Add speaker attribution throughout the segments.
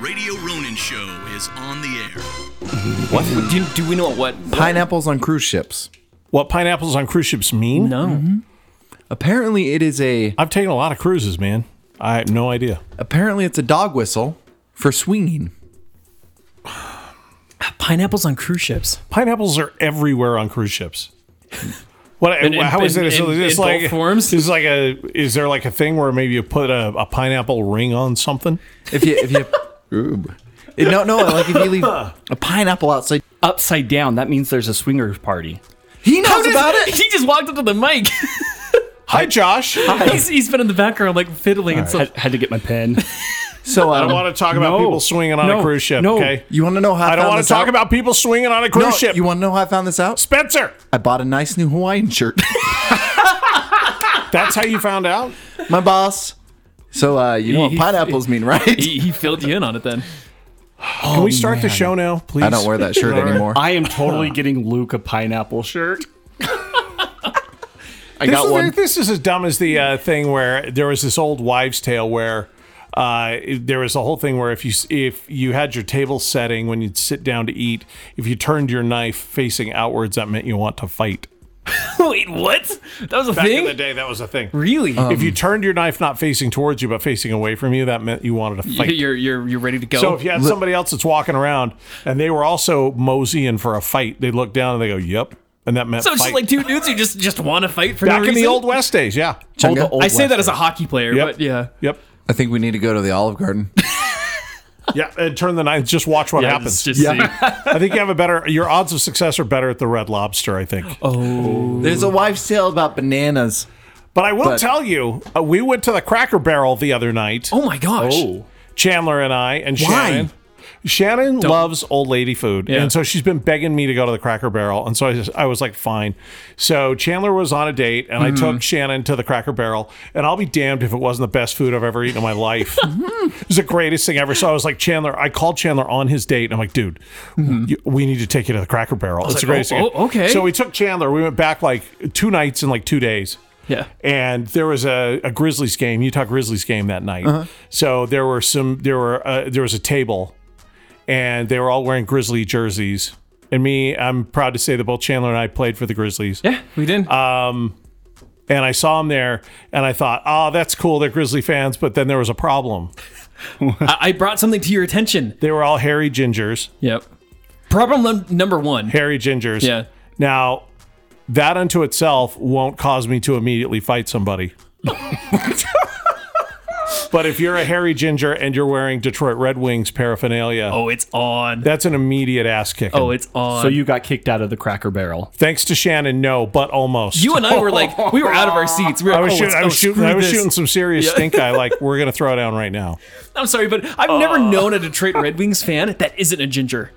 Speaker 1: Radio Ronin Show is on the air.
Speaker 2: What do, do we know what?
Speaker 3: Pineapples on cruise ships. Mm-hmm.
Speaker 4: What pineapples on cruise ships mean?
Speaker 2: No.
Speaker 3: Apparently, it is a.
Speaker 4: I've taken a lot of cruises, man. I have no idea.
Speaker 3: Apparently, it's a dog whistle for swinging.
Speaker 5: Pineapples on cruise ships.
Speaker 4: Pineapples are everywhere on cruise ships. What?
Speaker 2: in-
Speaker 4: how is it? Is
Speaker 2: in-
Speaker 4: this
Speaker 2: in
Speaker 4: like
Speaker 2: both forms?
Speaker 4: Is like a? Is there like a thing where maybe you put a, a pineapple ring on something?
Speaker 3: If you if you. Ooh. No, no. Like if you leave a pineapple outside,
Speaker 2: Upside down. That means there's a swinger party.
Speaker 3: he knows about it.
Speaker 5: He just walked up to the mic.
Speaker 4: Hi, Josh.
Speaker 5: he's, he's been in the background like fiddling and stuff.
Speaker 2: Had, had to get my pen.
Speaker 3: So
Speaker 4: I don't
Speaker 3: um,
Speaker 4: want to talk about
Speaker 2: No.
Speaker 4: people swinging on a
Speaker 2: No.
Speaker 4: cruise ship.
Speaker 2: No.
Speaker 4: Okay.
Speaker 3: you want to know how
Speaker 4: I don't
Speaker 3: found
Speaker 4: want to
Speaker 3: this
Speaker 4: talk
Speaker 3: out?
Speaker 4: about people swinging on a cruise
Speaker 3: No,
Speaker 4: ship.
Speaker 3: You want to know how I found this out?
Speaker 4: Spencer.
Speaker 3: I bought a nice new Hawaiian shirt.
Speaker 4: That's how you found out.
Speaker 3: My boss. So uh, you know what pineapples mean, right?
Speaker 5: He, he filled you in on it then.
Speaker 4: Can we start the show now, please?
Speaker 3: Oh, I don't wear that shirt
Speaker 4: All right.
Speaker 3: anymore.
Speaker 2: I am totally getting Luke a pineapple shirt.
Speaker 3: I
Speaker 4: This
Speaker 3: got
Speaker 4: is,
Speaker 3: one.
Speaker 4: This is as dumb as the uh, thing where there was this old wives' tale where uh, there was a whole thing where if you if you had your table setting when you'd sit down to eat, if you turned your knife facing outwards, that meant you want to fight.
Speaker 5: Wait, what? That was a
Speaker 4: Back in
Speaker 5: thing.
Speaker 4: the day, that was a thing.
Speaker 5: Really?
Speaker 4: if
Speaker 3: Um,
Speaker 4: you turned your knife not facing towards you but facing away from you, that meant you wanted to fight.
Speaker 5: you're you're you're ready to go.
Speaker 4: So if you had somebody else that's walking around and they were also moseying for a fight, they look down and they go, "Yep," and that meant
Speaker 5: So it's
Speaker 4: fight.
Speaker 5: just like two dudes who just just want to fight for
Speaker 4: back
Speaker 5: no
Speaker 4: in the
Speaker 5: reason?
Speaker 4: old West days. Yeah.
Speaker 3: Chunga?
Speaker 5: I say that as a hockey player,
Speaker 4: Yep.
Speaker 5: but yeah.
Speaker 4: Yep.
Speaker 3: I think we need to go to the Olive Garden.
Speaker 4: Yeah, and turn the knife. Just watch what
Speaker 5: Yeah,
Speaker 4: happens.
Speaker 5: it's just see.
Speaker 4: I think you have a better. Your odds of success are better at the Red Lobster. I think.
Speaker 5: Oh.
Speaker 3: There's a wife's tale about bananas.
Speaker 4: but I will
Speaker 3: but-
Speaker 4: tell you, uh, we went to the Cracker Barrel the other night.
Speaker 5: Oh my gosh.
Speaker 4: Chandler and I and Shannon. Shannon loves old lady food,
Speaker 5: Yeah.
Speaker 4: and so she's been begging me to go to the Cracker Barrel, and so I, just, I was like, fine. So Chandler was on a date, and I
Speaker 5: Mm-hmm.
Speaker 4: took Shannon to the Cracker Barrel, and I'll be damned if it wasn't the best food I've ever eaten in my life.
Speaker 5: Mm-hmm.
Speaker 4: it was the greatest thing ever. So I was like, Chandler, I called Chandler on his date, and I'm like, dude, you- we need to take you to the Cracker Barrel. It's the
Speaker 5: Mm-hmm. like,
Speaker 4: greatest
Speaker 5: oh,
Speaker 4: thing.
Speaker 5: oh, okay.
Speaker 4: So we took Chandler. We went back like two nights in like two days
Speaker 5: Yeah.
Speaker 4: and there was a, a Grizzlies game, Utah Grizzlies game that night.
Speaker 5: Uh-huh.
Speaker 4: So there were some there were uh, there was a table, and they were all wearing Grizzly jerseys. And me, I'm proud to say that both Chandler and I played for the Grizzlies. Um,
Speaker 5: Yeah, we did. not
Speaker 4: And I saw them there, and I thought, oh, that's cool, they're Grizzly fans. But then there was a problem.
Speaker 5: I, I brought something to your attention.
Speaker 4: They were all hairy gingers,
Speaker 5: Yep. Problem num- number one.
Speaker 4: hairy gingers.
Speaker 5: Yeah.
Speaker 4: Now, that unto itself won't cause me to immediately fight somebody. but if you're a hairy ginger and you're wearing Detroit Red Wings paraphernalia,
Speaker 5: Oh, it's on.
Speaker 4: that's an immediate ass kicking.
Speaker 5: oh, it's on.
Speaker 2: So you got kicked out of the Cracker Barrel.
Speaker 4: Thanks to Shannon, no, but almost.
Speaker 5: You and I were like, we were out of our seats. We were,
Speaker 4: I was,
Speaker 5: oh,
Speaker 4: shooting,
Speaker 5: it's-
Speaker 4: I
Speaker 5: oh,
Speaker 4: was, shooting,
Speaker 5: screw
Speaker 4: I was
Speaker 5: this.
Speaker 4: shooting some serious stink eye. Like we're gonna throw down right now.
Speaker 5: I'm sorry, but I've never
Speaker 4: Uh.
Speaker 5: known a Detroit Red Wings fan that isn't a ginger.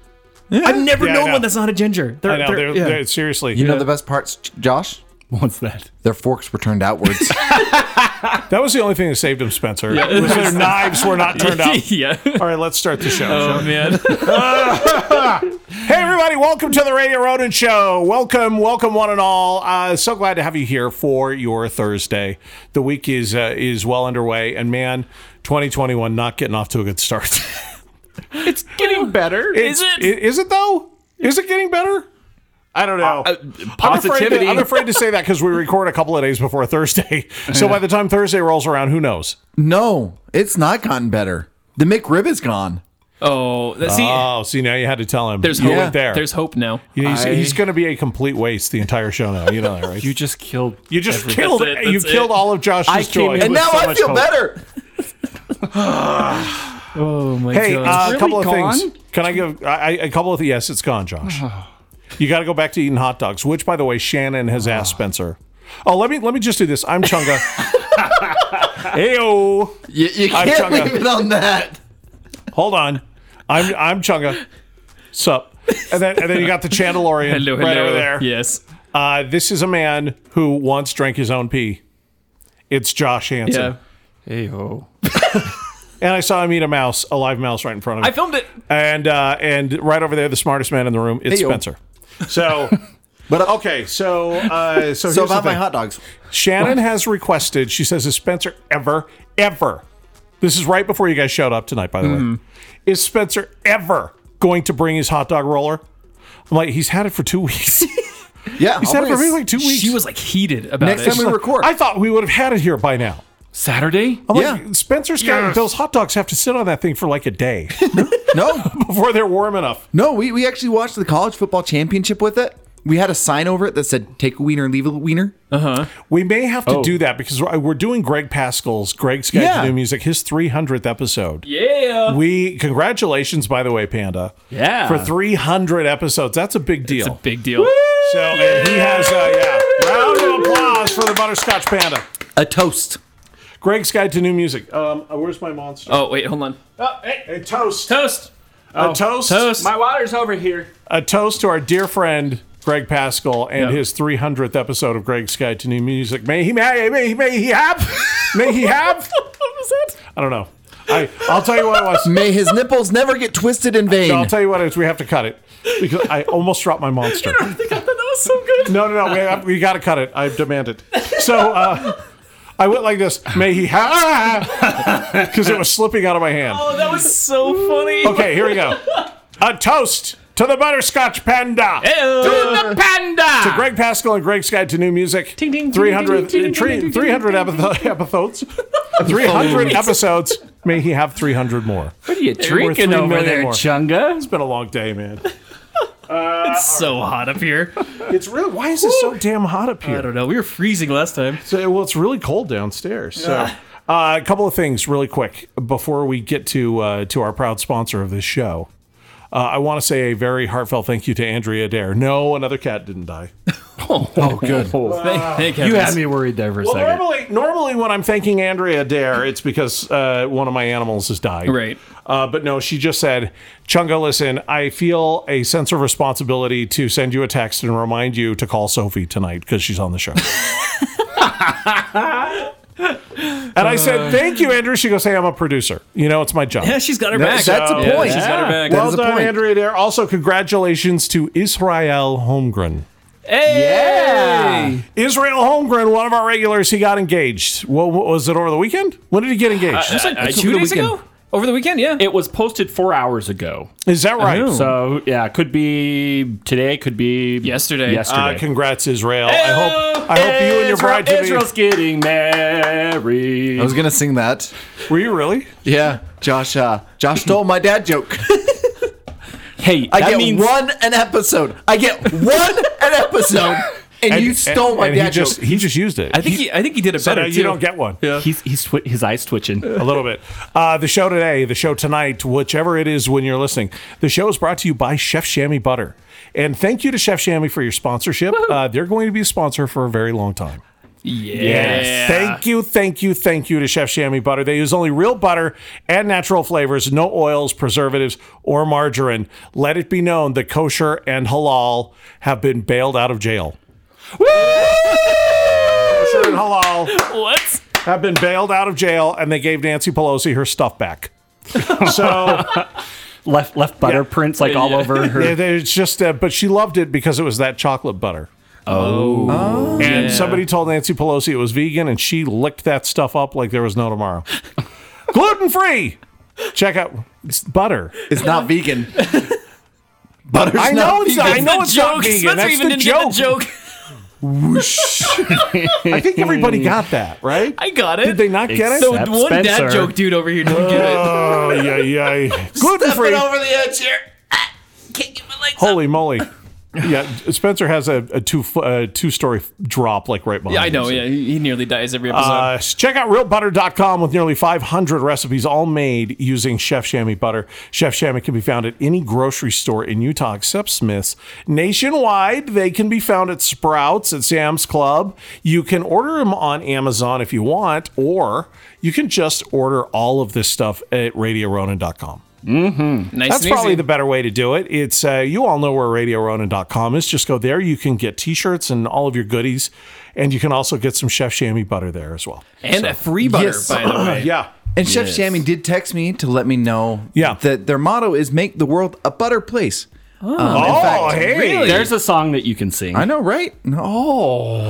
Speaker 5: I've never
Speaker 4: Yeah, I
Speaker 5: known
Speaker 4: know.
Speaker 5: one that's not a ginger. They're,
Speaker 4: I know.
Speaker 5: they're-
Speaker 4: They're,
Speaker 5: yeah.
Speaker 4: they're- seriously,
Speaker 3: You know the best parts, Josh?
Speaker 2: What's that?
Speaker 3: Their forks were turned outwards.
Speaker 4: that was the only thing that saved him, Spencer. Was their knives were not turned out.
Speaker 5: yeah.
Speaker 4: All right, let's start the show.
Speaker 5: Oh man.
Speaker 4: Hey, everybody, welcome to the Radio Ronan Show. Welcome, welcome, one and all. Uh, so glad to have you here for your Thursday. The week is uh, is well underway, and man, 2021 not getting off to a good start.
Speaker 5: it's getting better. Is
Speaker 4: It's-
Speaker 5: it?
Speaker 4: Is it though? Is it getting better? I don't know. I'm afraid
Speaker 2: positivity.
Speaker 4: to, I'm afraid to say that because we record a couple of days before Thursday. So by the time Thursday rolls around, who knows?
Speaker 3: no, it's not gotten better. The McRib is gone.
Speaker 5: oh, that- see,
Speaker 4: Oh, see, now you had to tell him.
Speaker 5: there's
Speaker 4: you
Speaker 5: hope.
Speaker 4: weren't there.
Speaker 5: There's hope now.
Speaker 4: he's
Speaker 3: I-
Speaker 4: he's going to be a complete waste the entire show now. You know that, right?
Speaker 2: You just killed.
Speaker 4: You just killed
Speaker 5: That's it,
Speaker 4: You
Speaker 5: that's it.
Speaker 4: killed all of Josh's
Speaker 2: I came
Speaker 4: joy.
Speaker 2: in
Speaker 3: And
Speaker 2: With
Speaker 3: now
Speaker 2: so
Speaker 3: I
Speaker 2: much
Speaker 3: feel
Speaker 2: hope.
Speaker 3: better.
Speaker 5: Oh my
Speaker 4: hey, uh,
Speaker 5: god.
Speaker 4: a couple of
Speaker 2: gone?
Speaker 4: things. Can I give I, I- a couple of yes? It's gone, Josh. you got to go back to eating hot dogs, which, by the way, Shannon has asked Spencer. Oh, let me let me just do this. I'm Chunga. Heyo,
Speaker 3: You, you
Speaker 4: I'm
Speaker 3: can't
Speaker 4: Chunga.
Speaker 3: leave it on that.
Speaker 4: hold on. I'm I'm Chunga. Sup? And then and then you got the Chandelorian
Speaker 5: hello, hello.
Speaker 4: right over there.
Speaker 5: Yes.
Speaker 4: Uh, this is a man who once drank his own pee. It's Josh Hansen.
Speaker 5: Yeah.
Speaker 2: Hey ho.
Speaker 4: And I saw him eat a mouse, a live mouse, right in front of me.
Speaker 5: I filmed it.
Speaker 4: and uh, and right over there, the smartest man in the room, it's
Speaker 3: Hey-yo.
Speaker 4: Spencer. So,
Speaker 3: But uh,
Speaker 4: okay, so uh, so,
Speaker 3: So
Speaker 4: here's the
Speaker 3: about my
Speaker 4: thing.
Speaker 3: hot dogs.
Speaker 4: Shannon has requested. She says, "Is Spencer ever ever This is right before you guys showed up tonight, by the
Speaker 3: Mm-hmm.
Speaker 4: way. Is Spencer ever going to bring his hot dog roller? I'm like, he's had it for two weeks.
Speaker 3: Yeah,
Speaker 4: he's had
Speaker 3: I'll
Speaker 4: it for
Speaker 3: bring
Speaker 4: maybe
Speaker 3: a-
Speaker 4: like two weeks.
Speaker 5: She was like heated about
Speaker 3: Next
Speaker 5: it.
Speaker 3: time we
Speaker 5: She's like,
Speaker 3: record.
Speaker 4: I thought we would have had it here by now.
Speaker 2: Saturday?
Speaker 4: I'm
Speaker 3: Yeah.
Speaker 4: like, Spencer's got those hot dogs have to sit on that thing for like a day
Speaker 3: no,
Speaker 4: before they're warm enough.
Speaker 3: no, we, we actually watched the college football championship with it. We had a sign over it that said "Take a wiener and leave a wiener."
Speaker 4: We may have to
Speaker 2: Oh.
Speaker 4: do that because we're we're doing Greg Pascal's Greg's Guide
Speaker 3: Yeah.
Speaker 4: to New Music, his 300th episode.
Speaker 5: yeah.
Speaker 4: We congratulations, by the way, Panda.
Speaker 2: Yeah.
Speaker 4: for 300 episodes. That's a big deal.
Speaker 5: It's a big deal.
Speaker 4: So and he has uh, yeah. Round of applause for the Butterscotch Panda.
Speaker 3: A toast.
Speaker 4: Greg's Guide to New Music. Um, uh, where's my monster?
Speaker 5: Oh, wait, hold on.
Speaker 4: a toast.
Speaker 5: Toast.
Speaker 4: a toast.
Speaker 5: Toast.
Speaker 6: water's over here.
Speaker 4: A toast to our dear friend Greg Pascal and
Speaker 5: Yep.
Speaker 4: his 300th episode of Greg's Guide to New Music. May he may may, may he have may he have.
Speaker 5: what was that?
Speaker 4: I don't know. I I'll tell you what it was.
Speaker 3: May his nipples never get twisted in vain.
Speaker 4: No, I'll tell you what it is. We have to cut it because I almost dropped my monster.
Speaker 5: That was so good.
Speaker 4: No, no, no. We, have- we got to cut it. I demand it. So uh, I went like this. May he ha because it was slipping out of my hand.
Speaker 5: Oh, that was so funny.
Speaker 4: Okay, here we go. A toast to the butterscotch panda.
Speaker 5: Ew.
Speaker 4: To Greg Pascal and Greg's Guide to New Music.
Speaker 5: Ting, ting, ting,
Speaker 4: 300
Speaker 5: ting, ting, ting, ting, ting,
Speaker 4: 300 episo- episodes. 300 episodes. May he have 300 more. It's
Speaker 2: What are you drinking
Speaker 4: three
Speaker 2: over
Speaker 4: million
Speaker 2: there,
Speaker 4: more.
Speaker 2: Chunga?
Speaker 4: been a long day, man. Uh,
Speaker 5: It's so hot up here.
Speaker 4: It's really why is it so damn hot up here?
Speaker 5: I don't know. We were freezing last time. Ah.
Speaker 4: So, well, it's really cold downstairs. So, uh, a couple of things really quick before we get to uh, to our proud sponsor of this show. Uh, I want to say a very heartfelt thank you to Andrea Dare. No, another cat didn't die.
Speaker 2: Oh, good.
Speaker 5: Thank, thank
Speaker 2: You
Speaker 5: heavens.
Speaker 2: had me worried there for a second.
Speaker 4: normally, normally when I'm thanking Andrea Dare, it's because uh, one of my animals has died.
Speaker 5: Right.
Speaker 4: Uh, but no, she just said, Chunga, listen, I feel a sense of responsibility to send you a text and remind you to call Sophie tonight because she's on the show. and I said, Thank you, Andrew. She goes, Hey, I'm a producer. You know, it's my job.
Speaker 5: Uh, Yeah, she's got her back.
Speaker 3: That's- that's a
Speaker 5: Yeah,
Speaker 3: point.
Speaker 5: She's got
Speaker 3: Yeah.
Speaker 5: her back.
Speaker 3: That
Speaker 4: well
Speaker 3: is a
Speaker 4: done,
Speaker 3: point.
Speaker 4: Andrea Dare. Also, congratulations to Israel Holmgren.
Speaker 5: Hey!
Speaker 4: Israel Holmgren, one of our regulars, he got engaged. Well, what was it over the weekend? When did he get engaged?
Speaker 5: Just like
Speaker 2: I- I-
Speaker 5: two
Speaker 2: over the
Speaker 5: days ago?
Speaker 2: weekend.
Speaker 5: Over the weekend, yeah.
Speaker 2: uh, It was posted four hours ago.
Speaker 4: Is that right?
Speaker 5: know.
Speaker 2: So, yeah, could be today, could be
Speaker 5: Yesterday.
Speaker 4: Uh,
Speaker 2: Yesterday.
Speaker 4: congrats, Israel. I
Speaker 5: uh,
Speaker 4: hope I hope you and your bride to be.
Speaker 2: Israel's getting married.
Speaker 3: I was gonna sing that.
Speaker 4: Were you really?
Speaker 3: Yeah, Josh. Uh, Josh stole my dad joke.
Speaker 2: hey,
Speaker 3: I
Speaker 2: that
Speaker 3: get
Speaker 2: means
Speaker 3: one an episode. I get one an episode, and, you stole my
Speaker 4: and he
Speaker 3: dad
Speaker 4: just,
Speaker 3: joke.
Speaker 4: He just used it.
Speaker 5: I think he, I think he did it
Speaker 4: Said,
Speaker 5: better.
Speaker 4: uh,
Speaker 5: too.
Speaker 4: you don't get one.
Speaker 2: he's, he's twi- his eyes twitching.
Speaker 4: A little bit. Uh, the show today, the show tonight, whichever it is when you're listening, the show is brought to you by Chef Chamois Butter. And thank you to Chef Chamois for your sponsorship. Uh, they're going to be a sponsor for a very long time.
Speaker 5: Yeah.
Speaker 4: Thank you, thank you, thank you to Chef Chamois Butter. They use only real butter and natural flavors, no oils, preservatives, or margarine. Let it be known that kosher and halal have been bailed out of jail. Kosher and halal
Speaker 5: What?
Speaker 4: have been bailed out of jail, and they gave Nancy Pelosi her stuff back. so
Speaker 2: left left butter prints like all over her.
Speaker 4: it- it's just, uh, but she loved it because it was that chocolate butter. Oh, and somebody told Nancy Pelosi it was vegan, and she licked that stuff up like there was no tomorrow. Gluten free. Check out it's butter.
Speaker 3: It's not vegan. Butter's
Speaker 4: I know
Speaker 3: not
Speaker 4: it's
Speaker 3: vegan.
Speaker 4: I know it's
Speaker 5: joke.
Speaker 4: not vegan.
Speaker 5: Spencer
Speaker 4: That's
Speaker 5: even
Speaker 4: the
Speaker 5: didn't
Speaker 4: joke.
Speaker 5: get the joke.
Speaker 4: I think everybody got that, right?
Speaker 5: I got it.
Speaker 4: Did they not get it?
Speaker 5: The
Speaker 2: Except
Speaker 5: one dad
Speaker 2: Spencer.
Speaker 5: joke dude over here didn't get it.
Speaker 4: Oh yeah, yeah. Gluten free.
Speaker 3: over the edge here.
Speaker 4: Holy moly. Yeah, Spencer has a, a two uh, two story drop like right behind.
Speaker 5: Yeah, I
Speaker 4: him,
Speaker 5: know.
Speaker 4: so-
Speaker 5: Yeah, he he nearly dies every episode.
Speaker 4: Uh, check out realbutter.com with nearly 500 recipes all made using Chef Chamois butter. Chef Chamois can be found at any grocery store in Utah except Smith's. Nationwide, they can be found at Sprouts, at Sam's Club. You can order them on Amazon if you want, or you can just order all of this stuff at radioronan.com.
Speaker 5: nice
Speaker 4: That's
Speaker 5: and
Speaker 4: probably
Speaker 5: easy.
Speaker 4: the better way to do it. It's uh, you all know where RadioRonan.com is. Just go there. You can get T-shirts and all of your goodies, and you can also get some Chef Chamois butter there as well.
Speaker 5: and a free butter,
Speaker 3: Yes.
Speaker 5: by the way.
Speaker 4: Yeah.
Speaker 3: And Chef Sammy did text me to let me know
Speaker 4: Yeah.
Speaker 3: that their motto is make the world a butter place. Oh,
Speaker 4: Oh, hey,
Speaker 2: There's a song that you can sing.
Speaker 3: I know, right? Oh.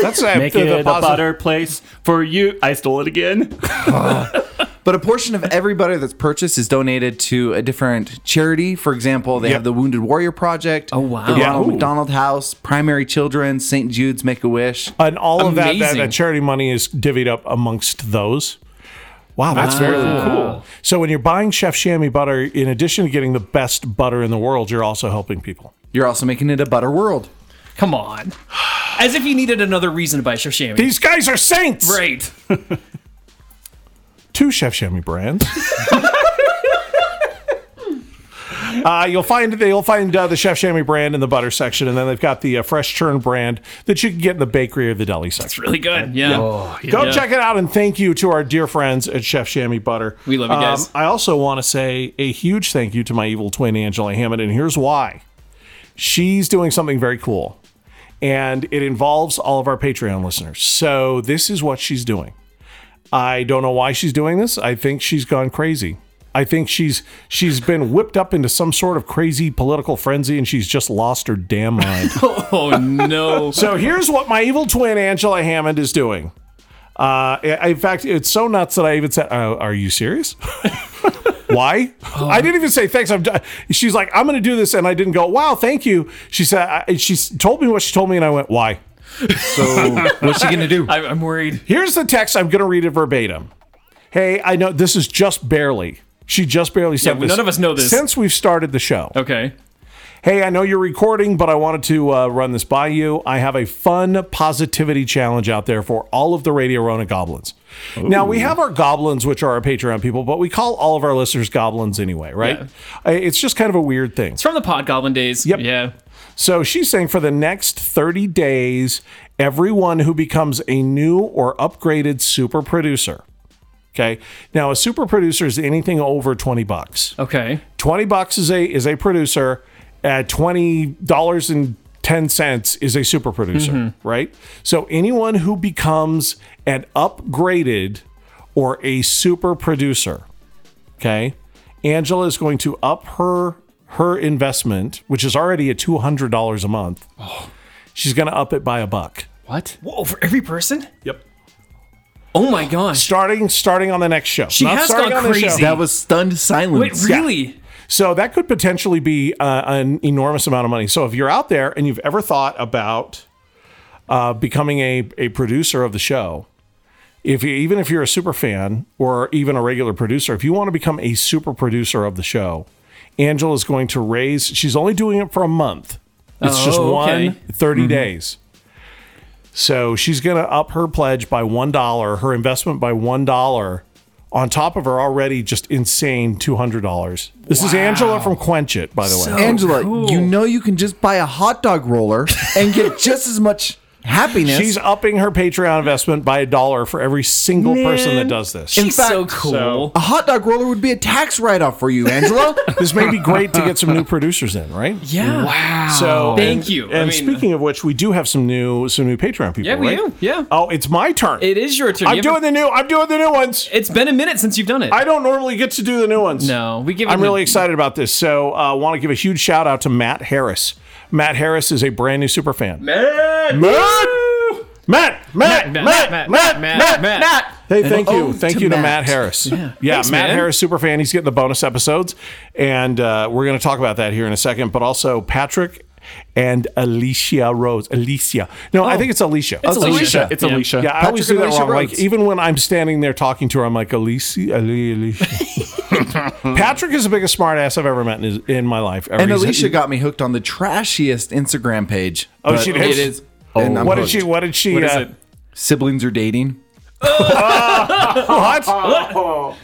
Speaker 4: that's uh,
Speaker 2: Make
Speaker 4: the,
Speaker 2: it
Speaker 4: the,
Speaker 2: a
Speaker 4: posi-
Speaker 2: butter place for you. I stole it again.
Speaker 3: But a portion of every butter that's purchased is donated to a different charity. For example, they
Speaker 4: Yep.
Speaker 3: have the Wounded Warrior Project, oh
Speaker 5: wow.
Speaker 3: the
Speaker 5: Yeah.
Speaker 3: Ronald
Speaker 4: Ooh.
Speaker 3: McDonald House, Primary Children, St. Jude's Make a Wish.
Speaker 4: And all of that, that,
Speaker 5: Amazing.
Speaker 4: that charity money is divvied up amongst those. Wow, that's very cool. So when you're buying Chef Chamois butter, in addition to getting the best butter in the world, you're also helping people.
Speaker 3: You're also making it a butter world.
Speaker 5: Come on. As if you needed another reason to buy Shoshami.
Speaker 4: These guys are saints.
Speaker 5: Great.
Speaker 4: two Chef Chamois brands. Uh, you'll find you'll find uh, the Chef Chamois brand in the butter section, and then they've got the uh, fresh churn brand that you can get in the bakery or the deli section.
Speaker 5: Really good. Yeah.
Speaker 4: Go
Speaker 5: Oh, Yeah.
Speaker 4: check it out, and thank you to our dear friends at Chef Chamois Butter. Um,
Speaker 5: We love you guys.
Speaker 4: I also want to say a huge thank you to my evil twin Angela Hammond, and here's why: she's doing something very cool, and it involves all of our Patreon listeners. So this is what she's doing. I don't know why she's doing this. I think she's gone crazy. I think she's she's been whipped up into some sort of crazy political frenzy and she's just lost her damn mind.
Speaker 5: Oh no.
Speaker 4: so here's what my evil twin Angela Hammond is doing. Uh, I- in fact, it's so nuts that I even said, uh, "Are you serious? Why?" I didn't even say thanks. I'm. done." She's like, "I'm going to do this," and I didn't go, "Wow, thank you." She said, I, "She s- told me what she told me," and I went, "Why?"
Speaker 3: So what's she gonna do?
Speaker 5: I, I'm worried.
Speaker 4: Here's the text. I'm going to read it verbatim. Hey, I know this is just barely. She just barely said
Speaker 5: Yeah,
Speaker 4: this.
Speaker 5: none of us know this.
Speaker 4: Since we've started the show.
Speaker 5: Okay.
Speaker 4: Hey, I know you're recording, but I wanted to uh, run this by you. I have a fun positivity challenge out there for all of the Radio Rona goblins. Now, we have our goblins, which are our Patreon people, but we call all of our listeners goblins anyway, right? Uh, It's just kind of a weird thing.
Speaker 5: It's from the Podgoblin days.
Speaker 4: Yep.
Speaker 5: Yeah.
Speaker 4: So she's saying for the next 30 days, everyone who becomes a new or upgraded super producer. Okay. Now, a super producer is anything over 20 bucks.
Speaker 5: Okay.
Speaker 4: 20 bucks is a is a producer at $20.10 is a super producer, right? So anyone who becomes an upgraded or a super producer, okay? Angela is going to up her her investment, which is already at $200 a month. She's going to up it by a buck.
Speaker 2: What?
Speaker 5: Whoa, for every person?
Speaker 4: Yep.
Speaker 5: Oh my gosh.
Speaker 4: Starting starting on the next show. She
Speaker 5: has
Speaker 4: starting
Speaker 5: gone
Speaker 4: on this show.
Speaker 5: crazy.
Speaker 3: That was stunned
Speaker 5: Wait,
Speaker 3: silence.
Speaker 5: really?
Speaker 4: So that could potentially be uh, an enormous amount of money. So if you're out there and you've ever thought about uh, becoming a, a producer of the show, if you, even if you're a super fan or even a regular producer, if you want to become a super producer of the show, Angela is going to raise. She's only doing it for a month. It's just
Speaker 5: Oh,
Speaker 4: one
Speaker 5: okay.
Speaker 4: 30 days. So she's going to up her pledge by $1, her investment by $1 on top of her already just insane $200. This is Angela from Quench It, by the way.
Speaker 3: Angela, you know you can just buy a hot dog roller and get just as much happiness.
Speaker 4: She's upping her Patreon investment by a dollar for every single person that does this.
Speaker 5: She's
Speaker 3: fact,
Speaker 5: so cool.
Speaker 4: so-
Speaker 3: a hot dog roller would be a tax write-off for you, Angela.
Speaker 4: this may be great to get some new producers in, right?
Speaker 5: yeah. Wow.
Speaker 4: So
Speaker 5: Thank
Speaker 4: and-
Speaker 5: you.
Speaker 4: And
Speaker 5: I mean-
Speaker 4: speaking of which, we do have some new some new Patreon people.
Speaker 5: Yeah, we
Speaker 4: right?
Speaker 5: do. Yeah.
Speaker 4: Oh, it's my turn.
Speaker 5: It is your turn.
Speaker 4: I'm
Speaker 5: You
Speaker 4: doing
Speaker 5: haven't-
Speaker 4: the new. I'm doing the new ones.
Speaker 5: It's been a minute since you've done it.
Speaker 4: I don't normally get to do the new ones.
Speaker 5: no, we give. it
Speaker 4: I'm
Speaker 5: the-
Speaker 4: really excited about this. So I uh, want to give a huge shout out to Matt Harris. Matt Harris is a brand new super fan.
Speaker 5: Matt!
Speaker 4: Matt! Matt! Matt! Matt! Matt! Matt! Matt! Matt! Hey, thank you.
Speaker 3: oh,
Speaker 4: Thank
Speaker 3: to
Speaker 4: you to
Speaker 3: Matt.
Speaker 4: Matt Harris. Yeah,
Speaker 5: Thanks,
Speaker 4: Matt
Speaker 5: man.
Speaker 4: Harris, super fan. He's getting the bonus episodes. And uh, we're going to talk about that here in a second. But also, Patrick and Alicia Rose. Alicia. No, I think it's Alicia.
Speaker 5: It's Alicia.
Speaker 2: It's
Speaker 5: Yeah.
Speaker 2: Alicia.
Speaker 4: Yeah, I always do
Speaker 3: Patrick
Speaker 4: that
Speaker 3: and Alicia
Speaker 4: wrong. Like
Speaker 3: Rhodes.
Speaker 4: even when I'm standing there talking to her, I'm like Alicia, Ali- Alicia. Patrick is the biggest smartass I've ever met in, his, in my life.
Speaker 3: and Alicia got me hooked on the trashiest Instagram page.
Speaker 4: Oh,
Speaker 3: But
Speaker 4: she did? Oh,
Speaker 3: It is. and I'm
Speaker 4: what did
Speaker 3: hooked.
Speaker 4: she? What did she?
Speaker 5: What is
Speaker 4: uh,
Speaker 5: it?
Speaker 3: Siblings are dating.
Speaker 4: What?
Speaker 3: It-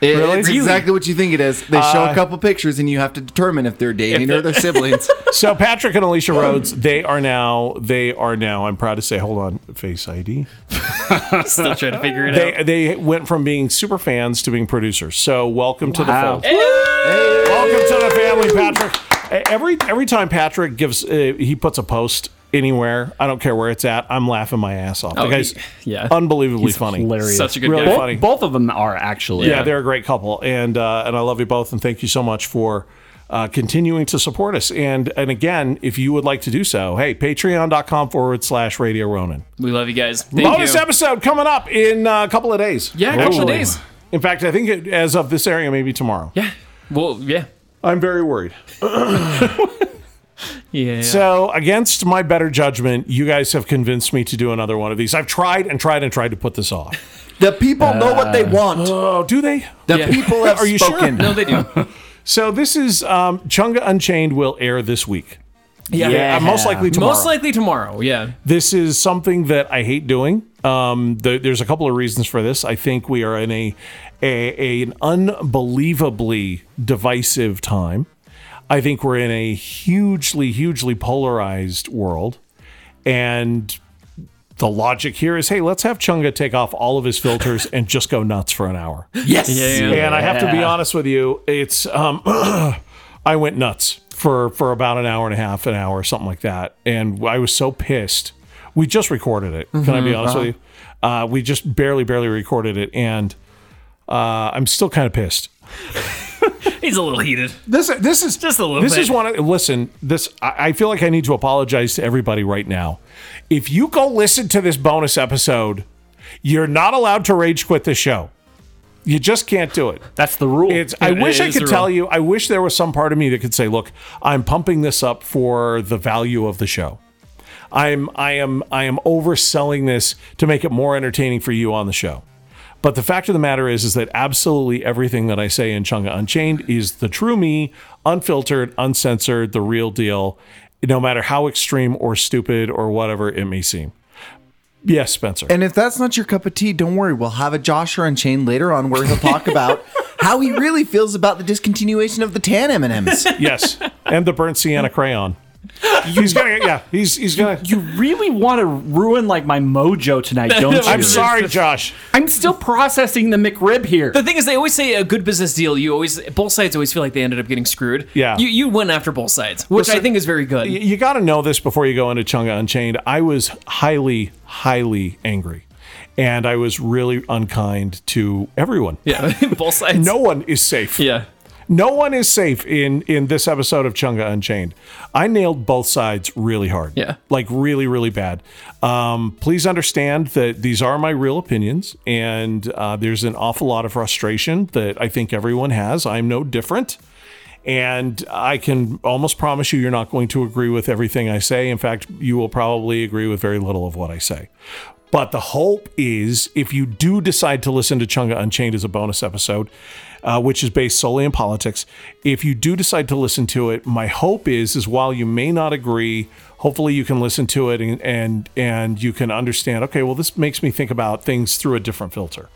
Speaker 4: Really? Uh,
Speaker 3: It's exactly what you think it is. They show a couple pictures, and you have to determine if they're dating or they're siblings.
Speaker 4: so Patrick and Alicia Rhodes, they are now. They are now. I'm proud to say. Hold on, Face ID.
Speaker 5: Still trying to figure it out.
Speaker 4: They they went from being super fans to being producers. So welcome to the
Speaker 2: Wow.
Speaker 4: fold. Welcome to the family, Patrick. E, Every every time Patrick gives, uh, he puts a post anywhere. I don't care where it's at. I'm laughing my ass off. the
Speaker 5: Oh,
Speaker 4: guy's
Speaker 5: he- yeah.
Speaker 4: unbelievably funny.
Speaker 2: Hilarious.
Speaker 5: Such a good
Speaker 4: Really
Speaker 5: guy.
Speaker 4: funny.
Speaker 2: Both, both of them are actually.
Speaker 4: Yeah, they're a great couple, and uh, and I love you both, and thank you so much for. Uh, continuing to support us and and again if you would like to do so hey patreon.com forward slash radio ronin
Speaker 5: We love you guys. Thank
Speaker 4: bonus
Speaker 5: you.
Speaker 4: episode coming up in uh, a couple of days
Speaker 5: Yeah, a couple of
Speaker 4: Actually,
Speaker 5: days.
Speaker 4: In fact, I think it, as of this area, maybe tomorrow.
Speaker 5: Yeah. Well, yeah.
Speaker 4: I'm very worried.
Speaker 5: Yeah.
Speaker 4: So, against my better judgment, you guys have convinced me to do another one of these. I've tried and tried and tried to put this off.
Speaker 3: The people know what
Speaker 5: Uh,
Speaker 3: they want.
Speaker 4: Oh, do they?
Speaker 3: The
Speaker 5: yeah.
Speaker 3: people have
Speaker 4: Are you sure?
Speaker 3: spoken.
Speaker 5: no, they do.
Speaker 4: So, this is um, Chunga Unchained will air this week.
Speaker 5: Yeah.
Speaker 4: Uh, most likely tomorrow.
Speaker 5: Most likely tomorrow. Yeah.
Speaker 4: this is something that I hate doing. Um, th- there's a couple of reasons for this. I think we are in a, a, a an unbelievably divisive time. I think we're in a hugely, hugely polarized world, and the logic here is, hey, let's have Chunga take off all of his filters and just go nuts for an hour.
Speaker 3: Yes.
Speaker 4: And I have to be honest with you, it's um, I went nuts for for about an hour and a half, an hour, something like that, and I was so pissed. We just recorded it. Can I be
Speaker 5: Mm-hmm.
Speaker 4: honest with
Speaker 5: Uh-huh.
Speaker 4: you? Uh, we just barely, barely recorded it, and uh, I'm still kind of pissed.
Speaker 5: He's a little heated.
Speaker 4: This this is
Speaker 5: Just a little
Speaker 4: This
Speaker 5: bit.
Speaker 4: is one. of- Listen, this I, I feel like I need to apologize to everybody right now. If you go listen to this bonus episode, you're not allowed to rage quit the show. You just can't do it.
Speaker 2: That's the rule.
Speaker 4: It's. I
Speaker 5: It
Speaker 4: wish I
Speaker 5: is
Speaker 4: could
Speaker 5: the
Speaker 4: tell
Speaker 5: rule.
Speaker 4: you. I wish there was some part of me that could say, "Look, I'm pumping this up for the value of the show. I'm. I am. I am overselling this to make it more entertaining for you on the show." But the fact of the matter is, is that absolutely everything that I say in Chunga Unchained is the true me, unfiltered, uncensored, the real deal, no matter how extreme or stupid or whatever it may seem. Yes, Spencer.
Speaker 3: And if that's not your cup of tea, don't worry. We'll have a Joshua Unchained later on where he'll talk about how he really feels about the discontinuation of the tan M&Ms.
Speaker 4: yes, and the burnt sienna crayon. He's gonna. Yeah, he's he's gonna.
Speaker 2: you really want to ruin like my mojo tonight, don't you?
Speaker 4: I'm
Speaker 5: It's
Speaker 4: sorry, Josh.
Speaker 2: I'm still processing the McRib here.
Speaker 5: The thing is, they always say a good business deal. You always, both sides always feel like they ended up getting screwed.
Speaker 4: Yeah.
Speaker 5: You you went after both sides, which I think is very good.
Speaker 4: Y- You got to know this before you go into Chunga Unchained. I was highly, highly angry, and I was really unkind to everyone.
Speaker 5: yeah. both sides.
Speaker 4: No one is safe.
Speaker 5: Yeah.
Speaker 4: No one is safe in in this episode of Chunga Unchained. I nailed both sides really hard.
Speaker 5: Yeah.
Speaker 4: Like really, really bad. Um, please understand that these are my real opinions, and uh, there's an awful lot of frustration that I think everyone has. I'm no different. And I can almost promise you, you're not going to agree with everything I say. In fact, you will probably agree with very little of what I say. But the hope is if you do decide to listen to Chunga Unchained as a bonus episode, uh, which is based solely on politics, if you do decide to listen to it, my hope is is while you may not agree, hopefully you can listen to it and and, and you can understand, okay, well, this makes me think about things through a different filter.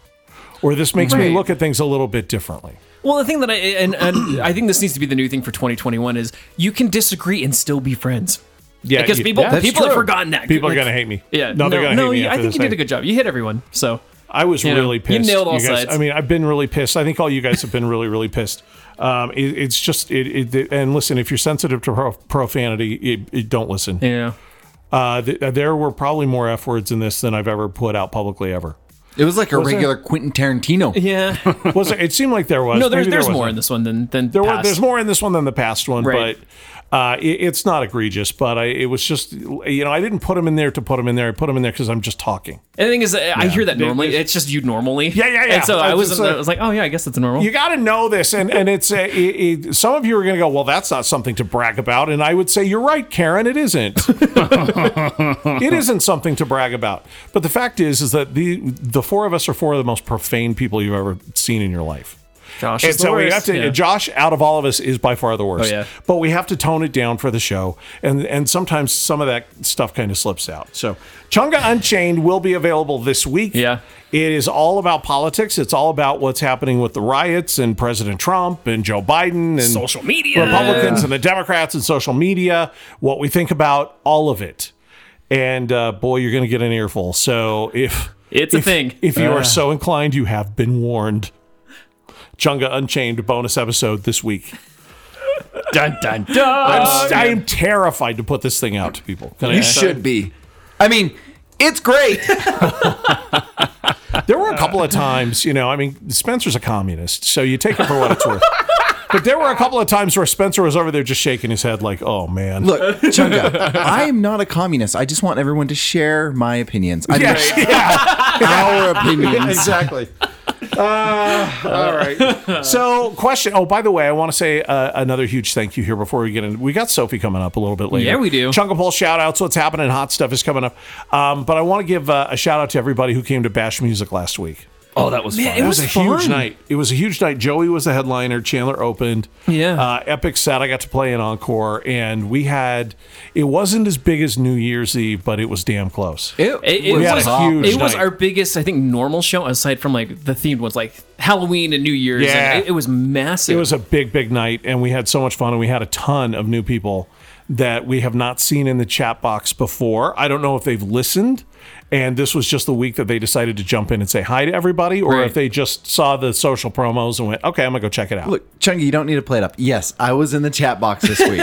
Speaker 4: Or this makes me
Speaker 5: Right.
Speaker 4: look at things a little bit differently.
Speaker 5: Well, the thing that I and, and I think this needs to be the new thing for 2021 is you can disagree and still be friends.
Speaker 4: Yeah,
Speaker 5: because
Speaker 4: you-
Speaker 5: people
Speaker 4: that's
Speaker 5: people have
Speaker 4: true.
Speaker 5: forgotten that.
Speaker 4: People
Speaker 5: Like,
Speaker 4: are gonna hate me.
Speaker 5: Yeah.
Speaker 4: no, they're gonna
Speaker 5: no,
Speaker 4: hate me.
Speaker 5: you- I
Speaker 4: after
Speaker 5: think
Speaker 4: this
Speaker 5: you did
Speaker 4: thing.
Speaker 5: a good job. Oh, You hit everyone. So
Speaker 4: I was
Speaker 5: You know,
Speaker 4: really
Speaker 5: you
Speaker 4: pissed.
Speaker 5: nailed all
Speaker 4: guys-
Speaker 5: sides.
Speaker 4: I mean, I've been really pissed. I think all you guys have been really, really pissed. Um, it, it's just it, it. And listen, if you're sensitive to pro- profanity, it, it, don't listen.
Speaker 5: yeah.
Speaker 4: Uh, th- there were probably more f words in this than I've ever put out publicly ever.
Speaker 3: It was like a regular Quentin Tarantino.
Speaker 5: Yeah.
Speaker 4: Was there- it seemed like there was?
Speaker 5: No, there,
Speaker 4: Maybe
Speaker 5: there's
Speaker 4: wasn't.
Speaker 5: more in this one than than
Speaker 4: There were,
Speaker 5: past.
Speaker 4: there's more in this one than the past one,
Speaker 5: Right.
Speaker 4: but uh, it, it's not egregious. But I, it was just, you know, I didn't put them in there to put them in there. I put them in there because I'm just talking.
Speaker 5: And the thing is, I I hear that normally. It's just you normally. Yeah,
Speaker 4: yeah, yeah.
Speaker 5: And so I
Speaker 4: It's
Speaker 5: was,
Speaker 4: just
Speaker 5: I
Speaker 4: like-
Speaker 5: was like, oh yeah, I guess that's normal.
Speaker 4: You got to know this, and and it's a, it, it, some of you are going to go, well, that's not something to brag about, and I would say you're right, Karen, it isn't. it isn't something to brag about. But the fact is, is that the the four of us are four of the most profane people you've ever seen in your life.
Speaker 5: Josh,
Speaker 4: And
Speaker 5: is the
Speaker 4: so we
Speaker 5: worst.
Speaker 4: have to.
Speaker 5: Yeah.
Speaker 4: Josh, out of all of us, is by far the worst.
Speaker 5: Oh, yeah.
Speaker 4: But we have to tone it down for the show, and and sometimes some of that stuff kind of slips out. So, Chunga Unchained will be available this week.
Speaker 5: Yeah.
Speaker 4: It is all about politics. It's all about what's happening with the riots and President Trump and Joe Biden and
Speaker 5: social media.
Speaker 4: Republicans and the Democrats and social media. What we think about all of it. And uh, boy, you're going to get an earful. So if
Speaker 5: It's a
Speaker 4: if-
Speaker 5: thing.
Speaker 4: If you are so inclined, you have been warned. Chunga Unchained bonus episode this week.
Speaker 2: dun dun dun.
Speaker 4: I'm, s- I am terrified to put this thing out to people. Can I-
Speaker 3: You should be. I mean, it's great.
Speaker 4: There were a couple of times, you know, I mean, Spencer's a communist, so you take it for what it's worth. But there were a couple of times where Spencer was over there just shaking his head, like, "Oh man,
Speaker 3: Look, Chunga, I am not a communist. I just want everyone to share my opinions. I
Speaker 4: Yeah,
Speaker 3: mean, our opinions.
Speaker 4: exactly." Uh, All right. So, question. Oh, by the way, I want to say uh, another huge thank you here before we get in. We got Sophie coming up a little bit later.
Speaker 5: Yeah, we do.
Speaker 4: Chunk of Paul shout outs. What's happening? Hot stuff is coming up. Um, but I want to give uh, a shout out to everybody who came to Bash Music last week.
Speaker 5: Oh, that was fun.
Speaker 4: It was, a huge night. It was a huge night. Joey was the headliner. Chandler opened.
Speaker 5: Yeah.
Speaker 4: Uh, Epic set. I got to play an encore, and we had. It wasn't as big as New Year's Eve, but it was damn close.
Speaker 3: It,
Speaker 5: It, it
Speaker 4: We had
Speaker 5: was
Speaker 4: a huge
Speaker 5: It was
Speaker 4: night.
Speaker 5: our biggest, I think, normal show aside from like the themed ones, like Halloween and New Year's. and
Speaker 4: Yeah.
Speaker 5: it, it was massive.
Speaker 4: It was a big, big night, and we had so much fun, and we had a ton of new people that we have not seen in the chat box before. I don't know if they've listened, and this was just the week that they decided to jump in and say hi to everybody, or
Speaker 5: Right.
Speaker 4: if they just saw the social promos and went, "Okay, I'm gonna go check it out."
Speaker 3: Look, Chunky, you don't need to play it up. Yes, I was in the chat box this week.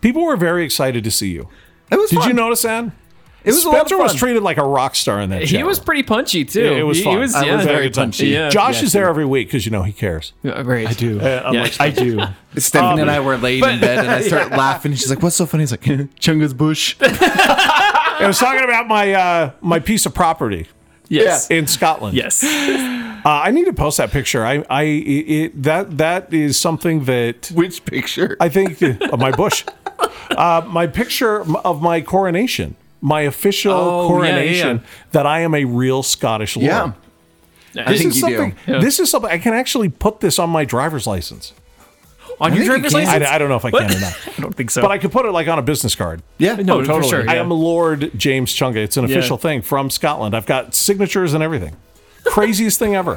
Speaker 4: People were very excited to see you.
Speaker 3: was.
Speaker 4: Did
Speaker 3: fun.
Speaker 4: you notice that?
Speaker 3: It was
Speaker 4: Spencer
Speaker 3: a lot of
Speaker 4: was
Speaker 3: fun.
Speaker 4: treated like a rock star in that.
Speaker 5: he
Speaker 4: chat
Speaker 5: was
Speaker 4: room.
Speaker 5: pretty punchy too.
Speaker 4: It was
Speaker 5: He-
Speaker 4: fun.
Speaker 5: He was,
Speaker 3: I
Speaker 5: yeah,
Speaker 3: was
Speaker 4: Had a
Speaker 3: very
Speaker 4: good time.
Speaker 3: punchy.
Speaker 5: Yeah.
Speaker 4: Josh
Speaker 5: Yeah,
Speaker 4: is there every week because you know he cares.
Speaker 5: Yeah, Right. I do.
Speaker 4: Uh, I'm like, Um,
Speaker 2: I do.
Speaker 3: Stephanie and I were laying in bed, and I start laughing. She's like, "What's so funny?" He's like, "Chunga's bush."
Speaker 4: I was talking about my uh, my piece of property
Speaker 5: Yes.
Speaker 4: in Scotland.
Speaker 5: Yes.
Speaker 4: Uh, I need to post that picture. I, I, it, that, that is something that
Speaker 3: Which picture?
Speaker 4: I think of my bush, uh, my picture of my coronation, my official
Speaker 5: Oh, yeah, yeah,
Speaker 4: coronation that I am a real Scottish lord.
Speaker 3: yeah, I
Speaker 4: This
Speaker 3: think
Speaker 4: is
Speaker 3: you do.
Speaker 4: something. This is something I can actually put this on my driver's license.
Speaker 5: On
Speaker 3: think
Speaker 5: your
Speaker 3: you
Speaker 5: driver's
Speaker 3: can.
Speaker 4: I,
Speaker 5: license?
Speaker 4: I don't know if I
Speaker 5: What?
Speaker 4: can or not,
Speaker 5: I don't think so.
Speaker 4: but I could put it like on a business card.
Speaker 3: Yeah, Oh,
Speaker 5: No, for
Speaker 4: Totally.
Speaker 5: sure,
Speaker 4: I
Speaker 5: yeah.
Speaker 4: am Lord James Chunga. It's an official thing from Scotland. I've got signatures and everything. Craziest thing ever.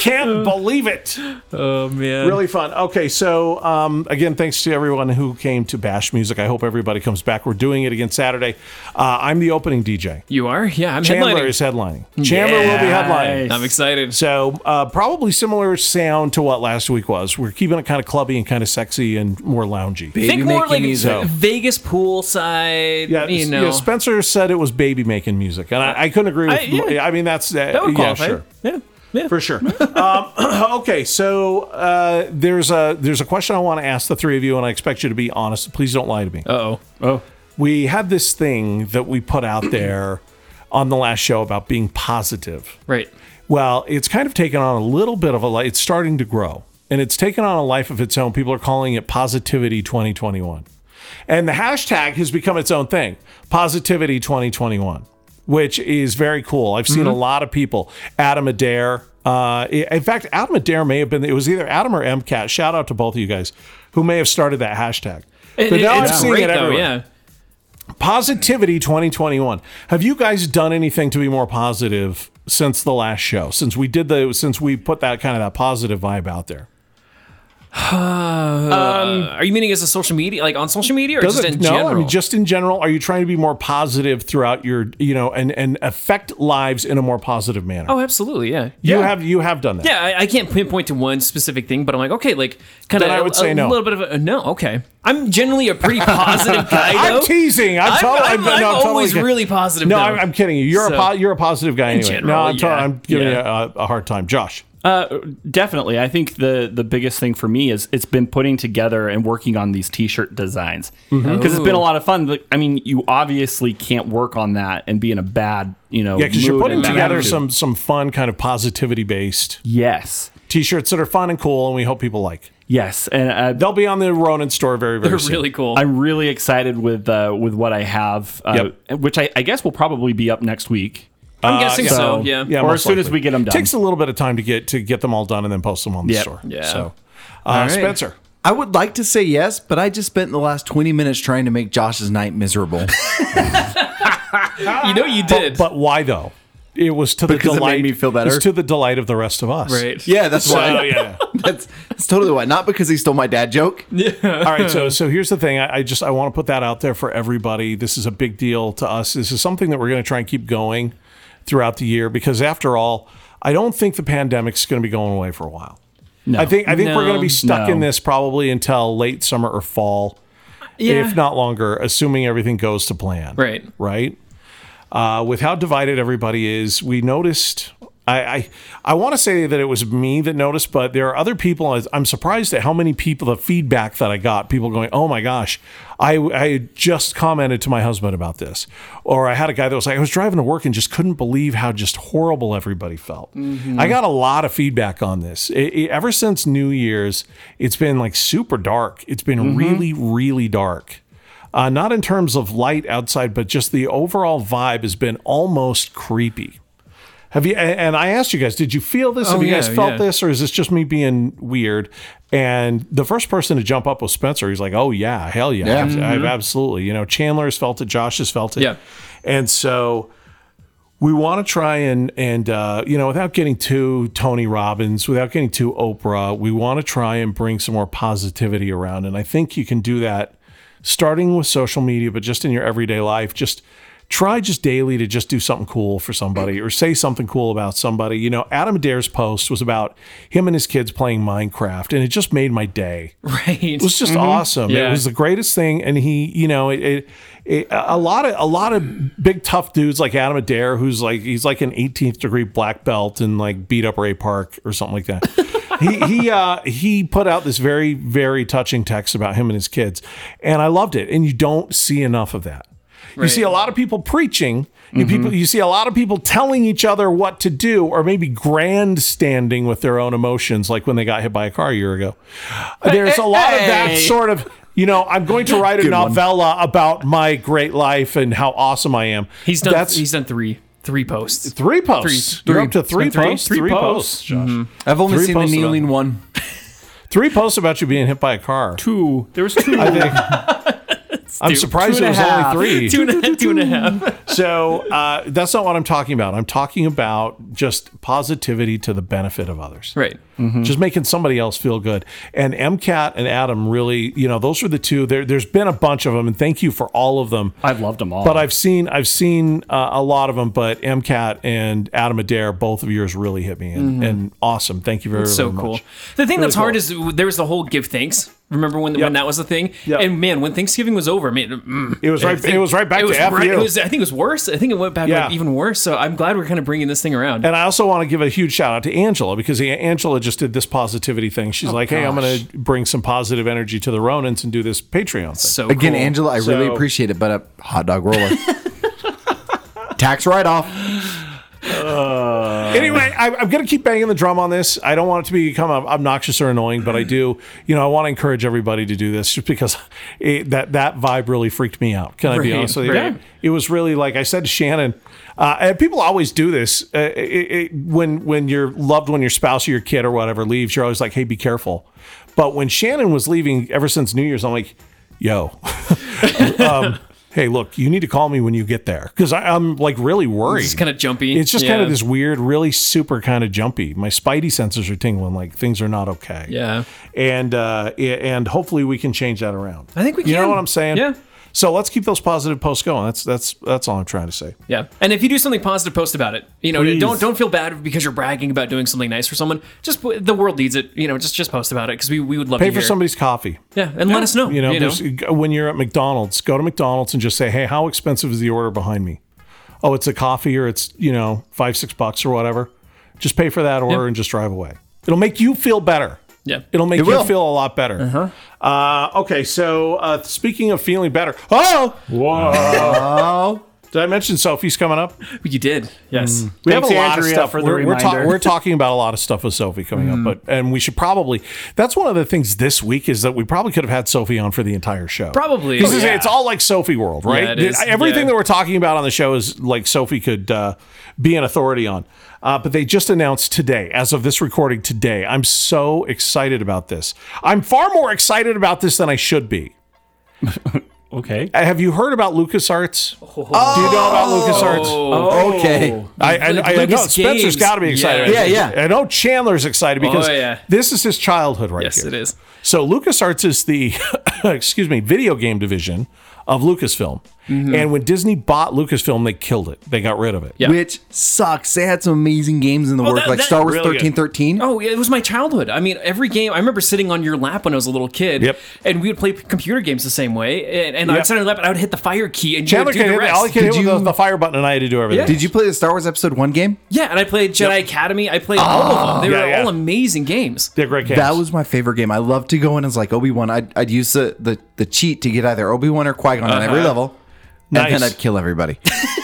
Speaker 4: Can't believe it.
Speaker 5: oh man.
Speaker 4: Really fun. Okay, so um, again, thanks to everyone who came to Bash Music. I hope everybody comes back. We're doing it again Saturday. Uh, I'm the opening DJ.
Speaker 5: You are? Yeah. I'm
Speaker 4: Chandler
Speaker 5: headlining.
Speaker 4: is headlining. Chandler will be headlining.
Speaker 2: Nice.
Speaker 5: I'm excited.
Speaker 4: So uh, probably similar sound to what last week was. We're keeping it kind of clubby and kind of sexy and more loungy.
Speaker 5: Think more like
Speaker 4: music.
Speaker 5: Vegas poolside.
Speaker 4: yeah,
Speaker 5: you
Speaker 4: s-
Speaker 5: know.
Speaker 4: yeah, uh, Spencer said it was baby making music, and I, I couldn't agree with.
Speaker 5: I- yeah.
Speaker 4: I mean, that's uh,
Speaker 5: that would
Speaker 4: yeah,
Speaker 5: qualify.
Speaker 4: sure.
Speaker 5: Yeah. Yeah.
Speaker 4: for sure. um, okay, so uh, there's a there's a question I want to ask the three of you, and I expect you to be honest. Please don't lie to me.
Speaker 5: Uh-oh.
Speaker 2: Oh,
Speaker 4: we had this thing that we put out there on the last show about being positive.
Speaker 5: Right.
Speaker 4: Well, it's kind of taken on a little bit of a life. It's starting to grow, and it's taken on a life of its own. People are calling it Positivity 2021, and the hashtag has become its own thing, Positivity 2021, which is very cool. I've seen a
Speaker 5: Mm-hmm.
Speaker 4: lot of people. Adam Adair. Uh, in fact, Adam Adair may have been. It was either Adam or MCAT. Shout out to both of you guys who may have started that hashtag.
Speaker 5: It- it- it's great though. Yeah.
Speaker 4: Positivity 2021. Have you guys done anything to be more positive since the last show? Since we did the since we put that kind of that positive vibe out there.
Speaker 5: Uh, are you meaning as a social media, like on social media, or just in
Speaker 4: no,
Speaker 5: general?
Speaker 4: I mean just in general, are you trying to be more positive throughout your, you know, and and affect lives in a more positive manner?
Speaker 5: oh, absolutely. Yeah.
Speaker 4: you have you have done that.
Speaker 5: Yeah, I, I can't pinpoint to one specific thing, but I'm like, okay, like kind of
Speaker 4: Then I would
Speaker 5: a,
Speaker 4: say
Speaker 5: a
Speaker 4: no.
Speaker 5: little bit of a no. Okay, I'm generally a pretty positive guy.
Speaker 4: I'm
Speaker 5: though.
Speaker 4: teasing. I'm totally-
Speaker 5: I'm,
Speaker 4: I'm- no, I'm
Speaker 5: I'm always
Speaker 4: totally-
Speaker 5: really positive.
Speaker 4: No,
Speaker 5: though.
Speaker 4: I'm, I'm kidding you. You're a
Speaker 5: So-
Speaker 4: po- you're a positive guy anyway. no,
Speaker 5: general,
Speaker 4: I'm, totally-
Speaker 5: yeah.
Speaker 4: I'm giving
Speaker 5: Yeah.
Speaker 4: you a, a hard time, Josh.
Speaker 2: uh, definitely. I think the the biggest thing for me is it's been putting together and working on these t-shirt designs because
Speaker 5: Mm-hmm.
Speaker 2: it's been a lot of fun. Like, I mean, you obviously can't work on that and be in a bad, you know,
Speaker 4: Yeah, because you're
Speaker 2: mood
Speaker 4: putting
Speaker 2: and bad
Speaker 4: together
Speaker 2: attitude.
Speaker 4: some some fun kind of positivity based
Speaker 2: Yes,
Speaker 4: t-shirts that are fun and cool, and we hope people like.
Speaker 2: yes, and uh,
Speaker 4: They'll be on the Ronin store very, very
Speaker 5: They're
Speaker 4: soon.
Speaker 5: really cool.
Speaker 2: I'm really excited with uh, with what I have, uh, which I, I guess will probably be up next week.
Speaker 5: I'm guessing
Speaker 2: so-
Speaker 5: so. Yeah.
Speaker 4: Uh, Yeah,
Speaker 2: Or
Speaker 4: most
Speaker 2: as soon as we get 'em done.
Speaker 4: Takes a little bit of time to get to get them all done and then post them on the
Speaker 2: Yep.
Speaker 4: store.
Speaker 5: Yeah.
Speaker 4: So, uh,
Speaker 5: right.
Speaker 4: Spencer,
Speaker 3: I would like to say yes, but I just spent the last 20 minutes trying to make Josh's night miserable.
Speaker 5: You know, you did.
Speaker 4: but why though? It was to the
Speaker 3: Because it made
Speaker 4: delight.
Speaker 3: me feel better.
Speaker 4: It's to the delight of the rest of us.
Speaker 5: right.
Speaker 3: yeah, that's
Speaker 4: So
Speaker 3: why.
Speaker 4: yeah.
Speaker 3: That's, that's totally why. Not because he stole my dad joke.
Speaker 4: All right. So so here's the thing. I, I just I want to put that out there for everybody. This is a big deal to us. This is something that we're going to try and keep going throughout the year because after all, I don't think the pandemic's going to be going away for a while. I think I think we're going to be
Speaker 5: No.
Speaker 4: stuck in
Speaker 2: No.
Speaker 4: this probably until late summer or fall.
Speaker 5: Yeah.
Speaker 4: if not longer, assuming everything goes to plan.
Speaker 5: Right.
Speaker 4: Right. Uh, with how divided everybody is, we noticed. I I, I want to say that it was me that noticed, but there are other people. I- I'm surprised at how many people the feedback that I got. People going, "Oh my gosh, I I just commented to my husband about this," or I had a guy that was like, "I was driving to work and just couldn't believe how just horrible everybody felt." I got a lot of feedback on this. It- it- ever since New Year's, it's been like super dark. It's been
Speaker 5: Mm-hmm.
Speaker 4: really really dark uh, not in terms of light outside, but just the overall vibe has been almost creepy. Have you? a- And I asked you guys, did you feel this? Have you
Speaker 5: Oh, yeah,
Speaker 4: guys felt
Speaker 5: yeah.
Speaker 4: this, or is this just me being weird? And the first person to jump up was Spencer. He's like, "Oh yeah, hell yeah, I've, I've absolutely." You know, Chandler's felt it, Josh has felt it,
Speaker 5: Mm-hmm. Yeah.
Speaker 4: and so we want to try and and uh, you know without getting too Tony Robbins, without getting too Oprah, we want to try and bring some more positivity around, and I think you can do that starting with social media, but just in your everyday life, just try just daily to just do something cool for somebody or say something cool about somebody. You know, Adam Adair's post was about him and his kids playing Minecraft, and it just made my day.
Speaker 5: Right.
Speaker 4: It was just awesome. It
Speaker 5: Mm-hmm. Yeah.
Speaker 4: was the greatest thing, and he, you know, it, it, it, a lot of a lot of big tough dudes like Adam Adair, who's like he's like an 18th degree black belt and like beat up Ray Park or something like that. he he uh, he put out this very very touching text about him and his kids, and I loved it. And you don't see enough of that. You see a lot of people preaching. You people, you see a lot of people telling each other what to do, or maybe grandstanding with their own emotions, like when they got hit by a car a year ago. There's a lot of that sort of. You know, I'm going to write a novella about my great life and how awesome I am.
Speaker 5: he's done.
Speaker 4: That's
Speaker 5: he's done three three posts.
Speaker 4: three posts.
Speaker 5: three-
Speaker 4: You're up to
Speaker 5: it's
Speaker 4: three
Speaker 5: been three-
Speaker 4: posts.
Speaker 5: three
Speaker 4: posts. Josh.
Speaker 3: Mm-hmm. I've only
Speaker 4: Three
Speaker 3: seen the
Speaker 4: posts about
Speaker 3: kneeling
Speaker 4: it.
Speaker 3: one.
Speaker 4: Three posts about you being hit by a car.
Speaker 2: Two. There was two.
Speaker 4: I think. I'm surprised
Speaker 2: two and
Speaker 4: there
Speaker 2: a
Speaker 4: Uh, was
Speaker 2: half.
Speaker 4: only three.
Speaker 5: Two and a half. Two and a half.
Speaker 4: So uh, that's not what I'm talking about. I'm talking about just positivity to the benefit of others. Mm-hmm.
Speaker 5: Right.
Speaker 4: Just making somebody else feel good. And MCAT and Adam really, you know, those are the two. There, there's been a bunch of them, and thank you for all of them.
Speaker 2: I've loved them all.
Speaker 4: But I've seen I've seen uh, a lot of them. But MCAT and Adam Adair, both of yours really hit me, and, and awesome. Thank you very,
Speaker 5: Mm-hmm. so
Speaker 4: very much.
Speaker 5: cool. The thing that's hard is there was the whole give thanks. Remember when when that was the thing?
Speaker 4: Yep.
Speaker 5: And man, when Thanksgiving was over, man, mm,
Speaker 4: It was right. It was right back
Speaker 5: it was,
Speaker 4: to after
Speaker 5: right,
Speaker 4: you.
Speaker 5: it was. I think it was worse. I think it went back
Speaker 4: Yeah.
Speaker 5: like, even worse. So I'm glad we're kind of bringing this thing around.
Speaker 4: And I also want to give a huge shout out to Angela because A- Angela just did this positivity thing.
Speaker 5: Oh,
Speaker 4: She's like, "Hey, I'm going to bring some positive energy to the Ronins and do this Patreon thing."
Speaker 5: so
Speaker 3: Again,
Speaker 5: cool.
Speaker 3: Angela, I really
Speaker 4: So-
Speaker 3: appreciate it, but a hot dog roller. Tax write off.
Speaker 4: anyway, I, I'm going to keep banging the drum on this. I don't want it to become ob- obnoxious or annoying, but I do. You know, I want to encourage everybody to do this just because it, that that vibe really freaked me out. Can I be
Speaker 5: Right,
Speaker 4: honest with you?
Speaker 5: right.
Speaker 4: It was really like I said to Shannon, uh, and people always do this uh, it, it, when when your loved one, your spouse, or your kid or whatever leaves. You're always like, "Hey, be careful." But when Shannon was leaving, ever since New Year's, I'm like, "Yo." um, Hey, look! You need to call me when you get there because I'm like really worried.
Speaker 5: It's kind of jumpy.
Speaker 4: It's just kind
Speaker 5: Yeah.
Speaker 4: of this weird, really super kind of jumpy. My spidey sensors are tingling, like things are not okay.
Speaker 5: Yeah.
Speaker 4: And uh, i- and hopefully we can change that around.
Speaker 5: I think we
Speaker 4: You know
Speaker 5: can.
Speaker 4: what I'm saying?
Speaker 5: Yeah.
Speaker 4: So let's keep those positive posts going. That's that's that's all I'm trying to say.
Speaker 5: Yeah, and if you do something positive, post about it. You know,
Speaker 4: Please.
Speaker 5: don't don't feel bad because you're bragging about doing something nice for someone. Just put- the world needs it. You know, just just post about it because we, we would love
Speaker 4: Pay
Speaker 5: to
Speaker 4: for
Speaker 5: hear.
Speaker 4: somebody's coffee.
Speaker 5: Yeah, and let us know.
Speaker 4: You know, there's- uh, when you're at McDonald's, go to McDonald's and just say, "Hey, how expensive is the order behind me?" Oh, it's a coffee, or it's you know five six bucks or whatever. Just pay for that order and just drive away. It'll make you feel better.
Speaker 5: Yeah.
Speaker 4: it'll make
Speaker 3: It
Speaker 4: you
Speaker 3: will.
Speaker 4: feel a lot better. Uh-huh. okay, so uh, speaking of feeling better, oh,
Speaker 3: Oh,
Speaker 4: did I mention Sophie's coming up? Hmm.
Speaker 5: you did. Yes.
Speaker 4: We
Speaker 2: Thanks, Andrea, for the
Speaker 4: we're, we're, ta-
Speaker 2: reminder.
Speaker 4: we're talking about a lot of stuff with Sophie coming up, but and we should probably. That's one of the things this week is that we probably could have had Sophie on for the entire show.
Speaker 5: Probably.
Speaker 4: This
Speaker 5: Oh,
Speaker 4: is-
Speaker 5: yeah.
Speaker 4: it's all like Sophie world, right?
Speaker 5: Yeah, it is.
Speaker 4: Everything
Speaker 5: Yeah.
Speaker 4: that we're talking about on the show is like Sophie could uh, be an authority on. Uh, but they just announced today, as of this recording today, I'm so excited about this. I'm far more excited about this than I should be.
Speaker 2: okay.
Speaker 4: Uh, Have you heard about LucasArts? Do you know about LucasArts?
Speaker 3: okay.
Speaker 4: I, I, I, I know
Speaker 5: Oh. Lucas
Speaker 4: Spencer's
Speaker 5: Games.
Speaker 4: got to be excited.
Speaker 5: Yeah.
Speaker 3: Yeah, yeah.
Speaker 4: I know oh, Chandler's excited because
Speaker 5: Oh, yeah.
Speaker 4: this is his childhood right
Speaker 5: Yes,
Speaker 4: here.
Speaker 5: it is.
Speaker 4: So LucasArts is the, excuse me, video game division of Lucasfilm. And when Disney bought Lucasfilm, they killed it. They got rid of it.
Speaker 5: Mm-hmm. Yeah.
Speaker 3: Which sucks. They had some amazing games in the work,
Speaker 5: that-
Speaker 3: like
Speaker 5: that-
Speaker 3: Star Wars
Speaker 4: really good.
Speaker 3: thirteen thirteen.
Speaker 5: Oh, yeah, it was my childhood. I mean, every game. I remember sitting on your lap when I was a little kid,
Speaker 4: Yep.
Speaker 5: and we would play p- computer games the same way. And, and
Speaker 4: Yep.
Speaker 5: I'd sit on your lap, and I would hit the fire key, and you
Speaker 4: Chandler
Speaker 5: would do
Speaker 4: can
Speaker 5: the
Speaker 4: hit, all he
Speaker 5: rest.
Speaker 4: can hit
Speaker 3: Did
Speaker 4: was the,
Speaker 3: you-
Speaker 4: the fire button, and I had to do everything.
Speaker 3: Did you play the Star Wars Episode One game?
Speaker 5: Yeah, and I played Jedi Academy. I played all of them. They
Speaker 4: Yeah,
Speaker 5: were
Speaker 4: Ah, yeah.
Speaker 5: all amazing games.
Speaker 4: They're great games.
Speaker 3: That was my favorite game. I loved to go in as like Obi Wan. I'd, I'd use the, the the cheat to get either Obi Wan or Qui Gon on every level, and
Speaker 4: Uh-huh. Nice.
Speaker 3: then I'd kill everybody.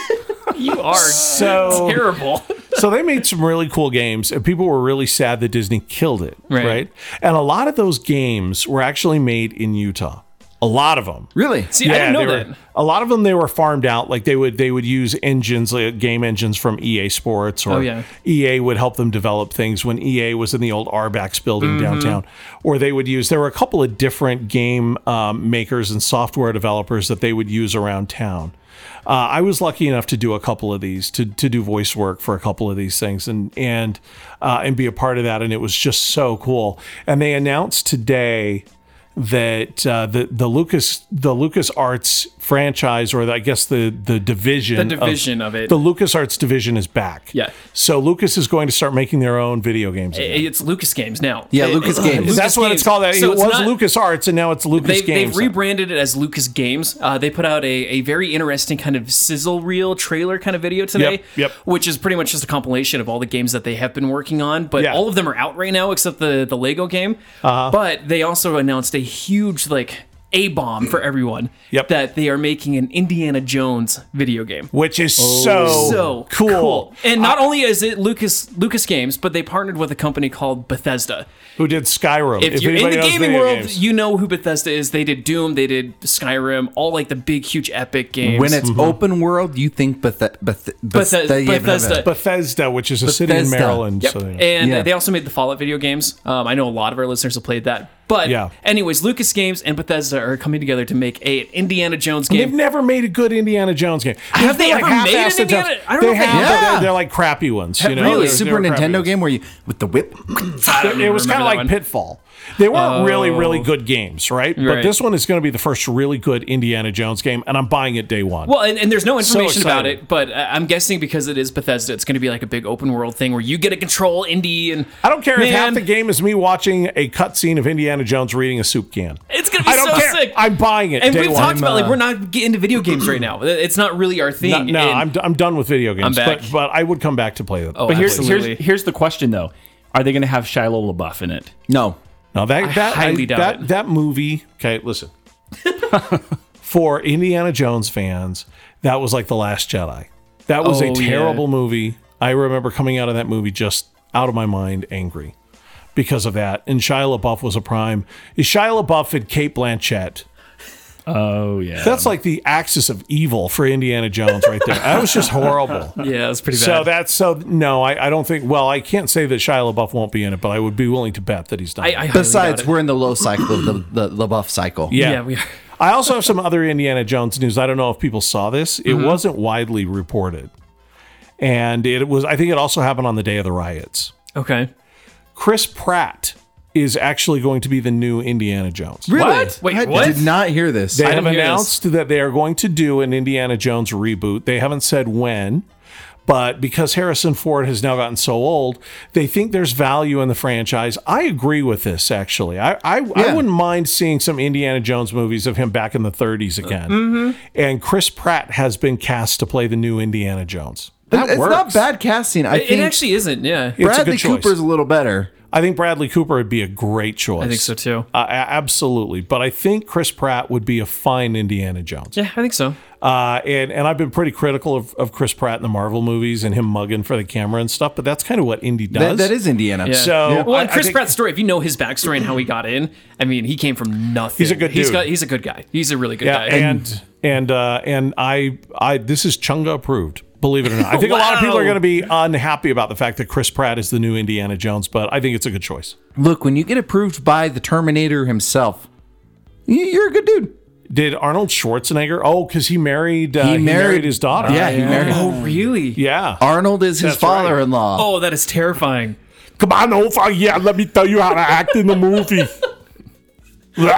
Speaker 5: You are
Speaker 4: so
Speaker 5: terrible.
Speaker 4: so they made some really cool games, and people were really sad that Disney killed it,
Speaker 5: Right.
Speaker 4: right? And a lot of those games were actually made in Utah. A lot of them.
Speaker 3: really?
Speaker 5: See, I didn't know
Speaker 4: they were-
Speaker 5: that.
Speaker 4: A lot of them they were farmed out. Like they would they would use engines, like game engines from EA Sports, or
Speaker 5: Oh, yeah.
Speaker 4: EA would help them develop things when EA was in the old Arbax building
Speaker 5: Mm-hmm.
Speaker 4: downtown. Or they would use there were a couple of different game um, makers and software developers that they would use around town. Uh, I was lucky enough to do a couple of these, to to do voice work for a couple of these things, and and uh, and be a part of that, and it was just so cool. And they announced today that uh, the the Lucas the Lucas Arts franchise, or the, I guess the the division,
Speaker 5: The division of it.
Speaker 4: the Lucas Arts division is back.
Speaker 5: Yeah.
Speaker 4: So Lucas is going to start making their own video games. again.
Speaker 5: It's Lucas Games now.
Speaker 3: Yeah,
Speaker 5: It-
Speaker 3: Lucas
Speaker 5: it-
Speaker 3: Games.
Speaker 5: Lucas
Speaker 4: That's what
Speaker 5: Games.
Speaker 4: it's called. That
Speaker 5: So
Speaker 4: it
Speaker 5: it's
Speaker 4: was
Speaker 5: not-
Speaker 4: Lucas Arts, and now it's Lucas
Speaker 5: They've,
Speaker 4: Games.
Speaker 5: they've rebranded it as Lucas Games. Uh, they put out a, a very interesting kind of sizzle reel trailer kind of video today,
Speaker 4: Yep, yep.
Speaker 5: which is pretty much just a compilation of all the games that they have been working on. But
Speaker 4: Yeah. Uh-huh.
Speaker 5: all of them are out right now except the the Lego game. But they also announced a huge like a bomb for everyone
Speaker 4: Yep.
Speaker 5: that they are making an Indiana Jones video game.
Speaker 4: which is
Speaker 3: Oh.
Speaker 4: so,
Speaker 5: So
Speaker 4: cool. Uh,
Speaker 5: And not only is it Lucas Lucas Games, but they partnered with a company called Bethesda
Speaker 4: Who did Skyrim?
Speaker 5: if, you're in
Speaker 4: anybody
Speaker 5: the
Speaker 4: knows
Speaker 5: gaming
Speaker 4: video
Speaker 5: world,
Speaker 4: games.
Speaker 5: you know who Bethesda is. They did Doom, they did Skyrim, all like the big, huge, epic games.
Speaker 3: When
Speaker 4: Mm-hmm.
Speaker 3: it's open world, you think Beth- Beth- Beth-
Speaker 5: Bethes- Bethesda.
Speaker 4: Bethesda, which is a city in
Speaker 3: Bethesda.
Speaker 4: Maryland.
Speaker 5: Yep.
Speaker 4: So, you know.
Speaker 5: And
Speaker 3: Yeah.
Speaker 5: they also made the Fallout video games. Um, I know a lot of our listeners have played that. But,
Speaker 4: Yeah.
Speaker 5: anyways, Lucas Games and Bethesda are coming together to make a an Indiana Jones
Speaker 4: They've
Speaker 5: game.
Speaker 4: never made a good Indiana Jones game.
Speaker 5: Have they
Speaker 4: They've
Speaker 5: ever made an
Speaker 4: half-assed
Speaker 5: Indiana-
Speaker 4: attempts.
Speaker 5: I don't
Speaker 4: they
Speaker 5: know if they
Speaker 4: have,
Speaker 3: have.
Speaker 4: but
Speaker 3: Yeah.
Speaker 4: They're, they're like crappy ones. You know,
Speaker 3: really
Speaker 4: They're-
Speaker 3: Super
Speaker 4: they're crappy
Speaker 3: Nintendo
Speaker 4: ones.
Speaker 3: game where you with the whip.
Speaker 4: it was kind
Speaker 5: remember
Speaker 4: of
Speaker 5: that
Speaker 4: like
Speaker 5: one.
Speaker 4: Pitfall. They weren't really,
Speaker 5: Oh.
Speaker 4: really good games, right? But
Speaker 5: Right.
Speaker 4: this one is going to be the first really good Indiana Jones game, and I'm buying it day one.
Speaker 5: Well, and, and there's no information about
Speaker 4: excited.
Speaker 5: it, but I- I'm guessing because it is Bethesda, it's going to be like a big open world thing where you get to control indie and
Speaker 4: I don't care if half
Speaker 5: Man,
Speaker 4: the game is me watching a cutscene of Indiana Jones reading a soup can.
Speaker 5: It's going to be
Speaker 4: I don't
Speaker 5: so
Speaker 4: care.
Speaker 5: sick.
Speaker 4: I'm buying it.
Speaker 5: and
Speaker 4: day
Speaker 5: we've
Speaker 4: one.
Speaker 5: talked about like
Speaker 3: uh,
Speaker 5: we're not getting into video games right now. It's not really our thing.
Speaker 4: No, no,
Speaker 5: And-
Speaker 4: I'm, I'm done with video games,
Speaker 5: back.
Speaker 4: But, but I would come back to play them.
Speaker 5: Oh,
Speaker 4: But
Speaker 2: Here's,
Speaker 5: absolutely.
Speaker 2: here's here's the question though: Are they going to have Shiloh LaBeouf in it?
Speaker 3: No,
Speaker 4: Now that that
Speaker 5: highly
Speaker 4: I-
Speaker 5: doubt
Speaker 4: that,
Speaker 5: it.
Speaker 4: that movie. Okay, listen. For Indiana Jones fans, that was like the Last Jedi. That was
Speaker 5: Oh,
Speaker 4: a
Speaker 5: yeah.
Speaker 4: terrible movie. I remember coming out of that movie just out of my mind, angry because of that. And Shia LaBeouf was a prime. Is Shia LaBeouf and Kate Blanchett?
Speaker 2: Oh yeah.
Speaker 4: That's like the axis of evil for Indiana Jones right there. That was just horrible.
Speaker 5: Yeah, that's pretty bad.
Speaker 4: So that's so no, I, I don't think. Well, I can't say that Shia LaBeouf won't be in it, but I would be willing to bet that he's not.
Speaker 5: I, I highly doubt
Speaker 3: besides
Speaker 5: it.
Speaker 3: we're in the low cycle of the, the LaBeouf cycle.
Speaker 4: Yeah.
Speaker 5: Yeah, we are.
Speaker 4: I also have some other Indiana Jones news. I don't know if people saw this. It
Speaker 5: Mm-hmm.
Speaker 4: wasn't widely reported. And it was I think it also happened on the day of the riots.
Speaker 5: okay.
Speaker 4: Chris Pratt is actually going to be the new Indiana Jones.
Speaker 3: Really?
Speaker 5: What? Wait,
Speaker 3: I
Speaker 5: what?
Speaker 3: did not hear this.
Speaker 4: They
Speaker 5: didn't
Speaker 4: have
Speaker 5: hear this.
Speaker 4: announced that they are going to do an Indiana Jones reboot. They haven't said when, but because Harrison Ford has now gotten so old, they think there's value in the franchise. I agree with this, actually. I, I, I
Speaker 3: Yeah.
Speaker 4: wouldn't mind seeing some Indiana Jones movies of him back in the 30s again. And Chris Pratt has been cast to play the new Indiana Jones.
Speaker 3: That it's not bad casting. I
Speaker 5: It,
Speaker 3: think
Speaker 5: it actually isn't. Yeah,
Speaker 4: It's a
Speaker 3: Bradley
Speaker 4: good choice.
Speaker 3: Cooper's a little better.
Speaker 4: I think Bradley Cooper would be a great choice.
Speaker 5: I think so too.
Speaker 4: Uh, a- absolutely. But I think Chris Pratt would be a fine Indiana Jones.
Speaker 5: Yeah, I think so.
Speaker 4: Uh, and and I've been pretty critical of, of Chris Pratt in the Marvel movies and him mugging for the camera and stuff, but that's kind of what Indy
Speaker 3: That,
Speaker 4: does.
Speaker 3: that is Indiana.
Speaker 5: Yeah.
Speaker 4: So,
Speaker 5: well,
Speaker 4: I-
Speaker 5: and
Speaker 4: I
Speaker 5: Chris
Speaker 4: think-
Speaker 5: Pratt's story. If you know his backstory and how he got in, I mean, he came from nothing.
Speaker 4: He's a good
Speaker 5: He's
Speaker 4: dude.
Speaker 5: got. He's a good guy. He's a really good
Speaker 4: yeah,
Speaker 5: guy.
Speaker 4: and and uh, and I I this is Chunga approved. Believe it or not, I think a lot of people
Speaker 5: Wow.
Speaker 4: are going to be unhappy about the fact that Chris Pratt is the new Indiana Jones, but I think it's a good choice.
Speaker 3: Look, when you get approved by the Terminator himself, y- you're a good dude.
Speaker 4: Did Arnold Schwarzenegger? Oh, because he married uh, he, married, his daughter.
Speaker 3: Yeah, he married.
Speaker 5: oh, really?
Speaker 4: yeah.
Speaker 3: Arnold is his
Speaker 4: That's right.
Speaker 3: father-in-law.
Speaker 5: Oh, that is terrifying.
Speaker 4: Come on over yeah. Let me tell you how to act in the movie. Yeah.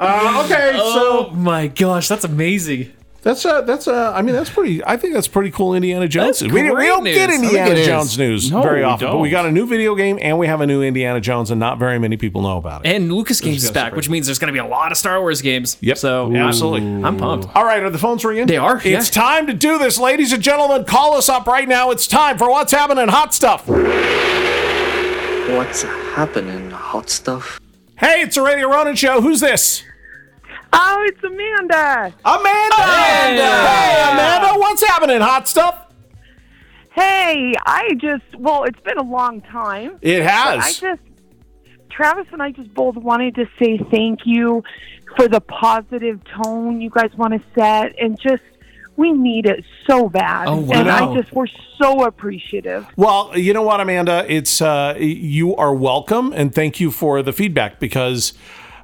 Speaker 4: Uh, okay.
Speaker 5: Oh my gosh, that's amazing.
Speaker 4: So that's uh that's uh I mean that's pretty. I think that's pretty cool. Indiana Jones.
Speaker 5: That's
Speaker 4: we, we
Speaker 5: great
Speaker 4: don't get
Speaker 5: news. I think
Speaker 4: Indiana
Speaker 3: it is.
Speaker 4: Jones news
Speaker 2: No,
Speaker 4: very
Speaker 2: we
Speaker 4: often, but we
Speaker 2: don't.
Speaker 4: got a new video game and we have a new Indiana Jones, and not very many people know about it.
Speaker 5: And Lucas Games is back, which means there's going to be a lot of Star Wars games.
Speaker 4: Yep.
Speaker 5: So I'm-
Speaker 4: Absolutely.
Speaker 5: I'm pumped.
Speaker 4: All right, are the phones ringing?
Speaker 5: They are,
Speaker 4: It's
Speaker 5: yeah.
Speaker 4: time to do this, ladies and gentlemen. Call us up right now. It's time for what's happening hot stuff.
Speaker 6: What's happening, hot stuff?
Speaker 4: Hey, it's the Radio Ronin show. Who's this?
Speaker 7: Oh, it's Amanda.
Speaker 4: Amanda. Amanda. Hey, Amanda. What's happening hot stuff?
Speaker 7: Hey, I just, well, it's been a long time.
Speaker 4: It
Speaker 7: I
Speaker 4: has.
Speaker 7: just, Travis and I just both wanted to say thank you for the positive tone you guys want to set and just, we need it so bad.
Speaker 5: Oh,
Speaker 7: And
Speaker 5: wow.
Speaker 7: I just, we're so appreciative.
Speaker 4: Well, you know what, Amanda? It's uh, you are welcome, and thank you for the feedback because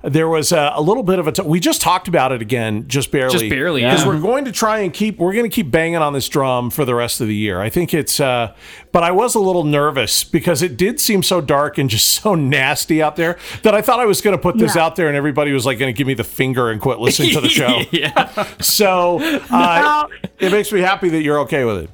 Speaker 4: there was a, a little bit of a. T- we just talked about it again, just barely,
Speaker 5: Just barely,
Speaker 4: because
Speaker 5: yeah.
Speaker 4: we're going to try and keep. We're going to keep banging on this drum for the rest of the year. I think it's. Uh, but I was a little nervous because it did seem so dark and just so nasty out there that I thought I was going to put this
Speaker 7: Yeah.
Speaker 4: out there, and everybody was like going to give me the finger and quit listening to the show.
Speaker 5: yeah.
Speaker 4: So uh,
Speaker 7: Well,
Speaker 4: it makes me happy that you're okay with it.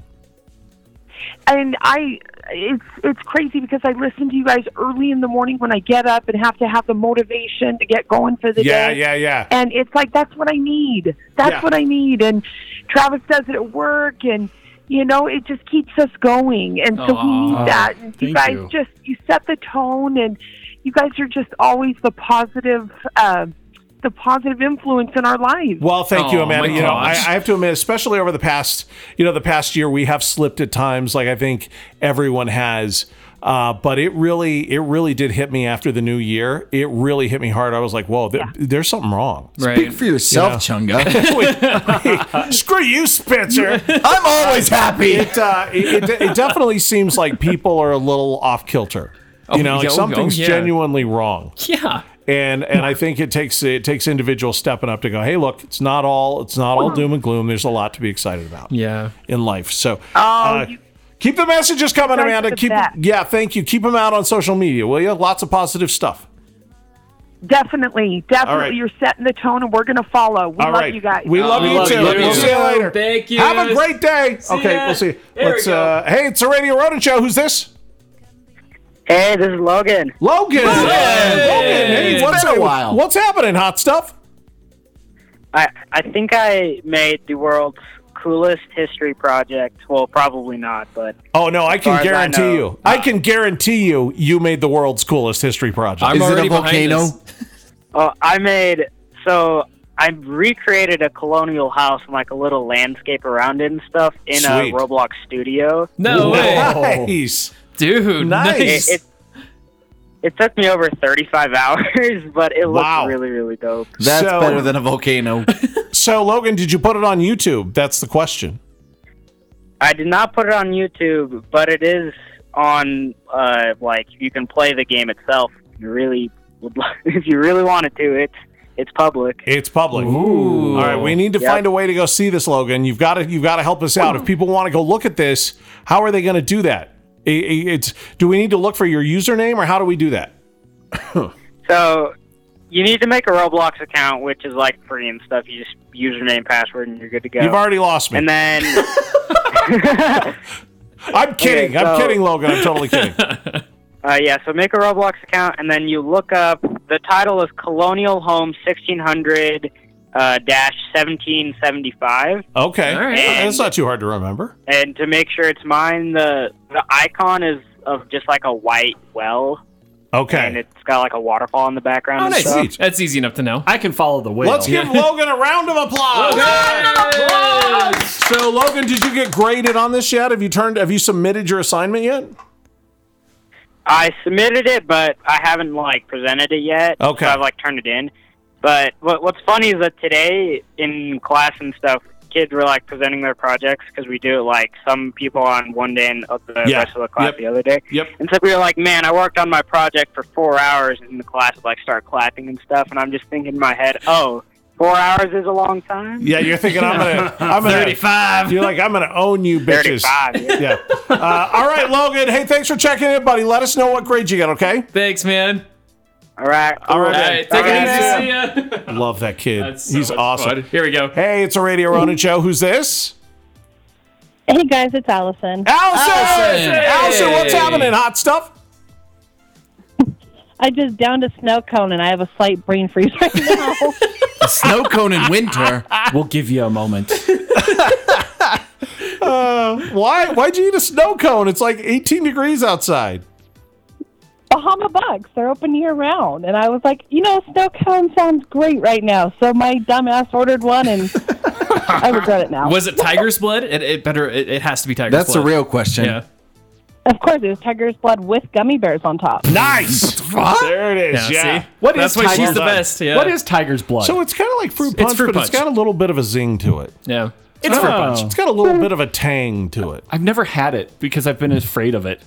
Speaker 7: and I it's it's crazy because I listen to you guys early in the morning when I get up and have to have the motivation to get going for the
Speaker 4: Yeah,
Speaker 7: day.
Speaker 4: yeah, yeah.
Speaker 7: And it's like that's what I need. That's
Speaker 4: Yeah.
Speaker 7: what I need. And Travis does it at work and you know, it just keeps us going. And so we
Speaker 5: Aw,
Speaker 7: need that. And you
Speaker 2: thank
Speaker 7: guys
Speaker 2: you.
Speaker 7: just you set the tone and you guys are just always the positive uh, the positive influence in our lives.
Speaker 4: Well, thank you,
Speaker 5: Oh,
Speaker 4: Amanda.
Speaker 5: my
Speaker 4: You know, I, I
Speaker 5: gosh.
Speaker 4: have to admit, especially over the past, you know, the past year, we have slipped at times. Like I think everyone has, uh, but it really, it really did hit me after the new year. It really hit me hard. I was like, whoa, th- there's something wrong.
Speaker 5: Right.
Speaker 3: Speak for yourself, Chunga.
Speaker 4: Screw you, Spencer.
Speaker 3: I'm always happy.
Speaker 4: it, uh, it, it, it definitely seems like people are a little off kilter. You know, like
Speaker 5: Oh, yo, yo,
Speaker 4: something's
Speaker 5: yeah.
Speaker 4: genuinely wrong.
Speaker 5: Yeah.
Speaker 4: and and I think it takes it takes individuals stepping up to go, hey, look, it's not all it's not all doom and gloom. There's a lot to be excited about.
Speaker 5: Yeah.
Speaker 4: in life. So uh, keep the messages coming,
Speaker 7: That's
Speaker 4: Amanda.
Speaker 7: Oh, the
Speaker 4: Keep
Speaker 7: best.
Speaker 4: yeah, thank you. Keep them out on social media, will you? Lots of positive stuff.
Speaker 7: Definitely, definitely
Speaker 4: right.
Speaker 7: you're setting the tone and we're gonna follow. We
Speaker 4: All right,
Speaker 7: love you guys.
Speaker 4: We love
Speaker 5: We
Speaker 4: you
Speaker 5: love
Speaker 4: too.
Speaker 5: you.
Speaker 4: We'll see you later.
Speaker 5: Thank you.
Speaker 4: Uh, Have a great day. okay,
Speaker 5: ya.
Speaker 4: we'll see.
Speaker 5: There we
Speaker 4: Let's. Uh, hey, it's the Radio Rodent Show. Who's this?
Speaker 6: Hey, this is Logan.
Speaker 4: Logan. Logan. Hey,
Speaker 3: It's
Speaker 4: what's
Speaker 3: been a while.
Speaker 4: What's happening? Hot stuff.
Speaker 6: I I think I made the world's coolest history project. Well, probably not, but
Speaker 4: Oh no, I can
Speaker 6: far as I
Speaker 4: guarantee
Speaker 6: know,
Speaker 4: you. I can guarantee you. You made the world's coolest history project.
Speaker 5: I'm
Speaker 3: Is it
Speaker 5: already
Speaker 3: a
Speaker 5: behind
Speaker 3: volcano?
Speaker 5: this.
Speaker 6: uh, I made so I recreated a colonial house and like a little landscape around it and stuff in
Speaker 4: Sweet.
Speaker 6: a Roblox studio.
Speaker 5: No way.
Speaker 4: nice.
Speaker 5: Dude.
Speaker 4: Nice.
Speaker 5: Nice.
Speaker 6: It, it it took me over 35 hours, but it looked
Speaker 4: Wow.
Speaker 6: really really dope.
Speaker 3: That's
Speaker 4: So-
Speaker 3: better than a volcano.
Speaker 4: So Logan, did you put it on YouTube? That's the question.
Speaker 6: I did not put it on YouTube, but it is on. Uh, like you can play the game itself. If you really would, li- if you really wanted to, it's it's public.
Speaker 4: It's public. All right, we need to
Speaker 6: Yep.
Speaker 4: find a way to go see this, Logan. You've got to you've got to help us out. If people want to go look at this, how are they going to do that? I- I- It's do we need to look for your username or how do we do that?
Speaker 6: So you need to make a Roblox account, which is like free and stuff. You just username, password, and you're good to go.
Speaker 4: You've already lost me.
Speaker 6: and then
Speaker 4: I'm kidding.
Speaker 6: Okay,
Speaker 4: I'm
Speaker 6: so-
Speaker 4: kidding, Logan. I'm totally kidding.
Speaker 6: uh, yeah, so make a Roblox account, and then you look up. The title is Colonial Home 1600 uh, dash 1775.
Speaker 4: Okay,
Speaker 5: All right.
Speaker 4: that's not too hard to remember.
Speaker 6: and to make sure it's mine the the icon is of just like a white well and
Speaker 4: Okay,
Speaker 6: it's got like a waterfall in the background
Speaker 5: Oh,
Speaker 6: and
Speaker 5: nice.
Speaker 6: stuff.
Speaker 4: Sweet.
Speaker 5: That's easy enough to know.
Speaker 2: I can follow the whale.
Speaker 4: let's give Logan a round of applause. So, Logan, did you get graded on this yet? Have you turned? Have you submitted your assignment yet?
Speaker 6: i submitted it but i haven't like presented it yet
Speaker 4: Okay.
Speaker 6: so i've like turned it in but what, what's funny is that today in class and stuff kids were like presenting their projects because we do it like some people on one day and the
Speaker 4: Yeah.
Speaker 6: rest uh, of the class
Speaker 4: Yep.
Speaker 6: the other day
Speaker 4: Yep.
Speaker 6: And so we were like, man, I worked on my project for four hours, and the class would like start clapping and stuff. And I'm just thinking in my head, oh, four hours is a long time.
Speaker 4: Yeah, you're thinking I'm gonna. I'm gonna
Speaker 5: 35.
Speaker 4: You're like I'm gonna own you, bitches.
Speaker 6: Thirty-five. yeah.
Speaker 4: yeah. Uh, all right, Logan. Hey, thanks for checking in, buddy. Let us know what grade you got, okay?
Speaker 5: Thanks, man.
Speaker 6: All right.
Speaker 4: All right,
Speaker 5: All right, take it easy. See ya.
Speaker 4: Love that kid.
Speaker 5: That's so
Speaker 4: He's
Speaker 5: much
Speaker 4: awesome.
Speaker 5: fun. Here we go.
Speaker 4: Hey, it's a Radio Ronin show. Who's this?
Speaker 8: Hey guys, it's Allison. Oh,
Speaker 4: Allison! Allison,
Speaker 5: Allison!
Speaker 4: what's
Speaker 5: Hey!
Speaker 4: happening? Hot stuff?
Speaker 8: I just downed a snow cone and I have a slight brain freeze right now.
Speaker 3: A snow cone in winter.
Speaker 2: We'll give you a moment.
Speaker 4: Uh, Why? Why'd you eat a snow cone? It's like 18 degrees outside.
Speaker 8: Bahama Bucks, they're open year round. And I was like, you know, snow cone sounds great right now. So my dumbass ordered one and I regret it now.
Speaker 5: Was it tiger's blood? It, it better. It, it has to be tiger's
Speaker 3: That's
Speaker 5: blood.
Speaker 3: a real question.
Speaker 5: Yeah.
Speaker 8: Of course, it was tiger's blood with gummy bears on top.
Speaker 4: Nice. There it
Speaker 5: Yeah.
Speaker 4: is. Yeah.
Speaker 5: See.
Speaker 2: What is
Speaker 5: That's why she's
Speaker 2: tiger's
Speaker 5: the
Speaker 2: blood?
Speaker 5: best. Yeah.
Speaker 2: What is tiger's blood?
Speaker 4: So it's kind of like fruit punch,
Speaker 5: fruit
Speaker 4: but it's
Speaker 5: punch.
Speaker 4: got a little bit of a zing to it.
Speaker 5: Yeah.
Speaker 2: it's
Speaker 4: Fruit punch. It's got a little bit of a tang to it.
Speaker 2: Oh. I've never had it because I've been afraid of it.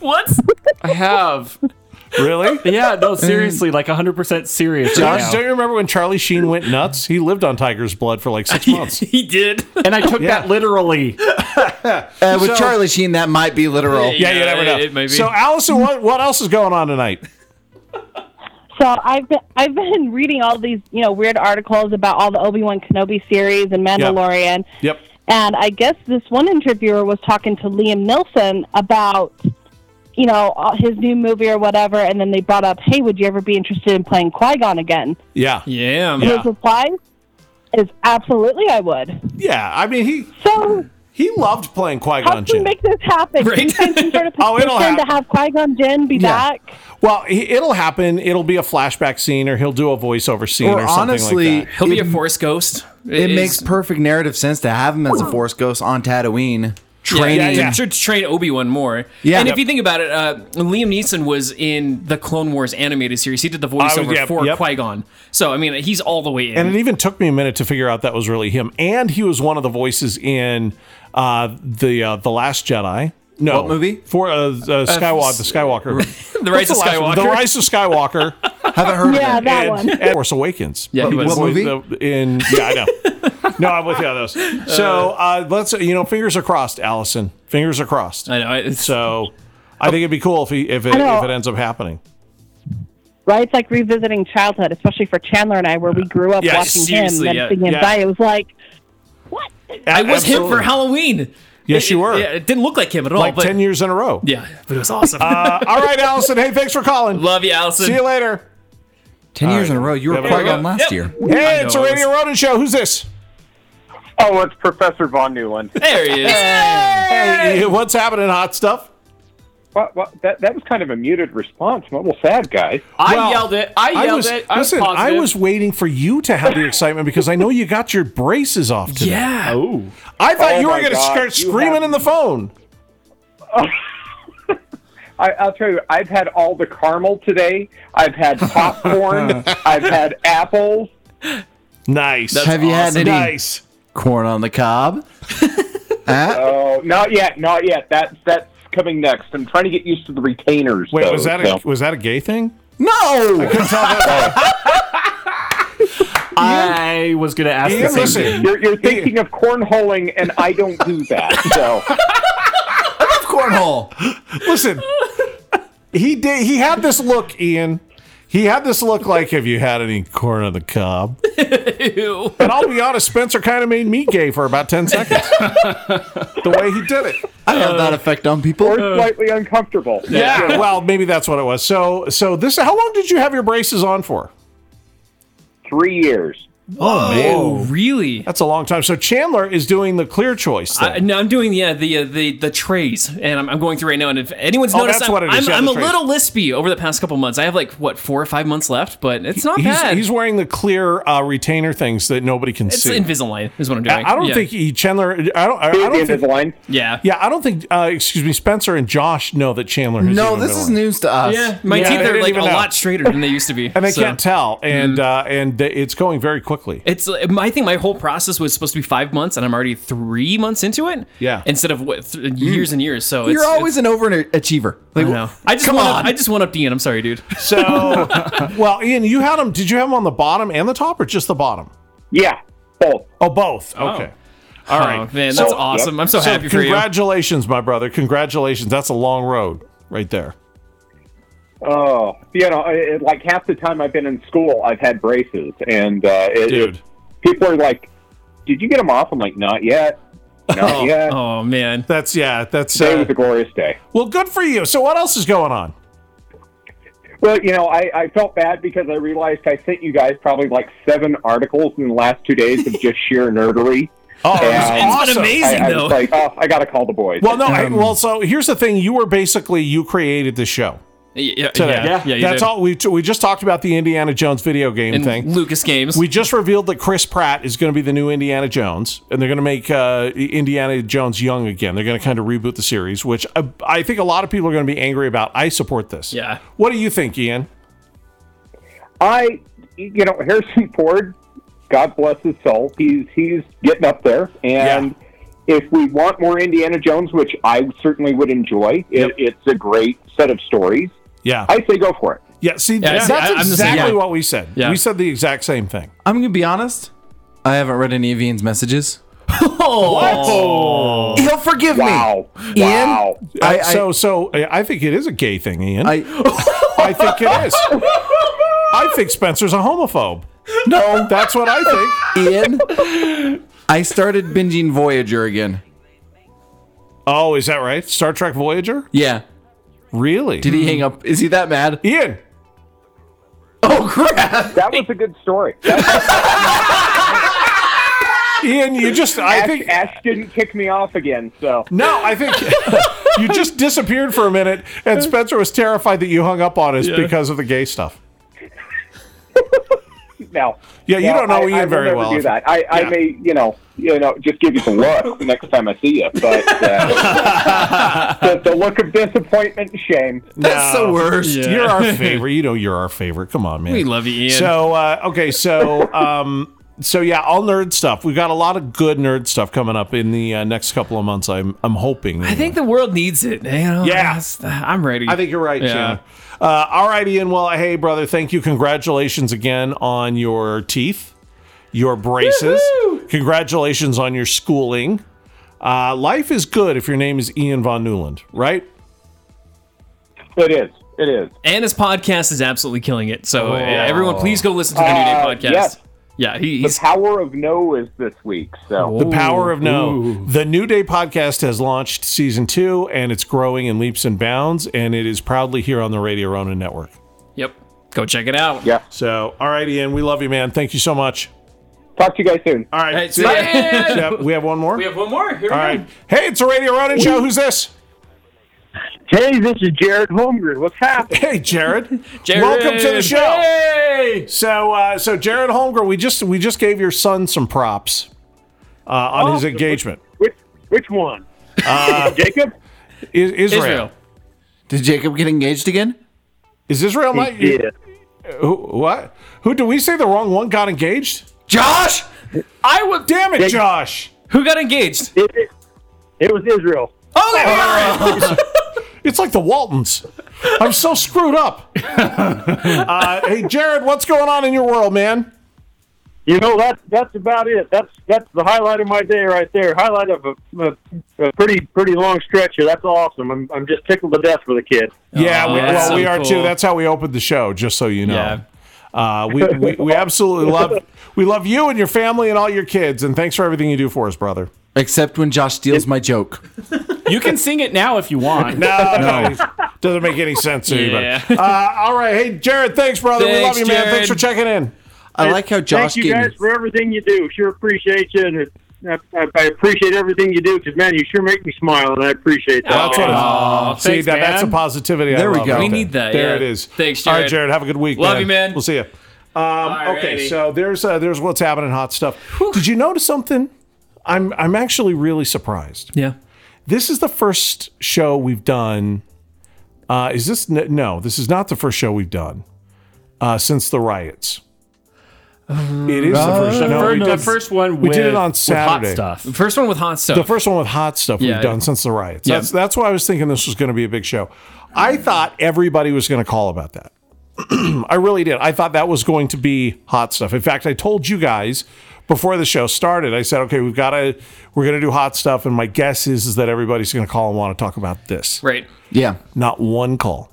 Speaker 5: What?
Speaker 2: I have.
Speaker 4: Really?
Speaker 2: Yeah, no, seriously, like 100% serious. right
Speaker 4: Josh,
Speaker 2: now.
Speaker 4: don't you remember when Charlie Sheen went nuts? He lived on tiger's blood for like six months.
Speaker 5: he did.
Speaker 2: And I took
Speaker 4: Yeah.
Speaker 2: that literally.
Speaker 3: Uh, with
Speaker 4: So-
Speaker 3: Charlie Sheen, that might be literal.
Speaker 4: yeah, you
Speaker 5: Yeah,
Speaker 4: never
Speaker 5: it-
Speaker 4: know.
Speaker 5: it may be.
Speaker 4: So, Allison, what, what else is going on tonight?
Speaker 8: So I've been I've been reading all these you know weird articles about all the Obi Wan Kenobi series and Mandalorian,
Speaker 4: Yep.
Speaker 8: and I guess this one interviewer was talking to Liam Nilsson about you know all- his new movie or whatever, and then they brought up, hey, would you ever be interested in playing Qui Gon again?
Speaker 4: Yeah.
Speaker 5: Yeah.
Speaker 4: Um, Yeah.
Speaker 8: His reply is absolutely I would.
Speaker 4: Yeah. I mean, he
Speaker 8: So
Speaker 4: he loved playing Qui
Speaker 8: how
Speaker 4: Gon
Speaker 8: can we
Speaker 4: Jinn.
Speaker 8: make this happen? Can you find some sort of
Speaker 4: Oh,
Speaker 8: petition
Speaker 4: it'll
Speaker 8: to
Speaker 4: happen.
Speaker 8: have Qui Gon Jinn be back?
Speaker 4: well, he, it'll happen. It'll be a flashback scene, or he'll do a voiceover scene, or,
Speaker 3: Or
Speaker 4: something
Speaker 3: honestly,
Speaker 4: like that.
Speaker 5: He'll be a
Speaker 3: it,
Speaker 5: forest ghost.
Speaker 3: it makes perfect narrative sense to have him as a Force Ghost on Tatooine. Training.
Speaker 5: Yeah, yeah, To, to train Obi Wan more.
Speaker 3: Yeah.
Speaker 5: And if
Speaker 3: Yep.
Speaker 5: you think about it, uh, Liam Neeson was in the Clone Wars animated series. He did the
Speaker 4: was-
Speaker 5: voiceover
Speaker 4: yep,
Speaker 5: for
Speaker 4: yep.
Speaker 5: Qui Gon. So I mean, he's all the way in.
Speaker 4: And it even took me a minute to figure out that was really him. And he was one of the voices in uh, the uh, the Last Jedi. No
Speaker 3: What movie?
Speaker 4: For uh, uh, Skywalker, the Skywalker,
Speaker 5: The Rise
Speaker 4: What's
Speaker 5: of
Speaker 4: last one? The
Speaker 5: Skywalker.
Speaker 4: Rise of Skywalker,
Speaker 3: Haven't heard
Speaker 8: Yeah,
Speaker 3: of it.
Speaker 8: that
Speaker 4: and,
Speaker 8: one.
Speaker 4: and Force Awakens.
Speaker 5: Yeah, he What was.
Speaker 3: movie?
Speaker 4: The- In yeah, I know. no, I'm with you on those. So uh, let's you know, fingers are crossed, Allison. Fingers are crossed.
Speaker 5: I know. It's,
Speaker 4: So I think it'd be cool if he, if it,
Speaker 8: I know.
Speaker 4: if it ends up happening.
Speaker 8: right? It's like revisiting childhood, especially for Chandler and I, where we grew up
Speaker 4: Yeah,
Speaker 8: watching him
Speaker 5: seriously,
Speaker 8: then
Speaker 5: yeah,
Speaker 8: seeing him
Speaker 4: yeah.
Speaker 8: die. It was like, what?
Speaker 5: I was him
Speaker 4: Absolutely.
Speaker 5: for Halloween.
Speaker 4: Yes,
Speaker 5: It-
Speaker 4: you were.
Speaker 5: It, yeah, it didn't look like him at all.
Speaker 4: like
Speaker 5: but,
Speaker 4: ten years in a row.
Speaker 5: Yeah, but it was awesome.
Speaker 4: Uh, all right, Allison. Hey, thanks for calling.
Speaker 5: Love you, Allison.
Speaker 4: See you later.
Speaker 3: Ten years in a row. You were
Speaker 4: Yeah, but-
Speaker 3: Qui Gon last
Speaker 5: Yep.
Speaker 3: year.
Speaker 4: Hey,
Speaker 5: I
Speaker 4: it's a
Speaker 5: know, I
Speaker 4: Radio Ronin show. Who's this?
Speaker 9: Oh, it's Professor Von Newland.
Speaker 5: There he is.
Speaker 4: Hey, what's happening, hot stuff?
Speaker 9: Well, well, that, that was kind of a muted response. I'm a little sad, guys.
Speaker 2: I
Speaker 4: Well,
Speaker 2: yelled it. I yelled
Speaker 4: was,
Speaker 2: it. I was
Speaker 4: listen, I
Speaker 2: positive.
Speaker 4: was waiting for you to have the excitement because I know you got your braces off today.
Speaker 5: Yeah.
Speaker 2: Oh.
Speaker 4: I thought
Speaker 9: Oh
Speaker 4: you were
Speaker 9: my
Speaker 4: going to
Speaker 9: God,
Speaker 4: start
Speaker 9: you
Speaker 4: screaming
Speaker 9: have-
Speaker 4: in the phone.
Speaker 9: I, I'll tell you, I've had all the caramel today. I've had popcorn. I've had apples.
Speaker 4: Nice.
Speaker 3: Have you had any
Speaker 4: nice.
Speaker 3: corn on the cob? Huh?
Speaker 9: Oh, not yet, not yet. That's that's coming next. I'm trying to get used to the retainers.
Speaker 4: Wait,
Speaker 9: though,
Speaker 4: was that
Speaker 9: so.
Speaker 4: a, was that a gay thing?
Speaker 3: no.
Speaker 2: I was going to ask
Speaker 4: Ian,
Speaker 2: the same
Speaker 4: listen.
Speaker 9: You're, you're thinking of cornholing, and I don't do that. So
Speaker 3: Cornhole.
Speaker 4: Listen, he did. He had this look, Ian. He had this look like, "Have you had any corn on the cob?"
Speaker 5: Ew.
Speaker 4: And I'll be honest, Spencer kind of made me gay for about ten seconds. the way he did it.
Speaker 3: I have
Speaker 4: Uh,
Speaker 3: that effect on people.
Speaker 9: we're slightly uncomfortable.
Speaker 4: Yeah. Well, maybe that's what it was. So, so this. How long did you have your braces on for?
Speaker 9: Three years.
Speaker 5: Oh, really?
Speaker 4: That's a long time. So Chandler is doing the clear choice thing.
Speaker 5: I, no, I'm doing yeah the uh, the the trays, and I'm, I'm going through right now. And if anyone's
Speaker 4: Oh,
Speaker 5: noticed,
Speaker 4: that's
Speaker 5: I'm,
Speaker 4: what it is,
Speaker 5: I'm,
Speaker 4: yeah,
Speaker 5: I'm
Speaker 4: the
Speaker 5: a
Speaker 4: trays.
Speaker 5: little lispy over the past couple months. I have like what four or five months left, but it's not
Speaker 4: he's,
Speaker 5: bad.
Speaker 4: he's wearing the clear uh, retainer things that nobody can
Speaker 5: it's
Speaker 4: see.
Speaker 5: Invisalign is what I'm doing.
Speaker 4: I I don't
Speaker 5: yeah.
Speaker 4: think he, Chandler. I don't. I, I don't
Speaker 9: End of
Speaker 4: think.
Speaker 9: line.
Speaker 5: Yeah.
Speaker 4: Yeah, I don't think. Uh, excuse me, Spencer and Josh know that Chandler. Has
Speaker 3: No,
Speaker 4: even
Speaker 3: this
Speaker 4: been
Speaker 3: is
Speaker 4: on.
Speaker 3: news to us.
Speaker 5: Yeah, my
Speaker 4: Yeah, I
Speaker 5: teeth are
Speaker 4: didn't
Speaker 5: like a
Speaker 4: even know.
Speaker 5: lot straighter than they used to be,
Speaker 4: and they
Speaker 5: so.
Speaker 4: can't tell, and uh, and th- it's going very quickly.
Speaker 5: It's uh, I think my whole process was supposed to be five months, and I'm already three months into it.
Speaker 4: Yeah.
Speaker 5: instead of what th- years and years. So
Speaker 3: You're
Speaker 5: it's,
Speaker 3: always an overachiever. Like,
Speaker 5: It's, I know. I just
Speaker 3: come
Speaker 5: want
Speaker 3: on.
Speaker 5: I just want up Dean. I'm sorry, dude.
Speaker 4: So, well, Ian, you had them. Did you have them on the bottom and the top, or just the bottom?
Speaker 9: Yeah, both.
Speaker 4: Oh, both. Okay. All right,
Speaker 5: Oh, man, that's awesome. I'm so,
Speaker 4: So
Speaker 5: happy for you.
Speaker 4: congratulations, my brother. Congratulations. That's a long road right there.
Speaker 9: Oh, you know, it, it- like half the time I've been in school, I've had braces, and uh, it,
Speaker 4: dude.
Speaker 9: people are like, "Did you get them off?" I'm like, "Not yet, not yet."
Speaker 5: Oh man.
Speaker 4: That's yeah. That's
Speaker 9: Today
Speaker 4: uh,
Speaker 9: was a glorious day.
Speaker 4: well, good for you. So what else is going on?
Speaker 9: Well, you know, I, I felt bad because I realized I sent you guys probably like seven articles in the last two days of just sheer nerdery.
Speaker 4: Oh, it's
Speaker 9: And
Speaker 5: It's been
Speaker 4: awesome.
Speaker 5: amazing
Speaker 9: I, I
Speaker 5: though.
Speaker 9: was like, "Oh, I got to call the boys."
Speaker 4: Well, no.
Speaker 5: Um,
Speaker 4: I, well, so here's the thing. You were basically you created the show
Speaker 5: Y- yeah,
Speaker 4: today.
Speaker 5: yeah, yeah, you
Speaker 4: that's
Speaker 5: did.
Speaker 4: all. We t- we just talked about the Indiana Jones video game
Speaker 5: And
Speaker 4: thing.
Speaker 5: Lucas Games.
Speaker 4: We just revealed that Chris Pratt is going to be the new Indiana Jones, and they're going to make uh, Indiana Jones young again. They're going to kind of reboot the series, which I, I think a lot of people are going to be angry about. I support this.
Speaker 5: Yeah.
Speaker 4: What do you think, Ian?
Speaker 9: I, you know, Harrison Ford, God bless his soul, he's he's getting up there, and if we want more Indiana Jones, which I certainly would enjoy, it, it's a great set of stories.
Speaker 4: Yeah.
Speaker 9: I say go for it.
Speaker 4: yeah. See,
Speaker 5: Yeah,
Speaker 4: that's
Speaker 5: see, I- I'm the same.
Speaker 4: exactly
Speaker 5: Yeah.
Speaker 4: what we said.
Speaker 5: Yeah.
Speaker 4: We said the exact same thing.
Speaker 3: I'm gonna be honest. I haven't read any of Ian's messages.
Speaker 4: Oh.
Speaker 3: He'll forgive
Speaker 9: Wow!
Speaker 3: Ian?
Speaker 9: Wow!
Speaker 3: I- I-
Speaker 4: Uh, so, so I I think it is a gay thing, Ian.
Speaker 3: me. I
Speaker 4: I think it is. I think Spencer's a homophobe. No, that's what I think.
Speaker 3: Ian. I started binging Voyager again.
Speaker 4: Oh, is that right? Star Trek Voyager?
Speaker 3: Yeah.
Speaker 4: Really?
Speaker 3: Did he hang up? Is he that mad?
Speaker 4: Ian?
Speaker 3: Oh crap!
Speaker 9: That was a good story. That-
Speaker 4: Ian, you just I
Speaker 9: Ash,
Speaker 4: think
Speaker 9: Ash didn't kick me off again, so
Speaker 4: No, I think you just disappeared for a minute and Spencer was terrified that you hung up on us because of the gay stuff.
Speaker 9: no.
Speaker 4: Yeah, you
Speaker 9: No,
Speaker 4: don't know
Speaker 9: I,
Speaker 4: Ian
Speaker 9: I will
Speaker 4: very
Speaker 9: never
Speaker 4: well.
Speaker 9: Do that. I, I
Speaker 4: Yeah.
Speaker 9: may, you know, you know, just give you some look next time I see you, but uh, the, the look of disappointment and shame.
Speaker 3: That's the worst.
Speaker 4: You're our favorite. You know you're our favorite. Come on, man.
Speaker 5: We love you, Ian.
Speaker 4: So uh, okay, so um, so yeah, all nerd stuff. We've got a lot of good nerd stuff coming up in the uh, next couple of months. I'm I'm hoping.
Speaker 5: I think the world needs it. You know? uh,
Speaker 4: Yeah.
Speaker 5: I'm ready.
Speaker 4: I think you're right,
Speaker 5: Yeah.
Speaker 4: Shannon. Uh, all right, Ian. Well, hey, brother, thank you. Congratulations again on your teeth, your braces. Congratulations on your schooling. Uh, life is good if your name is Ian Von Newland, right?
Speaker 9: It is. It is.
Speaker 5: and his podcast is absolutely killing it.
Speaker 4: Oh.
Speaker 5: So uh, everyone, please go listen to the New Day
Speaker 9: Uh,
Speaker 5: podcast.
Speaker 9: yes.
Speaker 5: Yeah, he,
Speaker 9: The
Speaker 5: he's
Speaker 9: power of no is this week. So
Speaker 4: The power of no. The New Day podcast has launched season two, and it's growing in leaps and bounds, and it is proudly here on the Radio Rona network.
Speaker 5: yep. Go check it out.
Speaker 9: Yeah.
Speaker 4: So, all right, Ian, we love you, man. Thank you so much.
Speaker 9: talk to you guys soon.
Speaker 4: All right,
Speaker 5: All right,
Speaker 4: see
Speaker 5: see
Speaker 4: ya.
Speaker 5: ya.
Speaker 4: Yeah, we have one more.
Speaker 5: we have one more. Here
Speaker 4: all
Speaker 5: we go.
Speaker 4: right. Hey, it's a Radio Ronin show. Who's this?
Speaker 9: Hey, this is Jared Holmgren. What's happening?
Speaker 4: Hey, Jared.
Speaker 5: Jared.
Speaker 4: Welcome to the show.
Speaker 5: Hey!
Speaker 4: So, uh, so Jared Holmgren, we just we just gave your son some props uh, on
Speaker 5: Oh.
Speaker 4: his engagement.
Speaker 9: Which which one? Jacob.
Speaker 4: I- Israel.
Speaker 5: Israel.
Speaker 3: Did Jacob get engaged again?
Speaker 4: is Israel not?
Speaker 9: Yeah.
Speaker 4: Who, what? Who did we say the wrong one got engaged?
Speaker 3: Josh.
Speaker 5: I would.
Speaker 4: Damn it, Josh!
Speaker 5: Who got engaged?
Speaker 9: It, it, it was Israel.
Speaker 5: Oh, there we are.
Speaker 4: Oh. It's like the Waltons. I'm so screwed up. uh, hey, Jared, what's going on in your world, man?
Speaker 9: You know that that's about it. That's that's the highlight of my day right there. Highlight of a, a, a pretty pretty long stretch here. That's awesome. I'm I'm just tickled to death for the kid.
Speaker 4: Yeah, we,
Speaker 5: Oh, that's
Speaker 4: well,
Speaker 5: so
Speaker 4: we are too.
Speaker 5: cool.
Speaker 4: That's how we opened the show. Just so you know.
Speaker 5: Yeah.
Speaker 4: Uh, we, we, we absolutely love we love you and your family and all your kids and thanks for everything you do for us, brother.
Speaker 3: Except when Josh steals my joke.
Speaker 2: You can sing it now if you want.
Speaker 4: No, no, doesn't make any sense to
Speaker 5: Yeah.
Speaker 4: anybody. Uh, all right, hey Jared, thanks brother. we love
Speaker 5: Thanks,
Speaker 4: you, man.
Speaker 5: Jared.
Speaker 4: Thanks for checking in.
Speaker 3: I like how Josh
Speaker 9: Thank you
Speaker 3: gave me-
Speaker 9: guys for everything you do. Sure appreciate you. And I, I, I appreciate everything you do because man, you sure make me smile, and I appreciate that.
Speaker 4: That's what.
Speaker 2: Aw,
Speaker 4: it's See
Speaker 2: thanks,
Speaker 4: that, that's a
Speaker 2: man.
Speaker 4: positivity. I
Speaker 3: There we
Speaker 4: love
Speaker 3: go.
Speaker 4: right
Speaker 3: We
Speaker 4: there.
Speaker 5: need that,
Speaker 4: There
Speaker 5: yeah.
Speaker 4: it is.
Speaker 5: Thanks,
Speaker 4: All right,
Speaker 5: Jared.
Speaker 4: Jared. Have a good week.
Speaker 5: Love you, man.
Speaker 4: We'll see you. Um, okay,
Speaker 5: Alrighty.
Speaker 4: so there's uh, there's what's happening hot stuff. Did you notice something? I'm I'm actually really surprised.
Speaker 5: Yeah.
Speaker 4: this is the first show we've done. Uh, is this n- no? This is not the first show we've done uh, since the riots. It is the first. No, we
Speaker 2: the
Speaker 4: did-
Speaker 2: first one
Speaker 4: we
Speaker 2: with,
Speaker 4: did it on
Speaker 2: with hot
Speaker 4: Saturday.
Speaker 2: stuff.
Speaker 5: First one with hot stuff.
Speaker 4: The first one with hot stuff
Speaker 5: Yeah.
Speaker 4: we've done since the riots.
Speaker 5: Yeah.
Speaker 4: That's that's why I was thinking this was going to be a big show. I thought everybody was going to call about that. I really did. I thought that was going to be hot stuff. In fact, I told you guys before the show started. I said, "Okay, we've got to we're going to do hot stuff," and my guess is is that everybody's going to call and want to talk about this.
Speaker 5: right.
Speaker 3: Yeah.
Speaker 4: Not one call.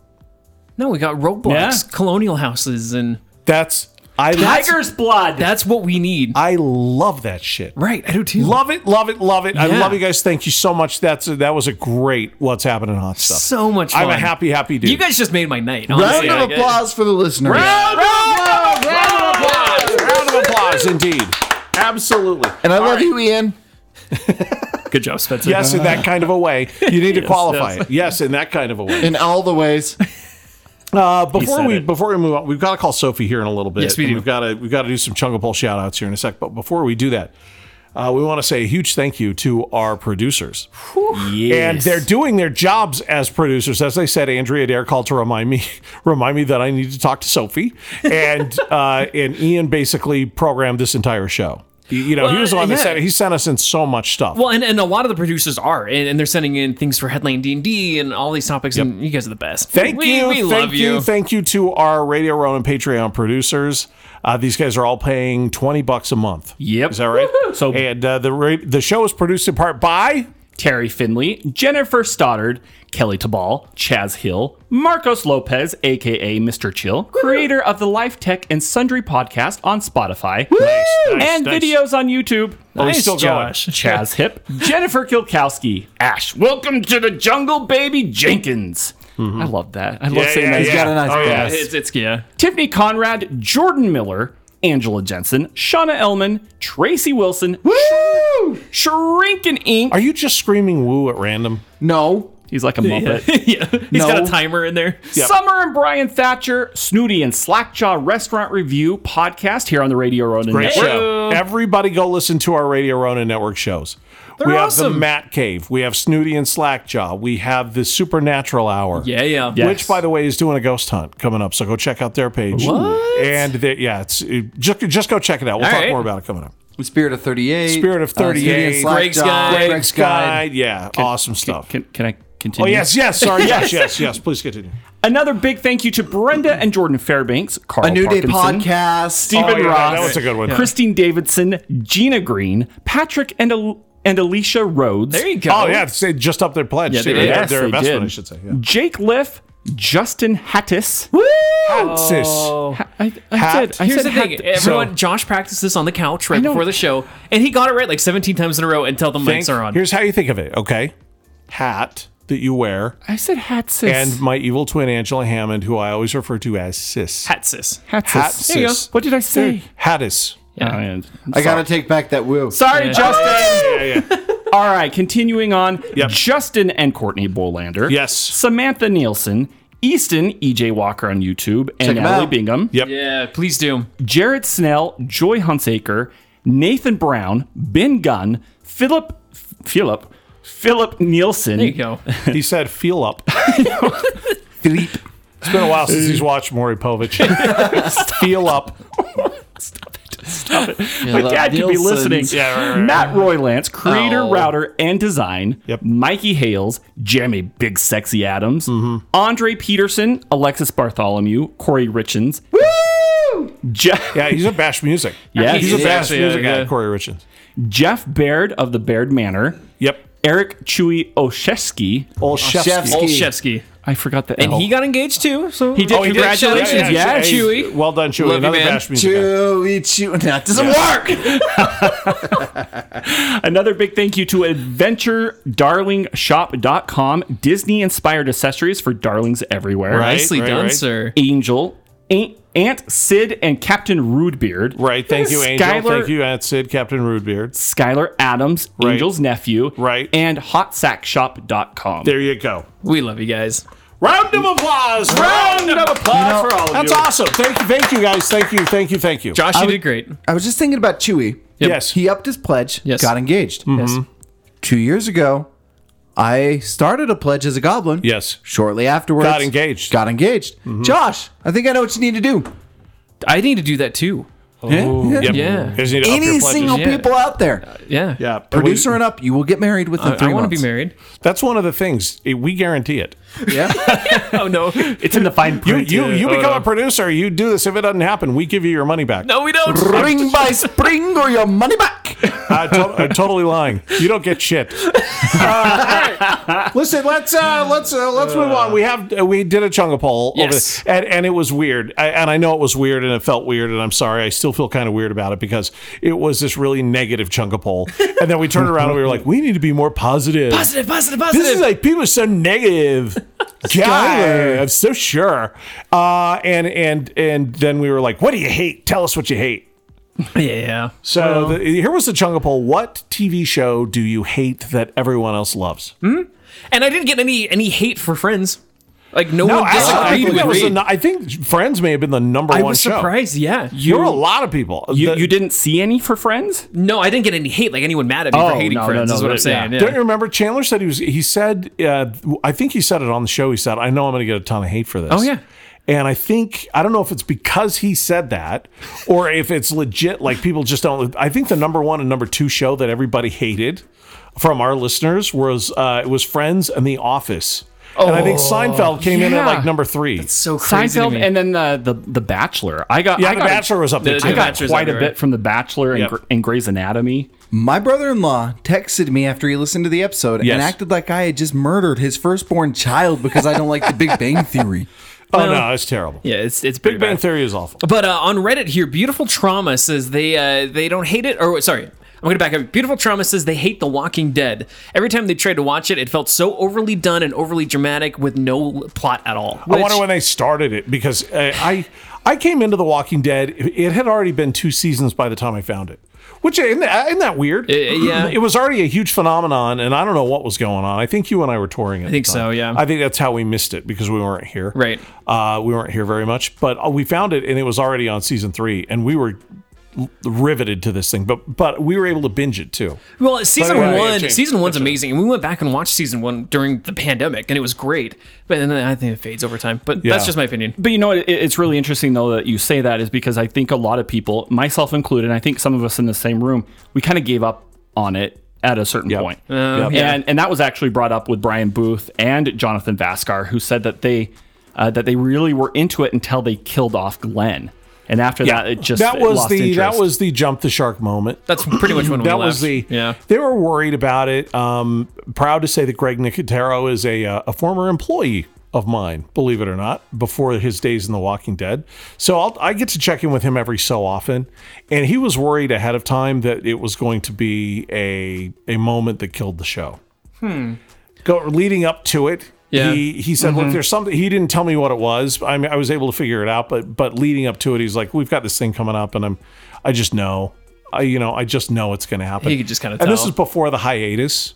Speaker 5: No, we got Roblox,
Speaker 2: Yeah.
Speaker 5: colonial houses, and
Speaker 4: That's I
Speaker 2: Tiger's blood.
Speaker 5: that's what we need.
Speaker 4: I love that shit.
Speaker 5: right, I do too.
Speaker 4: Love it, love it, love it. I
Speaker 5: Yeah.
Speaker 4: love you guys. Thank you so much. That's that was a great what's happening hot stuff.
Speaker 5: so much fun.
Speaker 4: I'm a happy, happy dude.
Speaker 5: You guys just made my night.
Speaker 3: Round
Speaker 5: Honestly.
Speaker 3: of
Speaker 5: Like,
Speaker 3: applause for the listener.
Speaker 4: round of applause, round of applause, round of applause, indeed. Absolutely.
Speaker 3: And I love you, Ian.
Speaker 2: Good job, Spencer.
Speaker 4: Yes, in that kind of a way. You need to qualify
Speaker 2: yes.
Speaker 4: it. Yes, in that kind of a way.
Speaker 3: In all the ways.
Speaker 4: Uh, before
Speaker 2: said
Speaker 4: we
Speaker 2: it.
Speaker 4: before we move on, we've got to call Sophie here in a little bit.
Speaker 5: Yes, we
Speaker 4: and
Speaker 5: do.
Speaker 4: We've got to we've got to do some Chungle Bowl shout outs here in a sec. But before we do that, uh, we want to say a huge thank you to our producers. And they're doing their jobs as producers. As I said, Andrea Dare called to remind me remind me that I need to talk to Sophie. And uh, and Ian basically programmed this entire show. You- You know, he
Speaker 5: Well,
Speaker 4: was the one that
Speaker 5: yeah.
Speaker 4: said he sent us in so much stuff.
Speaker 5: Well, and, and a lot of the producers are, and, and they're sending in things for Headline D and D and all these topics. And you guys are the best.
Speaker 4: Thank
Speaker 5: we,
Speaker 4: you.
Speaker 5: We
Speaker 4: thank
Speaker 5: love you.
Speaker 4: Thank you to our Radio Row and Patreon producers. Uh, these guys are all paying 20 bucks a month.
Speaker 2: Yep.
Speaker 4: Is that right?
Speaker 2: So-
Speaker 4: and uh, the ra- the show is produced in part by
Speaker 2: Terry Finley, Jennifer Stoddard, Kelly Tabal, Chaz Hill, Marcos Lopez, aka Mr. Chill, creator of the Life Tech and Sundry podcast on Spotify, and videos on YouTube.
Speaker 4: Oh, he's still going.
Speaker 5: Josh.
Speaker 2: Chaz Hip, Jennifer Kilkowski, Ash. Welcome to the jungle, baby Jenkins. I love that. I love saying that.
Speaker 3: He's got a nice
Speaker 4: oh, yeah.
Speaker 3: voice.
Speaker 5: It's, it's yeah.
Speaker 2: Tiffany Conrad, Jordan Miller, Angela Jensen, Shauna Ellman, Tracy Wilson, Woo! Shrinkin' Ink.
Speaker 4: Are you just screaming woo at random?
Speaker 3: No.
Speaker 2: He's like a muppet.
Speaker 5: yeah. He's got
Speaker 3: No.
Speaker 5: a timer in there.
Speaker 2: Summer and Brian Thatcher, Snooty and Slackjaw Restaurant Review podcast here on the Radio Ronan
Speaker 4: Great
Speaker 2: Network.
Speaker 4: show. Everybody go listen to our Radio Ronan Network shows. we have the Matt Cave. We have Snooty and Slackjaw. We have the Supernatural Hour.
Speaker 5: Yeah, yeah.
Speaker 2: Yeah.
Speaker 4: Which, by the way, is doing a ghost hunt coming up. So go check out their page.
Speaker 5: What?
Speaker 4: And they- yeah, it's it- just just go check it out. We'll
Speaker 5: All
Speaker 4: talk
Speaker 5: right.
Speaker 4: more about it coming up.
Speaker 3: Spirit of 38.
Speaker 4: Spirit of
Speaker 3: uh, Studio
Speaker 4: 38,
Speaker 3: Slack
Speaker 5: Greg's
Speaker 3: Job,
Speaker 5: Guide,
Speaker 3: Greg's
Speaker 4: Greg's
Speaker 3: Guide.
Speaker 4: Guide. Yeah, awesome stuff.
Speaker 2: Can, can I
Speaker 4: oh
Speaker 2: continue?
Speaker 4: yes, yes. Sorry, yes, yes, yes. Please continue.
Speaker 2: Another big thank you to Brenda and Jordan Fairbanks, Carl
Speaker 3: A New Day
Speaker 2: Parkinson,
Speaker 3: podcast.
Speaker 2: Stephen
Speaker 4: Oh, yeah,
Speaker 2: Ross,
Speaker 4: that was a good one.
Speaker 2: Christine Davidson, Gina Green, Patrick and Al- and Alicia Rhodes.
Speaker 5: There you go.
Speaker 4: Oh yeah, they just up their pledge.
Speaker 5: Yeah, they
Speaker 4: too.
Speaker 5: did.
Speaker 4: Their-
Speaker 2: Yes,
Speaker 4: their
Speaker 2: they
Speaker 4: investment,
Speaker 2: did.
Speaker 4: I should say. Yeah.
Speaker 2: Jake Liff, Justin Hattis.
Speaker 4: Francis.
Speaker 5: Oh.
Speaker 2: I, I
Speaker 4: Hat.
Speaker 2: said, I
Speaker 5: Here's
Speaker 2: said
Speaker 5: the thing,
Speaker 2: Hattis.
Speaker 5: everyone. Josh practiced this on the couch right
Speaker 2: know.
Speaker 5: before the show, and he got it right like 17 times in a row until the
Speaker 4: Think-
Speaker 5: mics are on.
Speaker 4: Here's how you think of it. Okay, hat that you wear,
Speaker 2: I said Hatsis.
Speaker 4: and my evil twin Angela Hammond, who I always refer to as Sis.
Speaker 5: Hatsis.
Speaker 2: Hatsis.
Speaker 4: Hatsis.
Speaker 2: There you go. What did I say?
Speaker 4: Hattis.
Speaker 5: Yeah.
Speaker 3: I gotta take back that woo.
Speaker 2: Sorry, Justin.
Speaker 4: Yeah, yeah.
Speaker 2: All right, continuing on.
Speaker 4: Yep.
Speaker 2: Justin and Courtney Bolander.
Speaker 4: Yes.
Speaker 2: Samantha Nielsen. Easton, EJ Walker on YouTube, and
Speaker 3: Check 'em
Speaker 2: Natalie
Speaker 3: out.
Speaker 2: Bingham.
Speaker 4: Yep.
Speaker 5: Yeah, please do.
Speaker 2: Jarrett Snell, Joy Hunsaker, Nathan Brown, Ben Gunn, Philip, Philip, Philip Nielsen.
Speaker 5: There you go.
Speaker 4: He said, "Feel up." Philippe. It's been a while since he's watched Maury Povich. Feel up.
Speaker 2: My dad could be listening.
Speaker 4: Yeah, right, right, right.
Speaker 2: Matt Roy Lance, creator,
Speaker 5: Oh.
Speaker 2: router, and design.
Speaker 4: Yep.
Speaker 2: Mikey Hales, Jamie Big Sexy Adams,
Speaker 4: Mm-hmm.
Speaker 2: Andre Peterson, Alexis Bartholomew, Corey Richens. Woo!
Speaker 4: Yeah, he's a bash music.
Speaker 2: Yeah,
Speaker 4: he's
Speaker 2: he
Speaker 4: a
Speaker 2: is
Speaker 4: bash
Speaker 5: actually,
Speaker 4: music
Speaker 5: yeah,
Speaker 4: guy.
Speaker 5: yeah.
Speaker 4: Corey Richards.
Speaker 2: Jeff Baird of the Baird Manor.
Speaker 4: Yep.
Speaker 2: Eric Chewy Oshesky.
Speaker 4: Olszewski.
Speaker 5: Olszewski.
Speaker 2: I forgot the
Speaker 5: And
Speaker 2: L.
Speaker 5: he got engaged too. So
Speaker 2: He did.
Speaker 5: Oh,
Speaker 2: Congratulations.
Speaker 5: Congratulations.
Speaker 2: Yeah,
Speaker 5: Yes. Chewy.
Speaker 4: Well done, Chewy.
Speaker 5: Love you,
Speaker 4: Another
Speaker 5: man.
Speaker 4: bash music guy.
Speaker 3: Chewy, chew. That doesn't work.
Speaker 2: Another big thank you to AdventureDarlingShop.com, Disney inspired accessories for darlings everywhere.
Speaker 4: Right,
Speaker 5: Nicely
Speaker 4: right,
Speaker 5: done,
Speaker 4: right.
Speaker 5: sir.
Speaker 2: Angel, Aunt, Aunt Sid, and Captain Rudebeard.
Speaker 4: Right. Thank you, Angel.
Speaker 2: Skylar-
Speaker 4: Thank you, Aunt Sid, Captain Rudebeard.
Speaker 2: Skylar Adams,
Speaker 4: Right.
Speaker 2: Angel's nephew.
Speaker 4: Right.
Speaker 2: And HotSackShop.com.
Speaker 4: There you go.
Speaker 5: We love you guys.
Speaker 4: Round of applause. Round of applause
Speaker 3: You know,
Speaker 4: for all of that's you. That's awesome. Thank you, thank you, guys. Thank you, thank you, thank you.
Speaker 5: Josh, you did great.
Speaker 3: I was just thinking about Chewy.
Speaker 4: Yes.
Speaker 3: He upped his pledge,
Speaker 5: Yes. Mm-hmm.
Speaker 3: got engaged.
Speaker 5: Yes.
Speaker 3: Two years ago, I started a pledge as a goblin.
Speaker 4: yes.
Speaker 3: Shortly afterwards,
Speaker 4: Got engaged. Mm-hmm.
Speaker 3: Got engaged. Josh, I think I know what you need to do.
Speaker 5: I need to do that too.
Speaker 4: Oh, Yep.
Speaker 5: Yeah.
Speaker 4: You guys need to up your
Speaker 3: Any
Speaker 4: pledges.
Speaker 3: single
Speaker 5: Yeah.
Speaker 3: people out there,
Speaker 5: Yeah.
Speaker 4: Yeah.
Speaker 3: producer and up, you will get married within
Speaker 5: I,
Speaker 3: three
Speaker 5: want to
Speaker 3: months.
Speaker 5: be married.
Speaker 4: That's one of the things. It- We guarantee it.
Speaker 5: oh no,
Speaker 2: It's in the fine
Speaker 4: You
Speaker 2: print.
Speaker 4: you,
Speaker 2: dude.
Speaker 4: you
Speaker 2: Oh,
Speaker 4: become
Speaker 2: no.
Speaker 4: a producer. You do this. If it doesn't happen, we give you your money back.
Speaker 5: no, we don't.
Speaker 3: Ring by spring or your money back.
Speaker 4: I to- I'm totally lying. You don't get shit. Uh, all right. Listen, let's uh, let's uh, let's move on. We have uh, we did a chunga poll, over
Speaker 5: Yes.
Speaker 4: there, and and it was weird. I, and I know it was weird, and it felt weird, and I'm sorry. I still feel kind of weird about it because it was this really negative chunga poll, and then we turned around and we were like, we need to be more positive.
Speaker 5: Positive, positive, positive.
Speaker 4: This is like people are so negative. God, I'm so sure. Uh, and and and then we were like, what do you hate? Tell us what you hate.
Speaker 5: yeah.
Speaker 4: So the, here was the Chunga poll. What TV show do you hate that everyone else loves?
Speaker 5: Hmm? And I didn't get any any hate for Friends. Like no,
Speaker 4: No,
Speaker 5: one
Speaker 4: actually, I,
Speaker 5: disagreed
Speaker 4: think
Speaker 5: with
Speaker 4: that was
Speaker 5: me.
Speaker 4: the, no- I think Friends may have been the number
Speaker 5: I
Speaker 4: one
Speaker 5: was
Speaker 4: show.
Speaker 5: surprised. Yeah.
Speaker 4: There were a lot of people.
Speaker 2: You,
Speaker 4: The-
Speaker 2: you didn't see any for friends?
Speaker 5: No, I didn't get any hate. Like anyone mad at me
Speaker 2: Oh,
Speaker 5: for hating
Speaker 2: no, no,
Speaker 5: Friends.
Speaker 2: no,
Speaker 5: is what I'm
Speaker 2: that-
Speaker 5: saying.
Speaker 2: yeah.
Speaker 5: Yeah.
Speaker 4: Don't you remember? Chandler said he was. He said, uh, I think he said it on the show. He said, "I know I'm going to get a ton of hate for this."
Speaker 5: Oh, yeah.
Speaker 4: And I think I don't know if it's because he said that, or if it's legit. Like people just don't. I think the number one and number two show that everybody hated from our listeners was uh, it was Friends and The Office. and I think Seinfeld came in at
Speaker 2: yeah.
Speaker 4: like number three.
Speaker 5: So crazy. to
Speaker 2: Seinfeld
Speaker 5: me.
Speaker 2: and then the, the, the Bachelor. I got,
Speaker 4: yeah,
Speaker 2: I
Speaker 4: The
Speaker 2: got a-
Speaker 4: Bachelor was up there
Speaker 5: The-
Speaker 4: too.
Speaker 5: The
Speaker 2: I got
Speaker 5: Bachelor's
Speaker 2: quite a
Speaker 5: everywhere.
Speaker 2: bit from The Bachelor and,
Speaker 4: Yep.
Speaker 2: Gr- and Grey's Anatomy.
Speaker 3: My brother in law texted me after he listened to the episode
Speaker 4: Yes.
Speaker 3: and acted like I had just murdered his firstborn child because I don't like the Big Bang Theory.
Speaker 4: oh no, it's terrible.
Speaker 5: yeah, it's it's
Speaker 4: Big Bang Theory is awful.
Speaker 5: But uh, on Reddit here, beautiful trauma says they uh, they don't hate it. Or wait, sorry, I'm going to back up. Beautiful trauma says they hate The Walking Dead. Every time they tried to watch it, it felt so overly done and overly dramatic with no plot at all.
Speaker 4: I wonder when they started it because uh, I I came into The Walking Dead. It had already been two seasons by the time I found it. Which isn't that, isn't that weird?
Speaker 5: yeah.
Speaker 4: it was already a huge phenomenon, and I don't know what was going on. I think you and I were touring. At I
Speaker 5: think so, yeah.
Speaker 4: I think that's how we missed it because we weren't here.
Speaker 5: Right.
Speaker 4: Uh, we weren't here very much, but uh, we found it, and it was already on season three, and we were l- riveted to this thing. But but we were able to binge it too.
Speaker 5: Well, season
Speaker 4: anyway, yeah,
Speaker 5: one,
Speaker 4: James,
Speaker 5: season one's amazing, and we went back and watched season one during the pandemic, and it was great. But then I think it fades over time. But
Speaker 4: Yeah.
Speaker 5: that's just my opinion.
Speaker 2: But you know, it, it's really interesting though that you say that is because I think a lot of people, myself included, and I think some of us in the same room, we kind of gave up on it at a certain point.
Speaker 5: Yep. yeah.
Speaker 2: And and that was actually brought up with Brian Booth and Jonathan Vaskar, who said that they uh, that they really were into it until they killed off Glenn, and after that it just
Speaker 4: that
Speaker 2: it
Speaker 4: was
Speaker 2: lost
Speaker 4: the that
Speaker 2: interest.
Speaker 4: was the jump the shark moment.
Speaker 5: That's pretty much when we
Speaker 4: that
Speaker 5: left.
Speaker 4: was the
Speaker 5: yeah.
Speaker 4: They were worried about it. Um, proud to say that Greg Nicotero is a uh, a former employee of mine, believe it or not, before his days in The Walking Dead. So I'll, I get to check in with him every so often, and he was worried ahead of time that it was going to be a a moment that killed the show. Hmm. Go leading up to it.
Speaker 5: Yeah. Mm-hmm.
Speaker 4: He he said, look, there's something. He didn't tell me what it was. I mean, I was able to figure it out, but but leading up to it, he's like, we've got this thing coming up, and I'm, I just know, I you know, I just know it's going to happen.
Speaker 5: He could just kinda
Speaker 4: And this
Speaker 5: tell.
Speaker 4: is before the hiatus,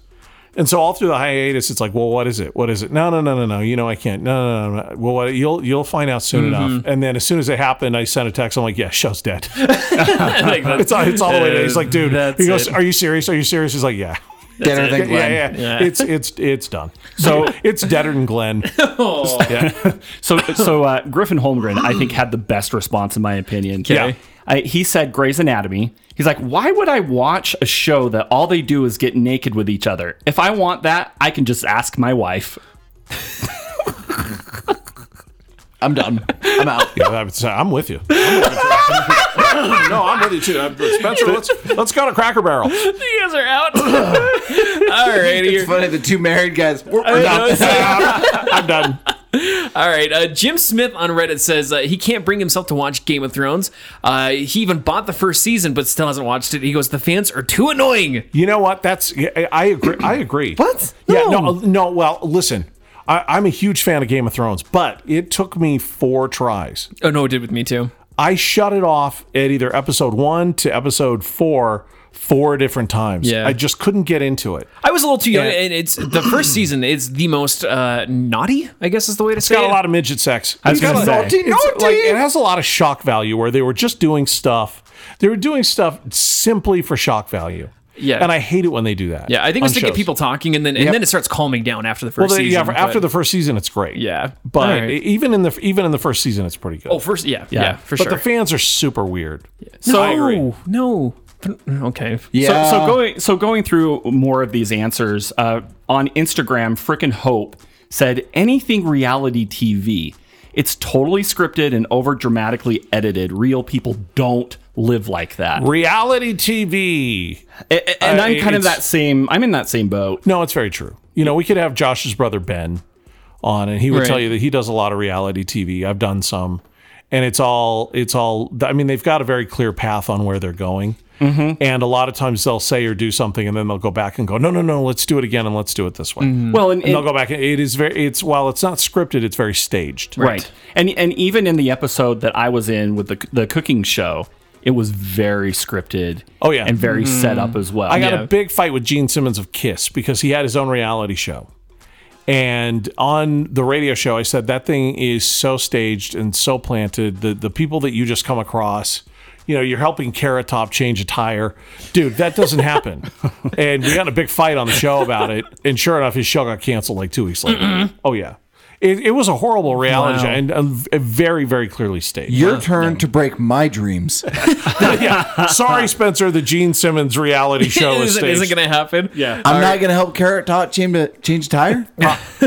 Speaker 4: and so all through the hiatus, it's like, well, what is it? What is it? No, no, no, no, no. You know, I can't. No, no, no. no. Well, what, you'll you'll find out soon
Speaker 5: Mm-hmm.
Speaker 4: enough. And then as soon as it happened, I sent a text. I'm like, yeah, show's dead.
Speaker 5: Like, that's-
Speaker 4: It's all, it's all the way. down. He's like, dude.
Speaker 5: That's
Speaker 4: he goes,
Speaker 5: it.
Speaker 4: are you serious? Are you serious? He's like, yeah.
Speaker 3: Better than Glenn.
Speaker 4: Yeah, yeah,
Speaker 5: Yeah.
Speaker 4: It's it's it's done. So it's deader than Glenn.
Speaker 5: Oh.
Speaker 2: So, so uh, Griffin Holmgren, I think, had the best response in my opinion.
Speaker 4: Yeah.
Speaker 2: I, he said Grey's Anatomy. He's like, why would I watch a show that all they do is get naked with each other? If I want that, I can just ask my wife.
Speaker 3: I'm done. I'm out.
Speaker 4: Yeah, I'm, so I'm with you. I'm with you. no, I'm with you too. I'm- Spencer, let's let's go to Cracker Barrel.
Speaker 5: you guys are out. all right,
Speaker 3: It's
Speaker 5: here.
Speaker 3: funny, the two married guys. We're, we're done.
Speaker 4: I'm done.
Speaker 5: All right, uh, Jim Smith on Reddit says uh, he can't bring himself to watch Game of Thrones. Uh, he even bought the first season, but still hasn't watched it. He goes, "The fans are too annoying."
Speaker 4: You know what? That's yeah, I agree. I agree.
Speaker 3: What?
Speaker 4: Yeah. No. uh,
Speaker 3: No.
Speaker 4: No. Well, listen. I, I'm a huge fan of Game of Thrones, but it took me four tries.
Speaker 5: Oh no, it did with me too.
Speaker 4: I shut it off at either episode one to episode four four different times.
Speaker 5: Yeah.
Speaker 4: I just couldn't get into it.
Speaker 5: I was a little too young,
Speaker 4: Yeah.
Speaker 5: and it's the first season is the most uh, naughty. I guess is the way to
Speaker 4: It's
Speaker 5: say
Speaker 4: got
Speaker 5: it.
Speaker 4: a lot of midget sex.
Speaker 2: was
Speaker 4: It's got
Speaker 2: gonna
Speaker 4: a-
Speaker 2: say.
Speaker 4: it's like- it has a lot of shock value where they were just doing stuff. They were doing stuff simply for shock value.
Speaker 5: Yeah.
Speaker 4: and I hate it when they do that.
Speaker 5: yeah, I think it's
Speaker 4: on
Speaker 5: to
Speaker 4: shows.
Speaker 5: get people talking, and then and then it starts calming down after the
Speaker 4: Well,
Speaker 5: first
Speaker 4: they-
Speaker 5: season.
Speaker 4: yeah, for- after the
Speaker 5: but-
Speaker 4: first season, it's great.
Speaker 5: yeah,
Speaker 4: but
Speaker 5: All right.
Speaker 4: even in the even in the first season, it's pretty good.
Speaker 5: oh first yeah yeah, for
Speaker 4: but
Speaker 5: sure.
Speaker 4: the fans are super weird.
Speaker 2: So
Speaker 4: I agree.
Speaker 5: no, mm, okay,
Speaker 3: Yeah.
Speaker 2: So, so going so going through more of these answers uh, on Instagram, frickin' hope said anything reality TV, it's totally scripted and over dramatically edited. Real people don't live like that.
Speaker 4: Reality TV.
Speaker 2: A- a- and
Speaker 4: I-
Speaker 2: I'm kind of
Speaker 4: it's-
Speaker 2: that same. I'm in that same boat.
Speaker 4: No, it's very true. You know, we could have Josh's brother Ben on, and he would
Speaker 5: Right.
Speaker 4: tell you that he does a lot of reality TV. I've done some, and it's all it's all. I mean, they've got a very clear path on where they're going,
Speaker 2: Mm-hmm.
Speaker 4: and a lot of times they'll say or do something, and then they'll go back and go, no, no, no, let's do it again, and let's do it this way.
Speaker 2: Well,
Speaker 4: Mm-hmm.
Speaker 2: and,
Speaker 4: Hmm. And they'll
Speaker 2: and-
Speaker 4: go back. and It is very. It's while it's not scripted, it's very staged.
Speaker 2: right. And and even in the episode that I was in with the the cooking show, it was very scripted.
Speaker 4: Oh, yeah.
Speaker 2: and very set up as well.
Speaker 4: I got
Speaker 5: Yeah.
Speaker 4: a big fight with Gene Simmons of Kiss because he had his own reality show. And on the radio show, I said that thing is so staged and so planted. The the people that you just come across, you know, you're helping Carrot Top change a tire, dude. That doesn't happen. and we got in a big fight on the show about it. And sure enough, his show got canceled like two weeks later. Oh yeah, it, it was a horrible reality show and uh, very very clearly staged.
Speaker 3: Your turn to break my dreams.
Speaker 4: Sorry, Spencer. The Gene Simmons reality show is
Speaker 5: isn't,
Speaker 4: staged.
Speaker 5: isn't going to happen. Yeah.
Speaker 3: I'm not going to help Carrot Tot change a, change a tire.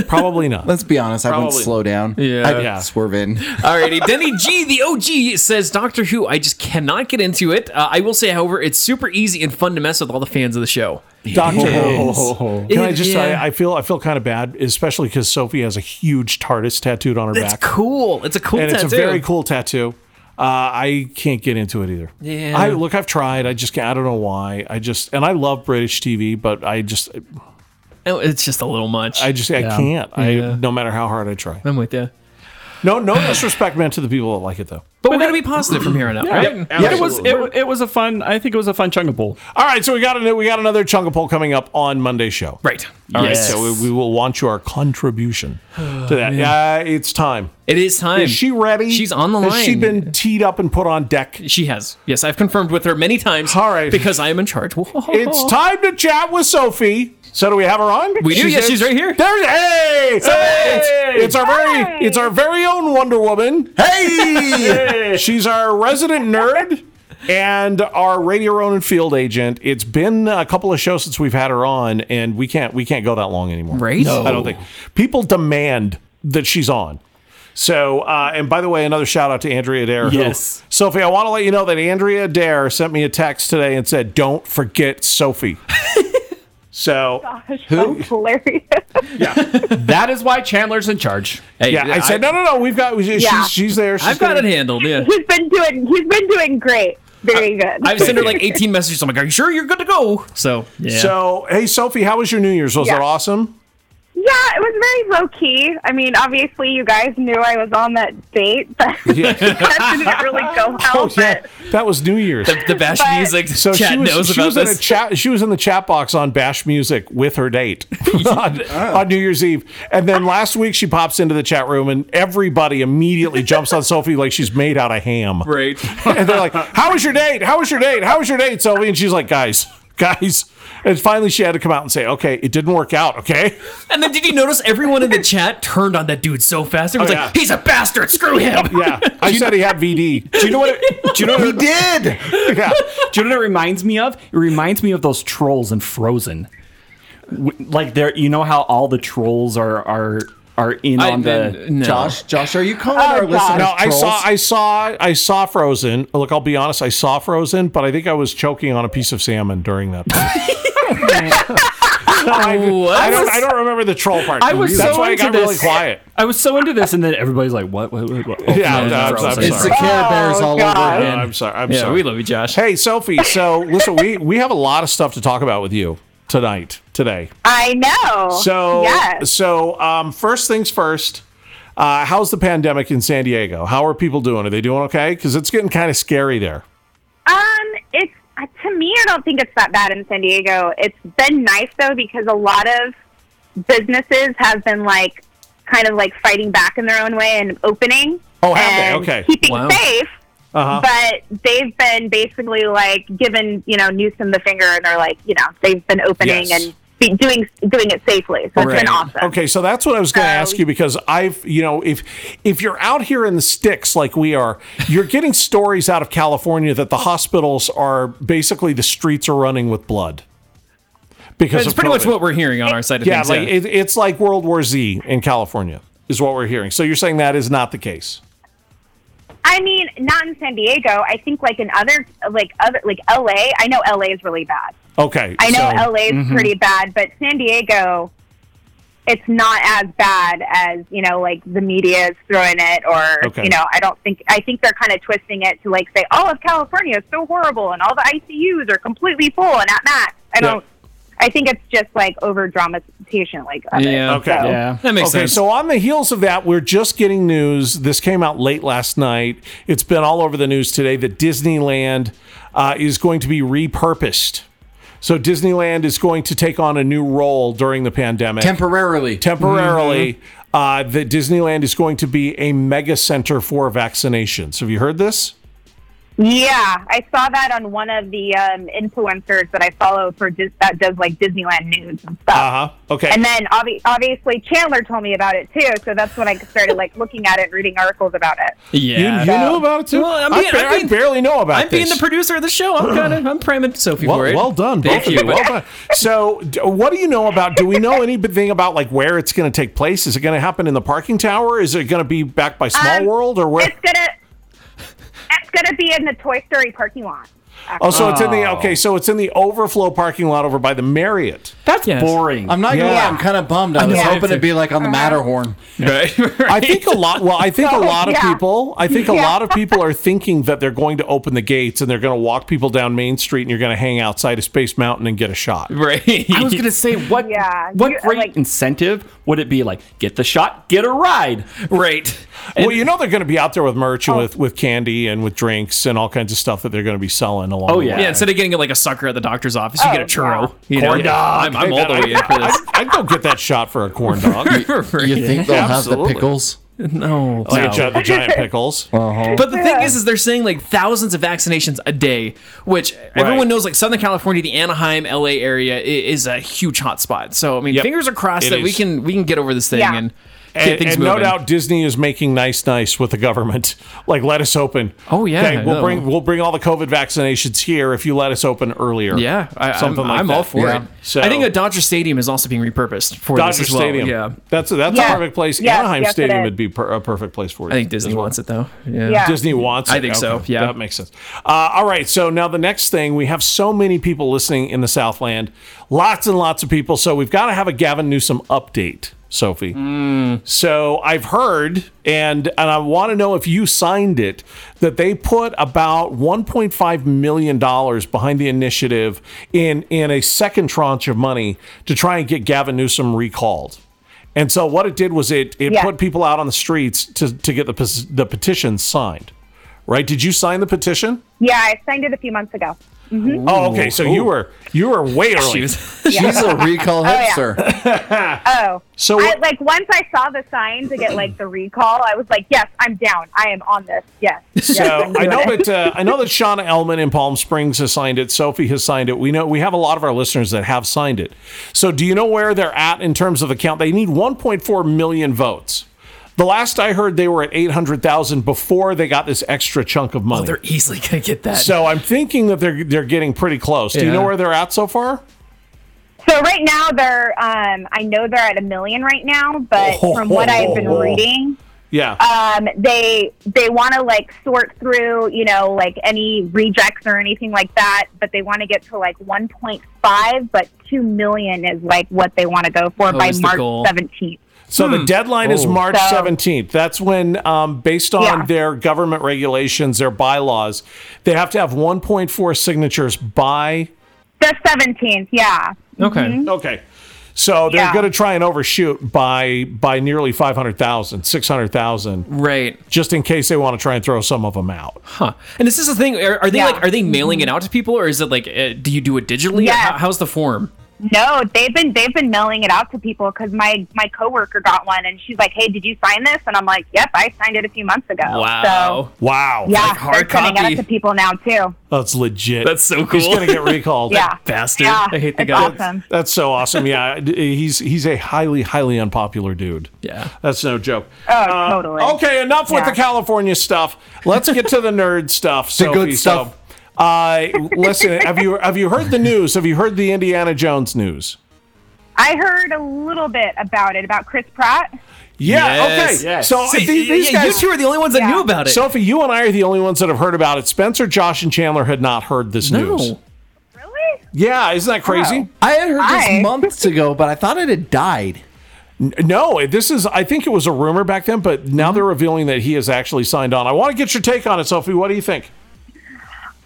Speaker 4: Probably not.
Speaker 3: Let's be honest. I wouldn't
Speaker 4: Probably.
Speaker 3: slow down.
Speaker 5: Yeah.
Speaker 3: I'd
Speaker 4: Yeah.
Speaker 3: swerve in.
Speaker 5: Alrighty, Denny G, the OG, says Doctor Who. I just cannot get into it. Uh, I will say, however, it's super easy and fun to mess with all the fans of the show.
Speaker 4: Doctor
Speaker 5: Yes.
Speaker 4: Who. Can I
Speaker 5: It-
Speaker 4: just?
Speaker 5: yeah.
Speaker 4: I, I feel I feel kind of bad, especially because Sophie has a huge TARDIS tattooed on her
Speaker 5: That's
Speaker 4: back,
Speaker 5: cool. It's a cool
Speaker 4: and
Speaker 5: tattoo.
Speaker 4: it's a very cool tattoo. Uh, I can't get into it either.
Speaker 5: Yeah.
Speaker 4: I look. I've tried. I just. Can't, I don't know why. I just. And I love British TV, but I just.
Speaker 5: Oh, It's just a little much.
Speaker 4: I
Speaker 5: I,
Speaker 4: just. I can't. I. No matter how hard I try.
Speaker 5: am with you.
Speaker 4: No. No disrespect meant to the people that like it though.
Speaker 5: But, we're going to be positive from here on out, right?
Speaker 2: Yeah, it was it, it was a fun. I think it was a fun chunk of bowl.
Speaker 4: All right. So we got a, we got another chunga poll coming up on Monday's show.
Speaker 5: Right.
Speaker 4: All right.
Speaker 2: Yes.
Speaker 4: So we, we will want your contribution
Speaker 2: Oh,
Speaker 4: to that. Yeah. Uh, it's time.
Speaker 5: It is time.
Speaker 4: Is she ready?
Speaker 5: She's on the
Speaker 4: Has she
Speaker 5: line.
Speaker 4: been teed up and put on deck?
Speaker 5: She has. Yes, I've confirmed with her many times.
Speaker 4: All right.
Speaker 5: Because I am in charge.
Speaker 4: It's time to chat with Sophie. So do we have her on?
Speaker 5: We do. Yes,
Speaker 4: there?
Speaker 5: she's right here.
Speaker 4: There, hey, It's, it's our very, it's our very own Wonder Woman. Hey, she's our resident nerd and our Radio Ronan field agent. It's been a couple of shows since we've had her on, and we can't, we can't go that long anymore.
Speaker 5: Right?
Speaker 4: I don't think people demand that she's on. So, uh, and by the way, another shout out to Andrea Dare. who-
Speaker 2: Yes.
Speaker 4: Sophie, I want to let you know that Andrea Dare sent me a text today and said, "Don't forget Sophie." so,
Speaker 10: Who? hilarious.
Speaker 2: That is why Chandler's in charge.
Speaker 5: Hey,
Speaker 4: yeah, I, said, "No, no, no. We've got.
Speaker 10: Yeah.
Speaker 4: She's, she's there. She's
Speaker 5: I've got it
Speaker 4: gonna-
Speaker 5: handled. Yeah.
Speaker 10: He's been doing. He's been doing great. Very good.
Speaker 5: I've sent her like 18 messages. I'm like, are you sure you're good to go? So, yeah.
Speaker 4: So, hey, Sophie, how was your New Year's? Was
Speaker 10: Yeah.
Speaker 4: it awesome?
Speaker 10: yeah, it was very low key. I mean, obviously, you guys knew I was on that date, but
Speaker 4: Yeah. Oh,
Speaker 10: that didn't really go well. but-
Speaker 4: that was New Year's.
Speaker 5: the Bash
Speaker 10: But-
Speaker 5: Music
Speaker 4: so
Speaker 5: chat
Speaker 4: she was,
Speaker 5: knows
Speaker 4: she
Speaker 5: about
Speaker 4: was in
Speaker 5: this.
Speaker 4: a chat. She was in the chat box on Bash Music with her date on, on New Year's Eve, and then last week she pops into the chat room, and everybody immediately jumps on Sophie like she's made out of ham.
Speaker 5: Right.
Speaker 4: and they're like, "How was your date? How was your date? How was your date, Sylvie?" And she's like, "Guys, guys." And finally, she had to come out and say, "Okay, it didn't work out. Okay,
Speaker 5: And then did you notice everyone in the chat turned on that dude so fast? It was
Speaker 4: Oh,
Speaker 5: like,
Speaker 4: yeah.
Speaker 5: he's a bastard. Screw him.
Speaker 4: yeah, I said he had VD.
Speaker 2: Do you know what? It, do you know? What
Speaker 3: He
Speaker 2: it,
Speaker 3: did.
Speaker 4: Yeah,
Speaker 2: do you know what it reminds me of? It reminds me of those trolls in Frozen. W- Like there, you know how all the trolls are are are in
Speaker 5: I-
Speaker 2: on the.
Speaker 5: no.
Speaker 3: Josh, Josh, are you
Speaker 2: Oh,
Speaker 3: calling our
Speaker 4: Uh, no,
Speaker 3: listeners
Speaker 4: I
Speaker 3: trolls?
Speaker 4: saw, I saw, I saw Frozen. Look, I'll be honest, I saw Frozen, but I think I was choking on a piece of salmon during that. Time. I, I don't, I don't remember the troll part.
Speaker 2: I was
Speaker 4: That's
Speaker 2: so
Speaker 4: why I
Speaker 2: into
Speaker 4: got
Speaker 2: this.
Speaker 4: really quiet.
Speaker 2: I was so into this, and then everybody's like, "What? What? what, what? Oh,
Speaker 4: Yeah,
Speaker 2: no,
Speaker 4: no, I'm-
Speaker 2: Frozen.
Speaker 4: I'm
Speaker 3: it's the
Speaker 4: sorry.
Speaker 3: Care
Speaker 2: Oh,
Speaker 3: Bears all over
Speaker 4: No,
Speaker 3: again.
Speaker 4: I'm sorry. I'm
Speaker 5: Yeah,
Speaker 4: sorry.
Speaker 5: we love you, Josh.
Speaker 4: Hey, Sophie. So listen, we we have a lot of stuff to talk about with you tonight, today.
Speaker 10: I know.
Speaker 4: So
Speaker 10: yes,
Speaker 4: so um, first things first. Uh, how's the pandemic in San Diego? How are people doing? Are they doing okay? Because it's getting kind of scary there.
Speaker 10: um, it's uh, to me. I don't think it's that bad in San Diego. It's been nice though because a lot of businesses have been like kind of like fighting back in their own way and opening.
Speaker 4: Oh, have they?
Speaker 10: and
Speaker 4: Okay.
Speaker 10: Keeping
Speaker 5: Wow.
Speaker 10: safe.
Speaker 4: Uh-huh.
Speaker 10: But they've been basically like giving you know Newsom the finger, and they're like you know they've been opening
Speaker 4: Yes.
Speaker 10: and be doing doing it safely. So it's
Speaker 5: Right.
Speaker 10: been awesome.
Speaker 4: Okay, so that's what I was going to
Speaker 10: So-
Speaker 4: ask you because I've, you know, if if you're out here in the sticks like we are, you're getting stories out of California that the hospitals are basically the streets are running with blood because
Speaker 5: That's
Speaker 4: of
Speaker 5: pretty much
Speaker 4: COVID.
Speaker 5: what we're hearing on our side of
Speaker 4: Yeah,
Speaker 5: things.
Speaker 4: like It, it's like World War Z in California is what we're hearing. So you're saying that is not the case.
Speaker 10: I mean, not in San Diego. I think like in other like other like LA. I know LA is really bad.
Speaker 4: Okay,
Speaker 10: I know
Speaker 4: so- mm-hmm.
Speaker 10: LA is pretty bad, but San Diego, it's not as bad as you know, like the media is throwing it, or
Speaker 4: Okay.
Speaker 10: you know, I don't think I think they're kind of twisting it to like say all of California is so horrible and all the ICUs are completely full and at max. I don't. I think it's just like over dramatization, like of it.
Speaker 5: yeah.
Speaker 4: Okay.
Speaker 2: Yeah.
Speaker 5: That makes
Speaker 4: Okay,
Speaker 5: sense.
Speaker 4: so on the heels of that, we're just getting news. This came out late last night. It's been all over the news today that Disneyland uh, is going to be repurposed. So Disneyland is going to take on a new role during the pandemic.
Speaker 3: Temporarily.
Speaker 4: temporarily,
Speaker 5: Mm-hmm.
Speaker 4: uh, that Disneyland is going to be a mega center for vaccinations. Have you heard this?
Speaker 10: Yeah, I saw that on one of the um, influencers that I follow for dis- that does like Disneyland news and stuff.
Speaker 4: Uh huh. Okay.
Speaker 10: And then obvi- obviously Chandler told me about it too, so that's when I started like looking at it, and reading articles about it.
Speaker 4: you,
Speaker 5: yeah.
Speaker 4: you knew about it too.
Speaker 5: Well, I'm
Speaker 4: I
Speaker 5: being-
Speaker 4: bar-
Speaker 5: I'm
Speaker 4: I
Speaker 5: being-
Speaker 4: barely know about.
Speaker 5: I'm being
Speaker 4: this.
Speaker 5: the producer of the show. I'm kind of I'm priming Sophie
Speaker 4: Well,
Speaker 5: for it.
Speaker 4: well done,
Speaker 5: Thank
Speaker 4: both of you.
Speaker 5: you.
Speaker 4: Well done. So, d- what do you know about? Do we know anything about like where it's going to take place? Is it going to happen in the parking tower? Is it going to be back by Small
Speaker 10: Um,
Speaker 4: World or where?
Speaker 10: It's gonna, it's gonna be in the Toy Story parking lot. actually.
Speaker 4: Oh, so it's in the okay. So it's in the overflow parking lot over by the Marriott.
Speaker 2: That's
Speaker 5: Yes.
Speaker 2: boring.
Speaker 3: I'm not gonna
Speaker 4: Yeah.
Speaker 3: lie, I'm kind of bummed. I was
Speaker 5: Yeah.
Speaker 3: hoping it'd be like on the Matterhorn.
Speaker 5: Right, right.
Speaker 4: I think a lot. Uh, Well, I think a lot of
Speaker 10: Oh, Yeah.
Speaker 4: people. I think a lot of people are thinking that they're going to open the gates and they're going to walk people down Main Street and you're going to hang outside of Space Mountain and get a shot.
Speaker 5: Right.
Speaker 2: I was gonna say what
Speaker 10: Yeah,
Speaker 2: what
Speaker 10: you-
Speaker 2: great
Speaker 10: like-
Speaker 2: incentive would it be like get the shot, get a ride.
Speaker 5: right.
Speaker 4: well, you know they're going to be out there with merch
Speaker 5: Oh.
Speaker 4: and with, with candy and with drinks and all kinds of stuff that they're going to be selling along.
Speaker 2: Oh,
Speaker 4: the
Speaker 2: yeah.
Speaker 4: way.
Speaker 5: Yeah, instead of getting like a sucker at the doctor's office, you
Speaker 4: Oh,
Speaker 5: get a churro. You know,
Speaker 4: Corn dog.
Speaker 5: I'm,
Speaker 4: Hey,
Speaker 5: I'm all the
Speaker 4: that-
Speaker 5: way in for this.
Speaker 4: I'd go get that shot for a corn dog.
Speaker 3: You think they'll have
Speaker 4: absolutely.
Speaker 3: the pickles? Uh-huh.
Speaker 5: no,
Speaker 4: Like a gi- the giant pickles.
Speaker 5: But the thing is, is they're saying like thousands of vaccinations a day, which everyone knows. Like Southern California, the Anaheim, LA area i- is a huge hotspot. So I mean,
Speaker 4: Yep.
Speaker 5: fingers are crossed
Speaker 4: It
Speaker 5: that we
Speaker 4: is.
Speaker 5: can we can get over this thing
Speaker 10: Yeah.
Speaker 5: and get
Speaker 4: And,
Speaker 5: things
Speaker 4: and
Speaker 5: moving.
Speaker 4: no doubt Disney is making nice, nice with the government. Like, let us open.
Speaker 5: Oh, yeah,
Speaker 4: Okay, we'll
Speaker 5: no.
Speaker 4: bring we'll bring all the COVID vaccinations here if you let us open earlier.
Speaker 5: Yeah, I,
Speaker 4: something
Speaker 5: I'm,
Speaker 4: like
Speaker 5: I'm
Speaker 4: that.
Speaker 5: all for
Speaker 3: Yeah.
Speaker 5: it.
Speaker 4: So-
Speaker 5: I think a Dodger Stadium is also being repurposed for
Speaker 4: Dodger
Speaker 5: this as well.
Speaker 4: Stadium.
Speaker 5: Yeah,
Speaker 4: that's that's a
Speaker 10: Yeah.
Speaker 4: perfect place.
Speaker 10: Yes,
Speaker 4: Anaheim
Speaker 10: yes, it
Speaker 4: Stadium
Speaker 10: is.
Speaker 4: would be per, a perfect place for you.
Speaker 5: I think Disney wants it though. Yeah.
Speaker 10: Yeah.
Speaker 4: Disney wants.
Speaker 5: I
Speaker 4: it.
Speaker 5: think so,
Speaker 4: Okay,
Speaker 5: yeah.
Speaker 4: that makes sense. Uh, all right. So now the next thing we have so many people listening in the Southland, lots and lots of people. So we've got to have a Gavin Newsom update, Sophie.
Speaker 5: Mm.
Speaker 4: So I've heard, and and I want to know if you signed it, that they put about 1.5 million dollars behind the initiative in in a second tranche of money to try and get Gavin Newsom recalled. And so what it did was it it
Speaker 10: Yeah.
Speaker 4: put people out on the streets to to get the pes- the petition signed. Right? Did you sign the petition?
Speaker 10: Yeah, I signed it a few months ago. Mm-hmm.
Speaker 4: Oh, okay. So you were you were way
Speaker 5: She
Speaker 4: early.
Speaker 5: was-
Speaker 3: She's a recall
Speaker 10: yeah.
Speaker 3: hipster.
Speaker 10: Oh,
Speaker 4: So
Speaker 10: I,
Speaker 4: what-
Speaker 10: like once I saw the sign to get like the recall, I was like, yes, I'm down. I am on this. Yes. yes,
Speaker 4: So
Speaker 10: I'm
Speaker 4: I
Speaker 10: doing
Speaker 4: know
Speaker 10: it.
Speaker 4: that uh, I know that Shauna Elman in Palm Springs has signed it. Sophie has signed it. We know we have a lot of our listeners that have signed it. So do you know where they're at in terms of the count? They need 1.4 million votes. The last I heard, they were at 800,000 before they got this extra chunk of
Speaker 3: Oh,
Speaker 4: money.
Speaker 5: they're easily gonna get that.
Speaker 4: so I'm thinking that they're they're getting pretty close. Do you
Speaker 5: Yeah.
Speaker 4: know where they're at so far?
Speaker 10: So right now they're, um, I know they're at a million right now, but from what I've been reading,
Speaker 4: Yeah.
Speaker 10: um, they they want to like sort through, you know, like any rejects or anything like that, but they want to get to like 1.5, but 2 million is like what they want to go
Speaker 4: Oh,
Speaker 10: for by
Speaker 5: is the
Speaker 10: March
Speaker 5: goal.
Speaker 10: 17th.
Speaker 4: So
Speaker 5: Hmm.
Speaker 4: the deadline
Speaker 5: Oh.
Speaker 4: is March
Speaker 10: So-
Speaker 4: 17th. That's when, um, based on
Speaker 10: Yeah.
Speaker 4: their government regulations, their bylaws, they have to have 1.4 signatures by.
Speaker 10: The 17th, yeah.
Speaker 5: okay.
Speaker 4: Okay. So they're
Speaker 10: Mm-hmm. Yeah.
Speaker 4: going to try and overshoot by by nearly 500,000, 600,000,
Speaker 5: Right.
Speaker 4: just in case they want to try and throw some of them out.
Speaker 5: Huh. And is this the thing? Are, are they
Speaker 10: Yeah.
Speaker 5: like? Are they mailing it out to people, or is it like? Uh, do you do it digitally?
Speaker 10: Yes.
Speaker 5: How, how's the form?
Speaker 10: No, they've been they've been mailing it out to people because my my coworker got one and she's like, "Hey, did you sign this?" And I'm like, "Yep, I signed it a few months ago." So
Speaker 5: Wow.
Speaker 4: Wow.
Speaker 10: yeah, they're
Speaker 5: hard
Speaker 10: sending
Speaker 5: copy.
Speaker 10: it out to people now too.
Speaker 4: That's legit.
Speaker 5: That's so
Speaker 4: He's
Speaker 5: cool.
Speaker 4: going to get recalled.
Speaker 10: Yeah,
Speaker 5: bastard.
Speaker 10: Yeah,
Speaker 5: I hate the
Speaker 10: it's
Speaker 5: guy.
Speaker 10: Awesome.
Speaker 4: That's so awesome. Yeah, he's he's a highly highly unpopular dude.
Speaker 5: Yeah.
Speaker 4: That's no joke.
Speaker 10: Oh, totally.
Speaker 4: Uh, Okay, enough with
Speaker 10: Yeah.
Speaker 4: the California stuff. Let's get to the nerd stuff. the
Speaker 3: good stuff.
Speaker 4: So, Uh, listen, have you have you heard the news? Have you heard the Indiana Jones news?
Speaker 10: I heard a little bit about it about Chris Pratt.
Speaker 4: Yeah.
Speaker 5: Yes.
Speaker 4: Okay.
Speaker 2: Yes.
Speaker 4: So
Speaker 5: See,
Speaker 4: these, these
Speaker 5: yeah,
Speaker 4: guys,
Speaker 5: you two are the only ones that
Speaker 10: Yeah.
Speaker 5: knew about it.
Speaker 4: Sophie, you and I are the only ones that have heard about it. Spencer, Josh, and Chandler had not heard this
Speaker 5: no.
Speaker 4: news.
Speaker 10: Really?
Speaker 4: Yeah, isn't that crazy?
Speaker 3: I had heard this
Speaker 10: Hi.
Speaker 3: months ago, but I thought it had died.
Speaker 4: No, this is. I think it was a rumor back then, but now they're revealing that he has actually signed on. I want to get your take on it, Sophie. What do you think?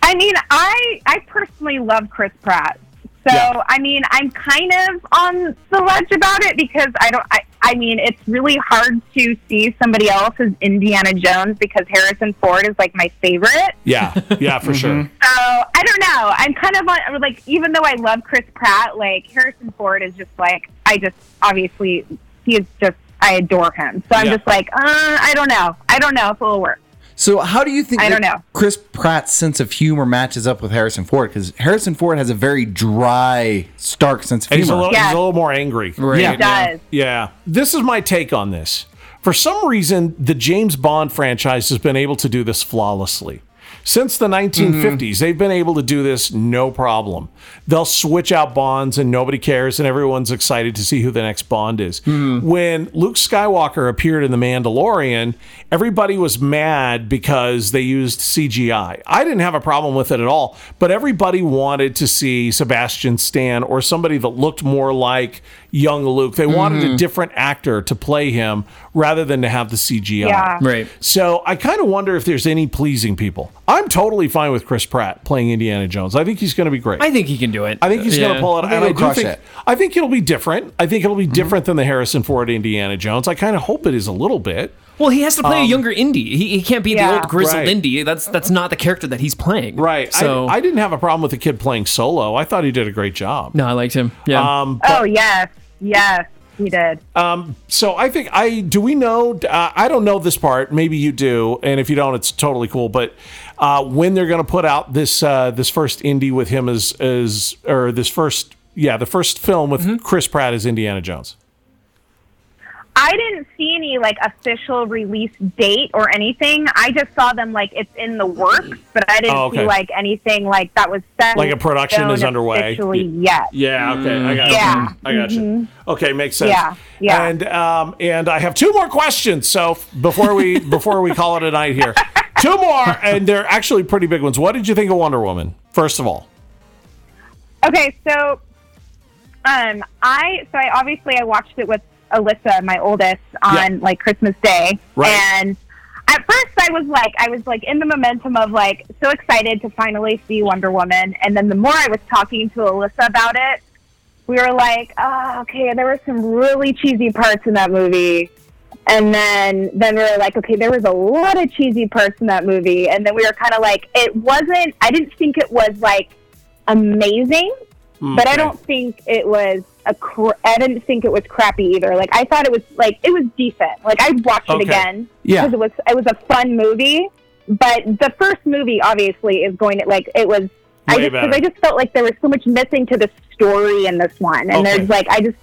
Speaker 10: I mean, I I personally love Chris Pratt. So
Speaker 4: Yeah.
Speaker 10: I mean, I'm kind of on the ledge about it because I don't. I, I mean, it's really hard to see somebody else as Indiana Jones because Harrison Ford is like my favorite.
Speaker 4: Yeah, yeah, for sure.
Speaker 10: So I don't know. I'm kind of on like even though I love Chris Pratt, like Harrison Ford is just like I just obviously he is just I adore him. So I'm
Speaker 4: Yeah.
Speaker 10: just like uh, I don't know. I don't know if it'll work.
Speaker 3: So how do you think
Speaker 10: I don't
Speaker 3: that
Speaker 10: know.
Speaker 3: Chris Pratt's sense of humor matches up with Harrison Ford? Because Harrison Ford has a very dry, stark sense of
Speaker 4: And
Speaker 3: humor.
Speaker 4: he's a little, he's
Speaker 10: Yeah.
Speaker 4: a little more angry.
Speaker 5: Right.
Speaker 10: It does.
Speaker 4: Yeah. This is my take on this. For some reason, the James Bond franchise has been able to do this flawlessly. Since the 1950s, they've been able to do this no problem. They'll switch out Bonds and nobody cares, and everyone's excited to see who the next Bond is. When Luke Skywalker appeared in The Mandalorian, everybody was mad because they used CGI. I didn't have a problem with it at all, but everybody wanted to see Sebastian Stan or somebody that looked more like young Luke. They wanted
Speaker 5: Mm-hmm.
Speaker 4: a different actor to play him rather than to have the CGI.
Speaker 10: Yeah.
Speaker 5: Right.
Speaker 4: So I kind of wonder if there's any pleasing people. I'm totally fine with Chris Pratt playing Indiana Jones. I think he's going to be great.
Speaker 5: I think he can do it.
Speaker 4: I think he's going to pull it.
Speaker 3: I think
Speaker 4: and I
Speaker 3: he'll
Speaker 4: do
Speaker 3: crush
Speaker 4: think,
Speaker 3: it.
Speaker 4: I think it'll be different. I think it'll
Speaker 5: Mm-hmm.
Speaker 4: be different than the Harrison Ford Indiana Jones. I kind of hope it is a little bit.
Speaker 5: Well, he has to play a younger indie. He, he can't be
Speaker 10: Yeah.
Speaker 5: the old grizzled
Speaker 4: Right.
Speaker 5: indie. That's that's not the character that he's playing.
Speaker 4: Right.
Speaker 5: So
Speaker 4: I, I didn't have a problem with the kid playing solo. I thought he did a great job.
Speaker 5: no, I liked him. Yeah.
Speaker 4: Um,
Speaker 10: Oh yes, yes, he did.
Speaker 4: so I think I do. We know. Uh, I don't know this part. Maybe you do, and if you don't, it's totally cool. But uh, when they're going to put out this uh, this first indie with him as as or this first yeah the first film with Chris Pratt as Indiana Jones.
Speaker 10: I didn't see any like official release date or anything. I just saw them like it's in the works, but I didn't
Speaker 4: Oh, okay.
Speaker 10: see like anything like that was set.
Speaker 4: Like a
Speaker 10: in
Speaker 4: production
Speaker 10: stone
Speaker 4: is underway.
Speaker 10: Officially yet. Mm-hmm.
Speaker 4: Yeah. Okay. I got.
Speaker 10: Yeah.
Speaker 4: I got you. Mm-hmm. Okay, makes sense.
Speaker 10: Yeah, yeah.
Speaker 4: And um, and I have two more questions. So f- before we before we call it a night here, two more, and they're actually pretty big ones. What did you think of Wonder Woman? First of all,
Speaker 10: Okay, so um, I so I obviously I watched it with Alyssa, my oldest, on
Speaker 4: Yeah.
Speaker 10: like Christmas Day,
Speaker 4: Right.
Speaker 10: and at first I was like I was like in the momentum of like so excited to finally see Wonder Woman, and then the more I was talking to Alyssa about it, we were like, oh, okay, there were some really cheesy parts in that movie. And then, then we were like, okay, there was a lot of cheesy parts in that movie. And then we were kind of like, it wasn't, I didn't think it was like amazing, but I
Speaker 4: Hmm, Okay.
Speaker 10: don't think it was a, cr- I didn't think it was crappy either. Like, I thought it was like, it was decent. Like, I'd watch
Speaker 4: Okay.
Speaker 10: it again
Speaker 3: Yeah.
Speaker 10: because it was, it was a fun movie. But the first movie obviously is going to, like, it was, I
Speaker 4: Way
Speaker 10: just, cause
Speaker 4: better.
Speaker 10: I just felt like there was so much missing to the story in this one. And
Speaker 4: Okay.
Speaker 10: there's like, I just,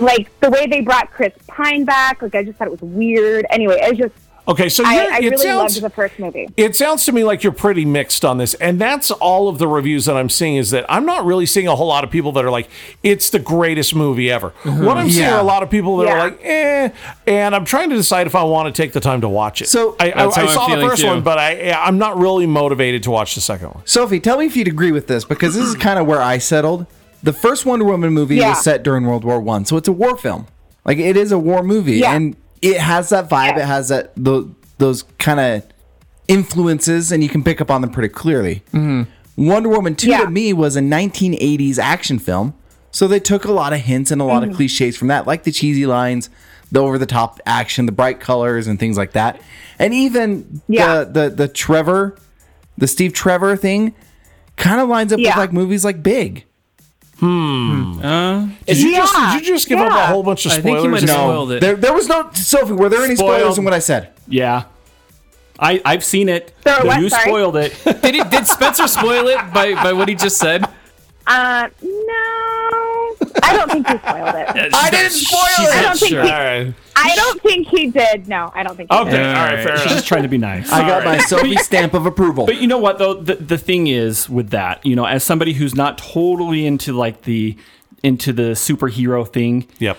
Speaker 10: like the way they brought Chris Pine back, like I just thought it was weird. Anyway, it was just
Speaker 4: okay. So
Speaker 10: I,
Speaker 4: you're-
Speaker 10: I
Speaker 4: it
Speaker 10: really
Speaker 4: sounds
Speaker 10: loved the first movie.
Speaker 4: it sounds to me like you're pretty mixed on this and that's all of the reviews that i'm seeing is that i'm not really seeing a whole lot of people that are like it's the greatest movie ever
Speaker 9: Mm-hmm.
Speaker 4: what i'm seeing
Speaker 3: Yeah.
Speaker 4: are a lot of people that
Speaker 10: Yeah.
Speaker 4: are like eh and i'm trying to decide if i want to take the time to watch it
Speaker 3: So-
Speaker 4: i, I,
Speaker 5: That's how
Speaker 4: I
Speaker 5: I'm
Speaker 4: saw the
Speaker 5: feeling
Speaker 4: first
Speaker 5: too.
Speaker 4: one but i i'm not really motivated to watch the second one
Speaker 3: Sophie, tell me if you'd agree with this because this is kind of where I settled. The first Wonder Woman movie
Speaker 10: Yeah.
Speaker 3: was set during World War One, so it's a war film. Like it is a war movie,
Speaker 10: Yeah.
Speaker 3: and it has that vibe. It has that tho- those kind of influences, and you can pick up on them pretty clearly. Wonder Woman two
Speaker 10: Mm-hmm. Yeah.
Speaker 3: to me was a 1980s action film, so they took a lot of hints and a
Speaker 10: Mm-hmm.
Speaker 3: lot of cliches from that, like the cheesy lines, the over the top action, the bright colors, and things like that, and even
Speaker 10: Yeah.
Speaker 3: the, the the Trevor the Steve Trevor thing kind of lines up with
Speaker 10: Yeah.
Speaker 3: like movies like Big.
Speaker 4: did you, just,
Speaker 10: Yeah.
Speaker 4: did you just give up a
Speaker 10: Yeah.
Speaker 4: whole bunch of
Speaker 5: Hmm. I think you
Speaker 4: spoilers
Speaker 5: might have spoiled- it.
Speaker 3: There, there was no Sophie. Were there any spoilers
Speaker 2: Spoiled.
Speaker 3: in what I said?
Speaker 2: Yeah. I, I've seen it.
Speaker 10: Sorry, what?
Speaker 2: you
Speaker 10: Sorry.
Speaker 2: spoiled it.
Speaker 5: did he, did Spencer spoil it by by what he just said?
Speaker 10: Uh, no, I don't think he spoiled it.
Speaker 5: I didn't spoil it.
Speaker 10: I don't think
Speaker 5: sure.
Speaker 10: he-
Speaker 4: All right.
Speaker 10: I don't think he did. No, I don't think. He
Speaker 4: Okay.
Speaker 10: Did.
Speaker 4: All right. Fair
Speaker 2: She's
Speaker 4: enough.
Speaker 2: just trying to be nice.
Speaker 3: I got my Sophie stamp of approval.
Speaker 2: But you know what though, the, the thing is with that, you know, as somebody who's not totally into like the into the superhero thing,
Speaker 4: Yep.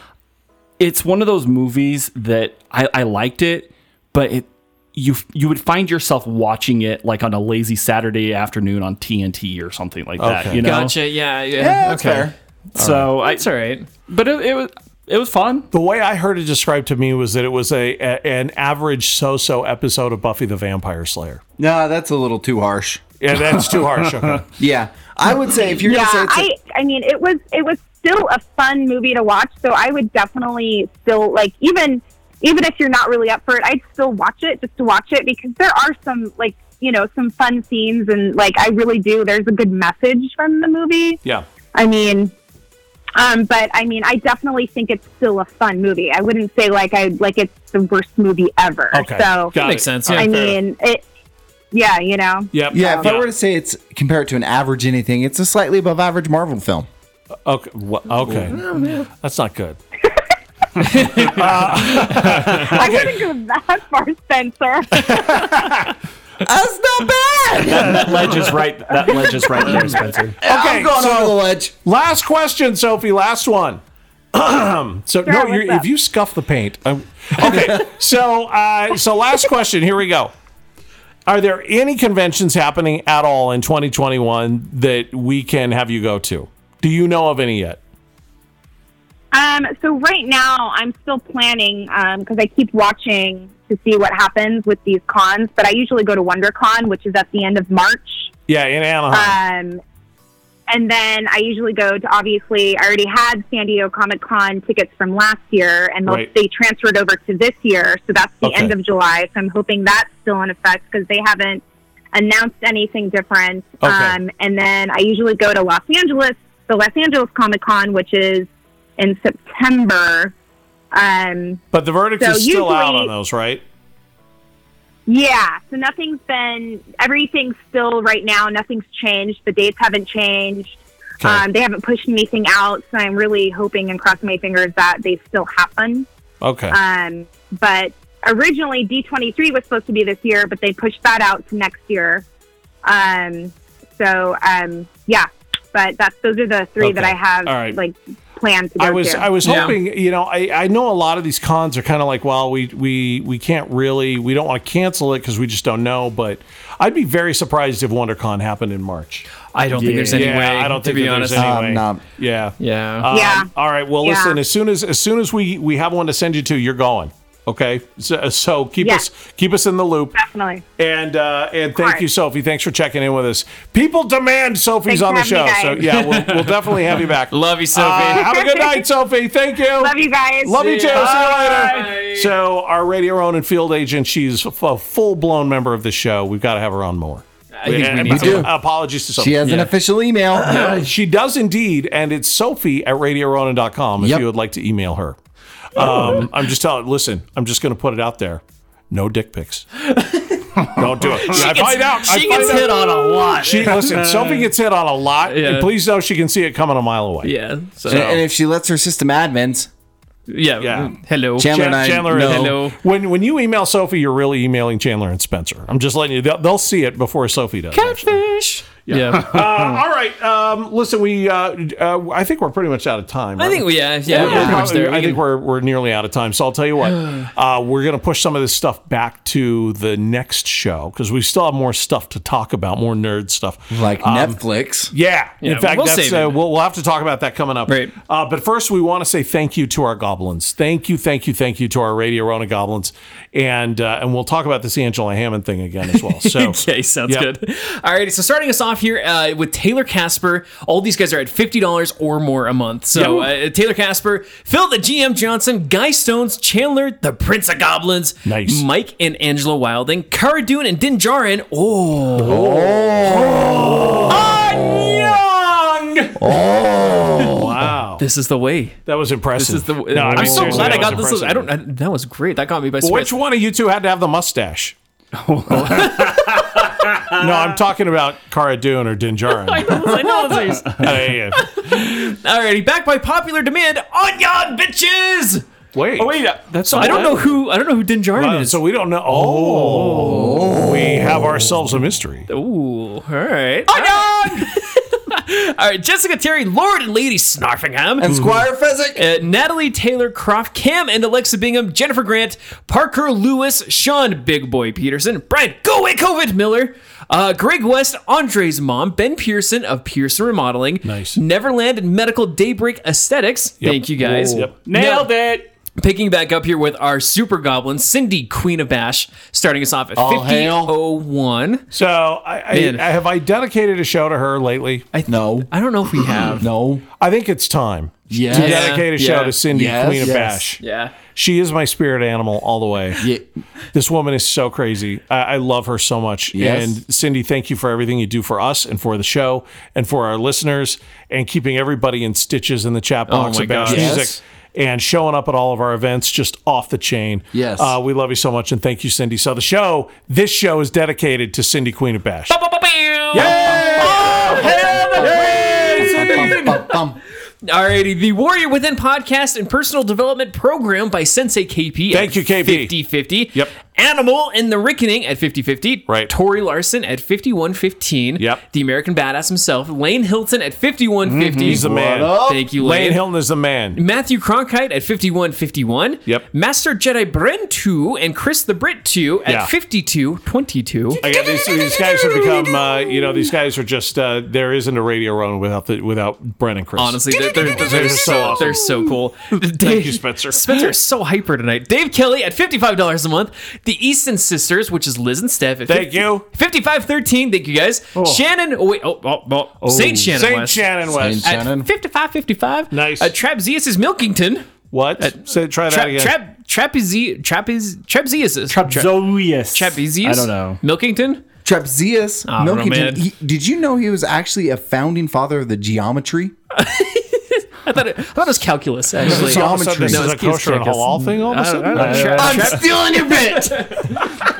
Speaker 2: it's one of those movies that I, I liked it, but it you you would find yourself watching it like on a lazy Saturday afternoon on TNT or something like that.
Speaker 4: Okay.
Speaker 2: You know,
Speaker 5: Gotcha. Yeah. Yeah.
Speaker 3: yeah, that's
Speaker 5: okay.
Speaker 3: fair.
Speaker 2: so
Speaker 5: That's
Speaker 2: I
Speaker 5: all right.
Speaker 2: but it, it was it was fun.
Speaker 4: The way I heard it described to me was that it was a, a an average so-so episode of Buffy the Vampire Slayer.
Speaker 3: No, that's a little too harsh.
Speaker 4: Yeah, that's too harsh. Okay.
Speaker 3: Yeah, I would say if you're
Speaker 10: Yeah,
Speaker 3: gonna say
Speaker 10: I.
Speaker 3: it's
Speaker 10: I mean, it was it was still a fun movie to watch. So I would definitely still like even even if you're not really up for it, I'd still watch it just to watch it because there are some like you know some fun scenes and like I really do. There's a good message from the movie.
Speaker 4: Yeah.
Speaker 10: I mean, um, but I mean, I definitely think it's still a fun movie. I wouldn't say like I like it's the worst movie ever.
Speaker 4: Okay.
Speaker 10: So
Speaker 4: Got
Speaker 5: Makes
Speaker 4: it.
Speaker 5: sense,
Speaker 4: All
Speaker 5: yeah.
Speaker 10: I
Speaker 4: right, fair enough.
Speaker 10: mean, it. Yeah, you know.
Speaker 4: Yep.
Speaker 3: a, yeah, if I were to say it's compare it to an average anything, it's a slightly above average Marvel film.
Speaker 4: Okay. wha- okay. That's not good.
Speaker 10: I wouldn't go that far, Spencer.
Speaker 3: That's not bad.
Speaker 2: That ledge is right. That ledge is right there, Spencer.
Speaker 4: Okay.
Speaker 3: I'm going
Speaker 4: so
Speaker 3: over the ledge.
Speaker 4: last question, Sophie. Last one. so no,
Speaker 10: what's
Speaker 4: you're,
Speaker 10: up?
Speaker 4: if you scuff the paint, I'm, okay. so uh, so last question. Here we go. Are there any conventions happening at all in 2021 that we can have you go to? Do you know of any yet?
Speaker 10: um, so right now, I'm still planning because I keep watching to see what happens with these cons. But I usually go to WonderCon, which is at the end of March.
Speaker 4: Yeah, in Anaheim.
Speaker 10: Um, and then I usually go to obviously I already had San Diego Comic Con tickets from last year, and they'll-
Speaker 4: Right.
Speaker 10: they transferred over to this year, so that's the
Speaker 4: Okay.
Speaker 10: end of July. So I'm hoping that's still in effect because they haven't announced anything different.
Speaker 4: Okay.
Speaker 10: Um, and then I usually go to Los Angeles, the Los Angeles Comic Con, which is in September. Um,
Speaker 4: but the verdict
Speaker 10: so
Speaker 4: is still out
Speaker 10: usually-
Speaker 4: on those, right?
Speaker 10: yeah, so nothing's been, everything's still right now, nothing's changed. The dates haven't changed.
Speaker 4: Okay.
Speaker 10: Um, they haven't pushed anything out, so I'm really hoping and crossing my fingers that they still happen.
Speaker 4: Okay.
Speaker 10: Um, but originally, D23 was supposed to be this year, but they pushed that out to next year. Um, so, um, yeah, but that's those are the three that
Speaker 4: Okay.
Speaker 10: I have
Speaker 4: All right.
Speaker 10: like planned to go
Speaker 4: I was
Speaker 10: to.
Speaker 4: I was
Speaker 5: Yeah.
Speaker 4: hoping you know I, I know a lot of these cons are kind of like well we we we can't really we don't want to cancel it because we just don't know but I'd be very surprised if WonderCon happened in March.
Speaker 5: I don't think there's any
Speaker 4: yeah,
Speaker 5: way.
Speaker 4: I don't think
Speaker 5: to be
Speaker 4: that
Speaker 5: honest.
Speaker 4: there's any
Speaker 3: Um,
Speaker 4: way.
Speaker 3: no.
Speaker 4: Yeah.
Speaker 5: yeah.
Speaker 4: Um,
Speaker 10: Yeah.
Speaker 4: All right. Well,
Speaker 10: Yeah.
Speaker 4: listen. As soon as as soon as we we have one to send you to, you're going. Okay. So, so keep
Speaker 10: Yeah.
Speaker 4: us keep us in the loop.
Speaker 10: Definitely.
Speaker 4: And uh, and thank
Speaker 10: course.
Speaker 4: you, Sophie. Thanks for checking in with us. People demand Sophie's
Speaker 10: Thanks
Speaker 4: on the
Speaker 10: for
Speaker 4: show. So
Speaker 10: having me,
Speaker 4: yeah, we'll, we'll definitely have you back.
Speaker 5: Love you, Sophie.
Speaker 4: Uh, have a good night, Sophie. Thank you.
Speaker 10: Love you guys.
Speaker 4: Love you
Speaker 5: See
Speaker 4: too.
Speaker 5: ya.
Speaker 4: See you later.
Speaker 5: Bye.
Speaker 4: So our Radio Ronan field agent, she's f- a full blown member of the show. We've got to have her on more.
Speaker 5: I think we
Speaker 4: And-
Speaker 5: need
Speaker 4: and-
Speaker 5: to.
Speaker 4: Apologies to Sophie.
Speaker 3: She has an official email.
Speaker 4: She does indeed, and it's Sophie at RadioRonan.com if
Speaker 3: Yep.
Speaker 4: you would like to email her. Um, I'm just telling. Listen, I'm just going to put it out there. No dick pics. Don't do it. I find out. I
Speaker 5: She
Speaker 4: find
Speaker 5: gets
Speaker 4: out.
Speaker 5: hit on a lot.
Speaker 4: She listen. Sophie gets hit on a lot, and
Speaker 5: Yeah.
Speaker 4: please know she can see it coming a mile away.
Speaker 5: yeah. So,
Speaker 3: And, and if she lets her system admins,
Speaker 5: yeah.
Speaker 4: Yeah.
Speaker 5: Hello.
Speaker 3: Chandler and I
Speaker 4: Chandler
Speaker 3: know.
Speaker 4: and
Speaker 5: Hello.
Speaker 4: When when you email Sophie, you're really emailing Chandler and Spencer. I'm just letting you. They'll, they'll see it before Sophie does.
Speaker 5: Catfish. Yeah.
Speaker 4: Uh, all right. Um, listen, we. Uh, uh, I think we're pretty much out of time.
Speaker 5: I
Speaker 4: right?
Speaker 5: think we. Yeah.
Speaker 4: We're
Speaker 5: Yeah. we're pretty much
Speaker 4: probably-
Speaker 5: there. We
Speaker 4: I think
Speaker 5: can-
Speaker 4: we're, we're nearly out of time. So I'll tell you what, uh, we're going to push some of this stuff back to the next show because we still have more stuff to talk about, more nerd stuff.
Speaker 3: like
Speaker 4: Um,
Speaker 3: Netflix,
Speaker 4: Yeah.
Speaker 5: Yeah,
Speaker 4: In fact,
Speaker 5: we'll
Speaker 4: that's,
Speaker 5: save
Speaker 4: uh,
Speaker 5: it.
Speaker 4: we'll, we'll have to talk about that coming up.
Speaker 5: Right.
Speaker 4: Uh, but first, we want to say thank you to our goblins. Thank you, thank you, thank you to our Radio Rona goblins. And uh, and we'll talk about this Angela Hammond thing again as well. So
Speaker 5: okay, sounds
Speaker 4: Yep.
Speaker 5: good. Alrighty, so starting us off here uh, with Taylor Casper. All these guys are at fifty dollars or more a month. So uh, Taylor Casper, Phil the GM Johnson, Guy Stones, Chandler the Prince of Goblins,
Speaker 4: Nice.
Speaker 5: Mike and Angela Wilding, Cara Dune and Din Djarin. Oh,
Speaker 4: wow,
Speaker 5: this is the way.
Speaker 4: that was impressive.
Speaker 5: This is the. Way.
Speaker 4: No, I mean,
Speaker 5: I'm so
Speaker 4: seriously,
Speaker 5: glad
Speaker 4: that
Speaker 5: I
Speaker 4: was
Speaker 5: got this.
Speaker 4: impressive.
Speaker 5: I don't. I, that was great. That caught me by
Speaker 4: Which
Speaker 5: surprise.
Speaker 4: one of you two had to have the mustache? no, I'm talking about Cara Dune or Dinjarin.
Speaker 5: I know that's what
Speaker 4: Yeah, yeah, yeah.
Speaker 5: you're- Alrighty, back by popular demand, on y'all bitches.
Speaker 4: Oh, Wait.
Speaker 2: that's
Speaker 5: So I don't know who I don't know who Din Djarin
Speaker 4: Uh,
Speaker 5: is.
Speaker 4: so we don't know. Oh, we have ourselves a mystery.
Speaker 5: Ooh, all right. all right, Jessica Terry, Lord and Lady Snarfingham.
Speaker 3: And Squire Fezzik.
Speaker 5: uh, Natalie Taylor Croft, Cam and Alexa Bingham, Jennifer Grant, Parker Lewis, Sean Big Boy Peterson, Brian Go Away COVID Miller, uh, Greg West, Andre's mom, Ben Pearson of Pearson Remodeling,
Speaker 4: Nice.
Speaker 5: Neverland and Medical Daybreak Aesthetics. Thank you guys.
Speaker 4: Yep.
Speaker 2: Nailed
Speaker 5: Now,
Speaker 2: it.
Speaker 5: Picking back up here with our super goblin, Cindy Queen of Bash, starting us off at
Speaker 3: All hail.
Speaker 5: 5001.
Speaker 4: So I, I,
Speaker 5: Man.
Speaker 4: I have I dedicated a show to her lately. I,
Speaker 3: No.
Speaker 5: I don't know if we have.
Speaker 3: No.
Speaker 4: think it's time
Speaker 3: Yes.
Speaker 4: to dedicate a show
Speaker 5: yeah.
Speaker 4: to Cindy
Speaker 3: Yes.
Speaker 4: Queen of
Speaker 3: Yes.
Speaker 4: Bash.
Speaker 5: Yeah.
Speaker 4: She is my spirit animal all the way.
Speaker 3: Yeah.
Speaker 4: This woman is so crazy. I, I love her so much.
Speaker 3: Yes.
Speaker 4: And Cindy, thank you for everything you do for us and for the show and for our listeners and keeping everybody in stitches in the chat box
Speaker 5: Oh my
Speaker 4: about
Speaker 5: gosh.
Speaker 3: Yes.
Speaker 4: music and showing up at all of our events just off the chain.
Speaker 3: Yes.
Speaker 4: Uh, we love you so much and thank you, Cindy. So the show, this show is dedicated to Cindy Queen of Bash.
Speaker 3: Bum, bum, bum, bum.
Speaker 5: Alrighty, the Warrior Within podcast and personal development program by Sensei KP.
Speaker 4: Thank you, KP.
Speaker 5: 50 50.
Speaker 4: Yep.
Speaker 5: Animal in the Reckoning at 50 50.
Speaker 4: Right.
Speaker 5: Tori Larson at 51 15.
Speaker 4: Yep.
Speaker 5: The American Badass himself, Lane Hilton at 51 50.
Speaker 4: Mm-hmm. He's the man.
Speaker 5: Thank you, Lane.
Speaker 4: Lane Hilton is the man.
Speaker 5: Matthew Cronkite at 51 51.
Speaker 4: Yep.
Speaker 5: Master Jedi Bren 2 and Chris the Brit 2 at
Speaker 4: Yeah.
Speaker 5: 52 22.
Speaker 4: I got these, these guys have become, uh, you know, these guys are just, uh, there isn't a radio run without the, without Brent and Chris.
Speaker 5: Honestly, they're, they're, they're,
Speaker 4: They're so
Speaker 5: so
Speaker 4: awesome.
Speaker 5: they're so cool.
Speaker 4: Thank you, Spencer.
Speaker 5: Spencer is so hyper tonight. Dave Kelly at fifty-five dollars a month. The Easton sisters, which is Liz and Steph. At
Speaker 4: Thank you.
Speaker 5: Fifty-five thirteen. Thank you guys. Shannon. Oh wait. Oh, oh, oh, Saint Shannon.
Speaker 4: St.
Speaker 5: West.
Speaker 4: Shannon West.
Speaker 3: Saint- Shannon.
Speaker 5: At fifty-five fifty-five.
Speaker 4: Nice.
Speaker 5: Uh, Trapzeus is Milkington.
Speaker 4: What? Say, try that
Speaker 5: Tra-
Speaker 4: again.
Speaker 5: trap trapezi trapez trapzeus is
Speaker 2: Trapzoius.
Speaker 5: trapzeus.
Speaker 2: I don't know.
Speaker 5: Milkington.
Speaker 3: Trapzeus.
Speaker 5: I don't know,
Speaker 3: Milkington.
Speaker 5: man.
Speaker 3: He- did you know he was actually a founding father of the geometry?
Speaker 5: I thought it, I thought it was calculus actually.
Speaker 4: All of a sudden, this
Speaker 5: No,
Speaker 4: is a
Speaker 5: it's- it's
Speaker 4: kosher and
Speaker 5: Kyrgyz.
Speaker 4: halal thing all of a
Speaker 5: I don't-
Speaker 4: sudden?
Speaker 5: I don't- Tra-
Speaker 3: I'm stealing your bit.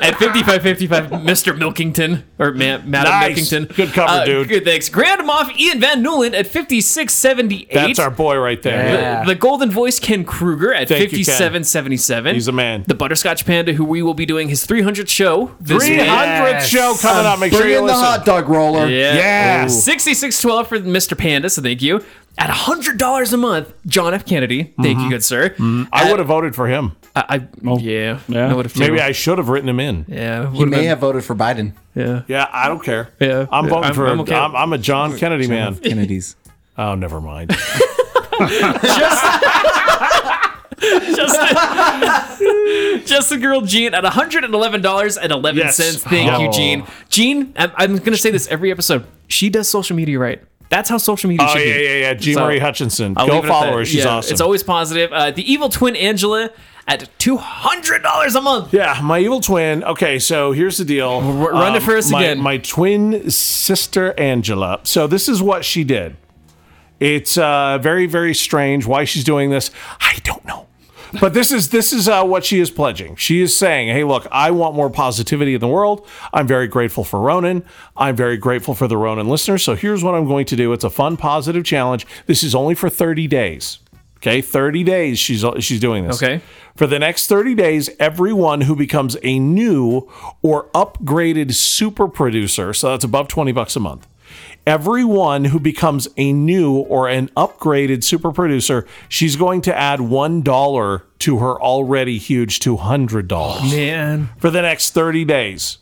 Speaker 5: At 5555, Mr. Milkington, or ma- Madam
Speaker 4: Nice.
Speaker 5: Milkington. Uh,
Speaker 4: Good cover, dude.
Speaker 5: Good, thanks. Grand Moff Ian Van Newland at 5678.
Speaker 4: That's our boy right there.
Speaker 5: The, the Golden Voice Ken Kruger at
Speaker 4: Thank you, Ken.
Speaker 5: 5777.
Speaker 4: He's a man.
Speaker 5: The Butterscotch Panda, who we will be doing his 300th show this
Speaker 4: 300th
Speaker 5: week.
Speaker 4: show coming up. Make sure
Speaker 3: Bring
Speaker 4: you
Speaker 3: in the
Speaker 4: listen.
Speaker 3: hot dog roller. Oh.
Speaker 5: Yeah.
Speaker 4: Yes.
Speaker 5: 6612 for Mr. Panda, so thank you. At $100 a month, John F. Kennedy. Thank you, good sir.
Speaker 4: Mm-hmm. I would have voted for him.
Speaker 5: I, I,
Speaker 3: Oh.
Speaker 5: yeah,
Speaker 2: yeah.
Speaker 5: I would have
Speaker 4: Maybe I should have written him in.
Speaker 5: yeah,
Speaker 3: He may have voted for Biden.
Speaker 5: yeah.
Speaker 4: Yeah, I don't care.
Speaker 5: Yeah.
Speaker 4: I'm
Speaker 5: Yeah,
Speaker 4: voting
Speaker 5: I'm-
Speaker 4: for.
Speaker 5: I'm
Speaker 4: I'm,
Speaker 5: okay.
Speaker 4: I'm, a John Kennedy man.
Speaker 3: Kennedy's.
Speaker 4: Oh, never mind.
Speaker 5: Justin Girl Gene at $111.11.
Speaker 4: Yes.
Speaker 5: Thank you,
Speaker 4: Oh.
Speaker 5: Gene. Gene, I'm, I'm going to say this every episode. She does social media right. That's how social media
Speaker 4: oh
Speaker 5: should
Speaker 4: yeah,
Speaker 5: be.
Speaker 4: yeah, yeah. G.
Speaker 5: So,
Speaker 4: Marie Hutchinson.
Speaker 5: I'll
Speaker 4: Go
Speaker 5: leave it at
Speaker 4: follow
Speaker 5: that.
Speaker 4: her. She's
Speaker 5: Yeah,
Speaker 4: awesome.
Speaker 5: It's always positive. Uh, the evil twin Angela at oh, $200 a month.
Speaker 4: yeah, my evil twin. Okay, so here's the deal. Um,
Speaker 5: R- run it for us
Speaker 4: my-
Speaker 5: again.
Speaker 4: My twin sister Angela. So this is what she did. It's uh, very, very strange why she's doing this. I don't know. But this is this is uh, what she is pledging. She is saying, "Hey, look, I want more positivity in the world. I'm very grateful for Ronan. I'm very grateful for the Ronan listeners. So here's what I'm going to do. It's a fun, positive challenge. This is only for 30 days. Okay, 30 days. She's she's doing this.
Speaker 5: Okay.
Speaker 4: For the next 30 days, everyone who becomes a new or upgraded super producer, so that's above 20 bucks a month, everyone who becomes a new or an upgraded super producer, she's going to add $1 to her already huge $200
Speaker 5: Man.
Speaker 4: for the next 30 days.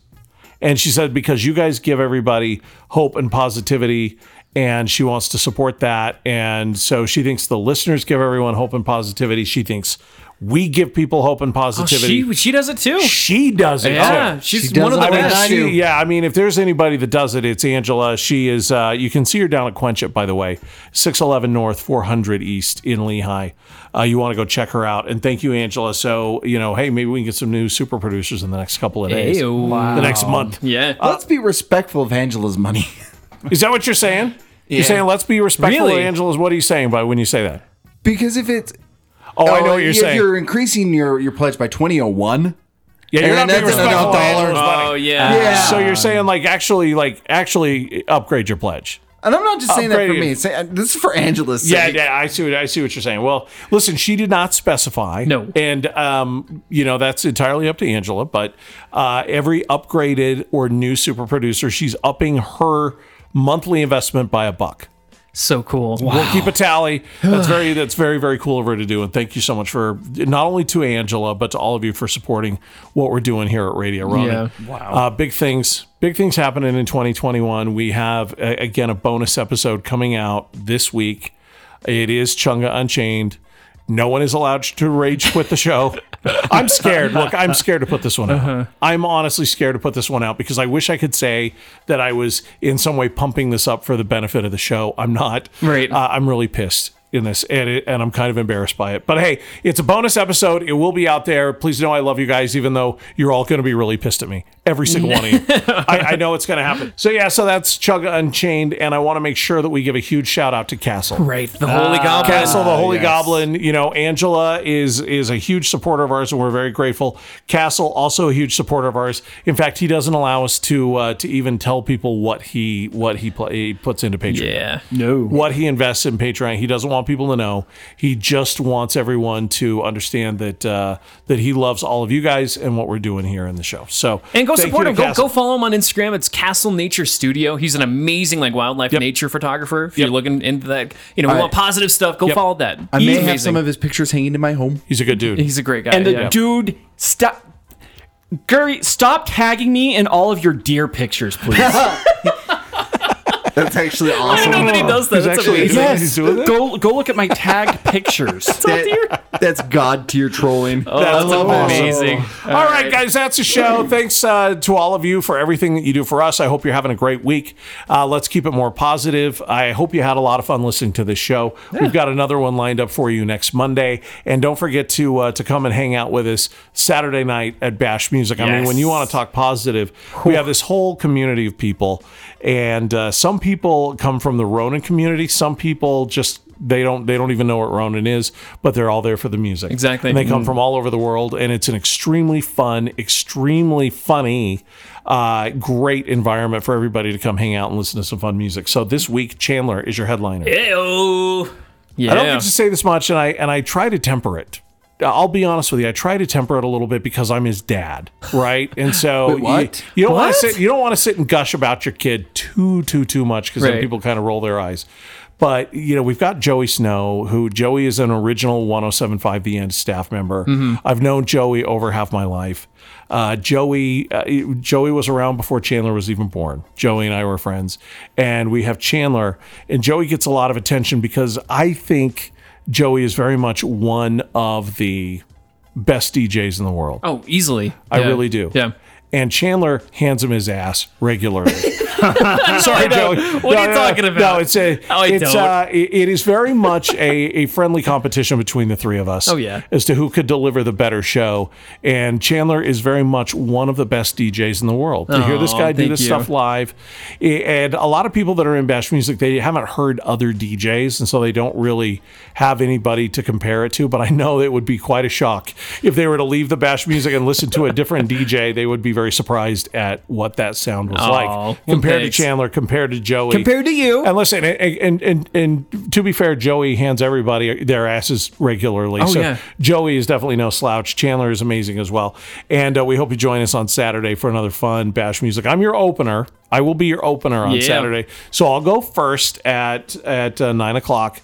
Speaker 4: And she said, because you guys give everybody hope and positivity, and she wants to support that. And so she thinks the listeners give everyone hope and positivity. She thinks we give people hope and positivity.
Speaker 5: Oh, She, she does it too.
Speaker 4: she does it.
Speaker 5: yeah,
Speaker 4: too.
Speaker 5: she's
Speaker 3: She does
Speaker 5: one of the
Speaker 3: all
Speaker 4: I mean,
Speaker 3: that.
Speaker 5: best.
Speaker 4: she-
Speaker 3: do.
Speaker 4: yeah, I mean, if there's anybody that does it, it's Angela. She is. Uh, you can see her down at Quench It, by the way, six eleven North, four hundred East in Lehigh. Uh, you want to go check her out, and thank you, Angela. So you know, hey, maybe we can get some new super producers in the next couple of days,
Speaker 5: Ew.
Speaker 4: the next month. Uh,
Speaker 5: Yeah.
Speaker 3: Let's be respectful of Angela's money.
Speaker 4: Is that what you're saying? You're saying let's be respectful of
Speaker 5: Really?
Speaker 4: Angela's. What are you saying by when you say that?
Speaker 3: Because if it's
Speaker 4: Oh, I know what you're
Speaker 3: if
Speaker 4: saying.
Speaker 3: oh You're increasing your, your pledge by 2001.
Speaker 4: Yeah, you're
Speaker 3: And
Speaker 4: not being
Speaker 3: then that's
Speaker 4: respectful.
Speaker 3: enough
Speaker 4: of Angela's
Speaker 3: dollars.
Speaker 4: money.
Speaker 5: Oh yeah.
Speaker 3: Yeah.
Speaker 4: So you're saying like actually like actually upgrade your pledge.
Speaker 3: And I'm
Speaker 4: Oh,
Speaker 3: not just saying that for
Speaker 4: Upgrading.
Speaker 3: me. Say- uh, This is for Angela's sake.
Speaker 4: Yeah, yeah, I see. What, I see what you're saying. Well, listen, she did not specify.
Speaker 5: No.
Speaker 4: and um, you know that's entirely up to Angela. But uh, every upgraded or new super producer, she's upping her monthly investment by a buck.
Speaker 5: So cool.
Speaker 4: We'll keep a tally. That's very that's very very cool of her to do, and thank you so much for not only to Angela but to all of you for supporting what we're doing here at Radio Ronin.
Speaker 5: Yeah.
Speaker 4: Wow, uh, big things, big things happening in 2021. We have a, again a bonus episode coming out this week. It is Chunga Unchained. No one is allowed to rage quit the show. I'm scared. Look, I'm scared to put this one out. I'm honestly scared to put this one out because I wish I could say that I was in some way pumping this up for the benefit of the show. I'm not.
Speaker 5: Right.
Speaker 4: Uh, I'm really pissed in this and it, and I'm kind of embarrassed by it. But hey, it's a bonus episode. It will be out there. Please know I love you guys, even though you're all going to be really pissed at me. Every single one of you. I, I know it's going to happen. So yeah, so that's Chugga Unchained, and I want to make sure that we give a huge shout out to Castle. Ah.
Speaker 5: Right. The Holy Goblin.
Speaker 4: Castle the Holy
Speaker 3: yes.
Speaker 4: Goblin. You know, Angela is is a huge supporter of ours, and we're very grateful. Castle also a huge supporter of ours. In fact, he doesn't allow us to uh, to even tell people what he what he, pla he puts into Patreon.
Speaker 5: Yeah.
Speaker 2: No.
Speaker 4: What he invests in Patreon, he doesn't want people to know. He just wants everyone to understand that uh, that he loves all of you guys and what we're doing here in the show. So
Speaker 5: And go
Speaker 4: thank
Speaker 5: support
Speaker 4: you
Speaker 5: him.
Speaker 4: to
Speaker 5: Go,
Speaker 4: Castle.
Speaker 5: go follow him on Instagram. It's Castle Nature Studio. He's an amazing like wildlife nature photographer. If you're looking into that, you know, we
Speaker 3: All
Speaker 5: want
Speaker 3: right.
Speaker 5: positive stuff. Go follow that.
Speaker 3: I
Speaker 5: He's
Speaker 3: may
Speaker 5: amazing.
Speaker 3: have some of his pictures hanging in my home.
Speaker 4: He's a good dude.
Speaker 5: He's a great guy.
Speaker 2: And the
Speaker 5: yeah.
Speaker 2: dude stop. Gary, stop tagging me in all of your deer pictures, please.
Speaker 3: That's actually awesome.
Speaker 5: Nobody does that.
Speaker 4: He's
Speaker 5: That's
Speaker 4: actually-
Speaker 5: amazing.
Speaker 4: He's
Speaker 2: yes,
Speaker 4: doing that?
Speaker 2: go go look at my tagged pictures.
Speaker 3: That- that's god tier trolling.
Speaker 5: That's
Speaker 3: I love that.
Speaker 5: amazing.
Speaker 4: Oh, all right. guys, that's the show. Thanks uh, to all of you for everything that you do for us. I hope you're having a great week. Uh, let's keep it more positive. I hope you had a lot of fun listening to this show. We've got another one lined up for you next Monday, and don't forget to uh, to come and hang out with us Saturday night at Bash Music. I mean, when you
Speaker 2: Yes.
Speaker 4: want to talk positive, we have this whole community of people, and uh, some people come from the Ronin community. Some people just they don't they don't even know what Ronin is, but they're all there for the music.
Speaker 5: Exactly.
Speaker 4: And they come from all over the world, and it's an extremely fun, extremely funny, uh, great environment for everybody to come hang out and listen to some fun music. So this week, Chandler is your headliner.
Speaker 5: Ayo. Yeah.
Speaker 4: I don't get to say this much, and I and I try to temper it. I'll be honest with you. I try to temper it a little bit because I'm his dad, right? And so
Speaker 3: Wait, what?
Speaker 4: You, you don't want
Speaker 5: What?
Speaker 4: to sit. You don't want to sit and gush about your kid too, too, too much because
Speaker 5: Right.
Speaker 4: then people kind of roll their eyes. But you know, we've got Joey Snow, who Joey is an original 107.5 The End staff member.
Speaker 5: Mm-hmm.
Speaker 4: I've known Joey over half my life. Uh, Joey, uh, Joey was around before Chandler was even born. Joey and I were friends, and we have Chandler, and Joey gets a lot of attention because I think Joey is very much one of the best DJs in the world.
Speaker 5: Oh, easily.
Speaker 4: I
Speaker 5: Yeah.
Speaker 4: really do.
Speaker 5: Yeah.
Speaker 4: And Chandler hands him his ass regularly. Sorry, Joey.
Speaker 5: What are you talking about?
Speaker 4: No, it's a.
Speaker 5: Oh, I
Speaker 4: it's
Speaker 5: don't.
Speaker 4: Uh, it- it is very much a, a friendly competition between the three of us.
Speaker 5: Oh, yeah.
Speaker 4: As to who could deliver the better show, and Chandler is very much one of the best DJs in the world. To hear this
Speaker 5: Aw,
Speaker 4: guy do
Speaker 5: Oh, thank
Speaker 4: this
Speaker 5: you.
Speaker 4: stuff live, i- and a lot of people that are in Bash Music, they haven't heard other DJs, and so they don't really have anybody to compare it to. But I know it would be quite a shock if they were to leave the Bash Music and listen to a different DJ. They would be very surprised at what that sound was
Speaker 5: Aw, well,
Speaker 4: like compared
Speaker 5: Oh, thanks.
Speaker 4: to Chandler, compared to Joey,
Speaker 3: Compared to you.
Speaker 4: and listen, and and and, and to be fair, Joey hands everybody their asses regularly. so
Speaker 5: Oh, yeah.
Speaker 4: Joey is definitely no slouch. Chandler is amazing as well. And uh, we hope you join us on Saturday for another fun bash music. I'm your opener. I will be your opener on
Speaker 5: Yeah.
Speaker 4: Saturday. So I'll go first at at uh, nine o'clock.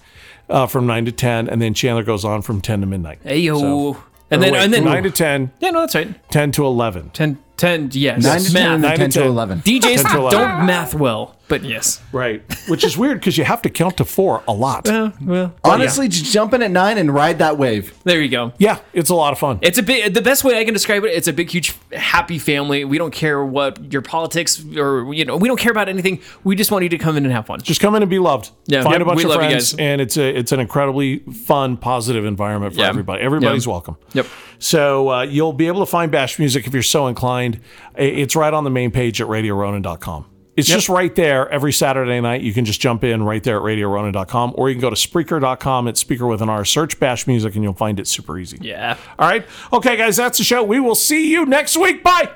Speaker 4: Uh, from nine to ten, and then Chandler goes on from ten to midnight.
Speaker 5: Ayo.
Speaker 4: So-
Speaker 5: and then
Speaker 4: Or wait,
Speaker 5: and then
Speaker 4: nine to 10,
Speaker 5: Yeah, no, that's right.
Speaker 4: 10 to eleven.
Speaker 5: 10 10 yes.
Speaker 3: Nine to ten, and then
Speaker 5: math.
Speaker 4: Nine
Speaker 3: ten
Speaker 4: to
Speaker 3: to
Speaker 4: ten.
Speaker 3: eleven.
Speaker 5: DJs
Speaker 4: 10 to 11.
Speaker 5: don't math well, but yes.
Speaker 4: Right, which is weird because you have to count to four a lot. Oh,
Speaker 5: Uh, well,
Speaker 3: Honestly, just jump in at nine and ride that wave.
Speaker 5: there you go.
Speaker 4: Yeah, it's a lot of fun.
Speaker 5: It's a big. The best way I can describe it, it's a big, huge, happy family. We don't care what your politics or you know, we don't care about anything. We just want you to come in and have fun.
Speaker 4: just come in and be loved.
Speaker 5: Yeah.
Speaker 4: Find
Speaker 5: Yep,
Speaker 4: a bunch
Speaker 5: we
Speaker 4: of
Speaker 5: love you
Speaker 4: friends,
Speaker 5: guys.
Speaker 4: and it's a it's an incredibly fun, positive environment for
Speaker 5: Yeah.
Speaker 4: everybody. Everybody's
Speaker 5: Yeah.
Speaker 4: welcome.
Speaker 5: Yep.
Speaker 4: So uh, you'll be able to find Bash Music if you're so inclined. I- It's right on the main page at RadioRonan.com. It's just right there every Saturday night. You can just jump in right there at radioronan.com or you can go to Spreaker.com at Speaker with an R. Search Bash Music and you'll find it super easy.
Speaker 5: Yeah.
Speaker 4: All right. Okay, guys, that's the show. We will see you next week. Bye.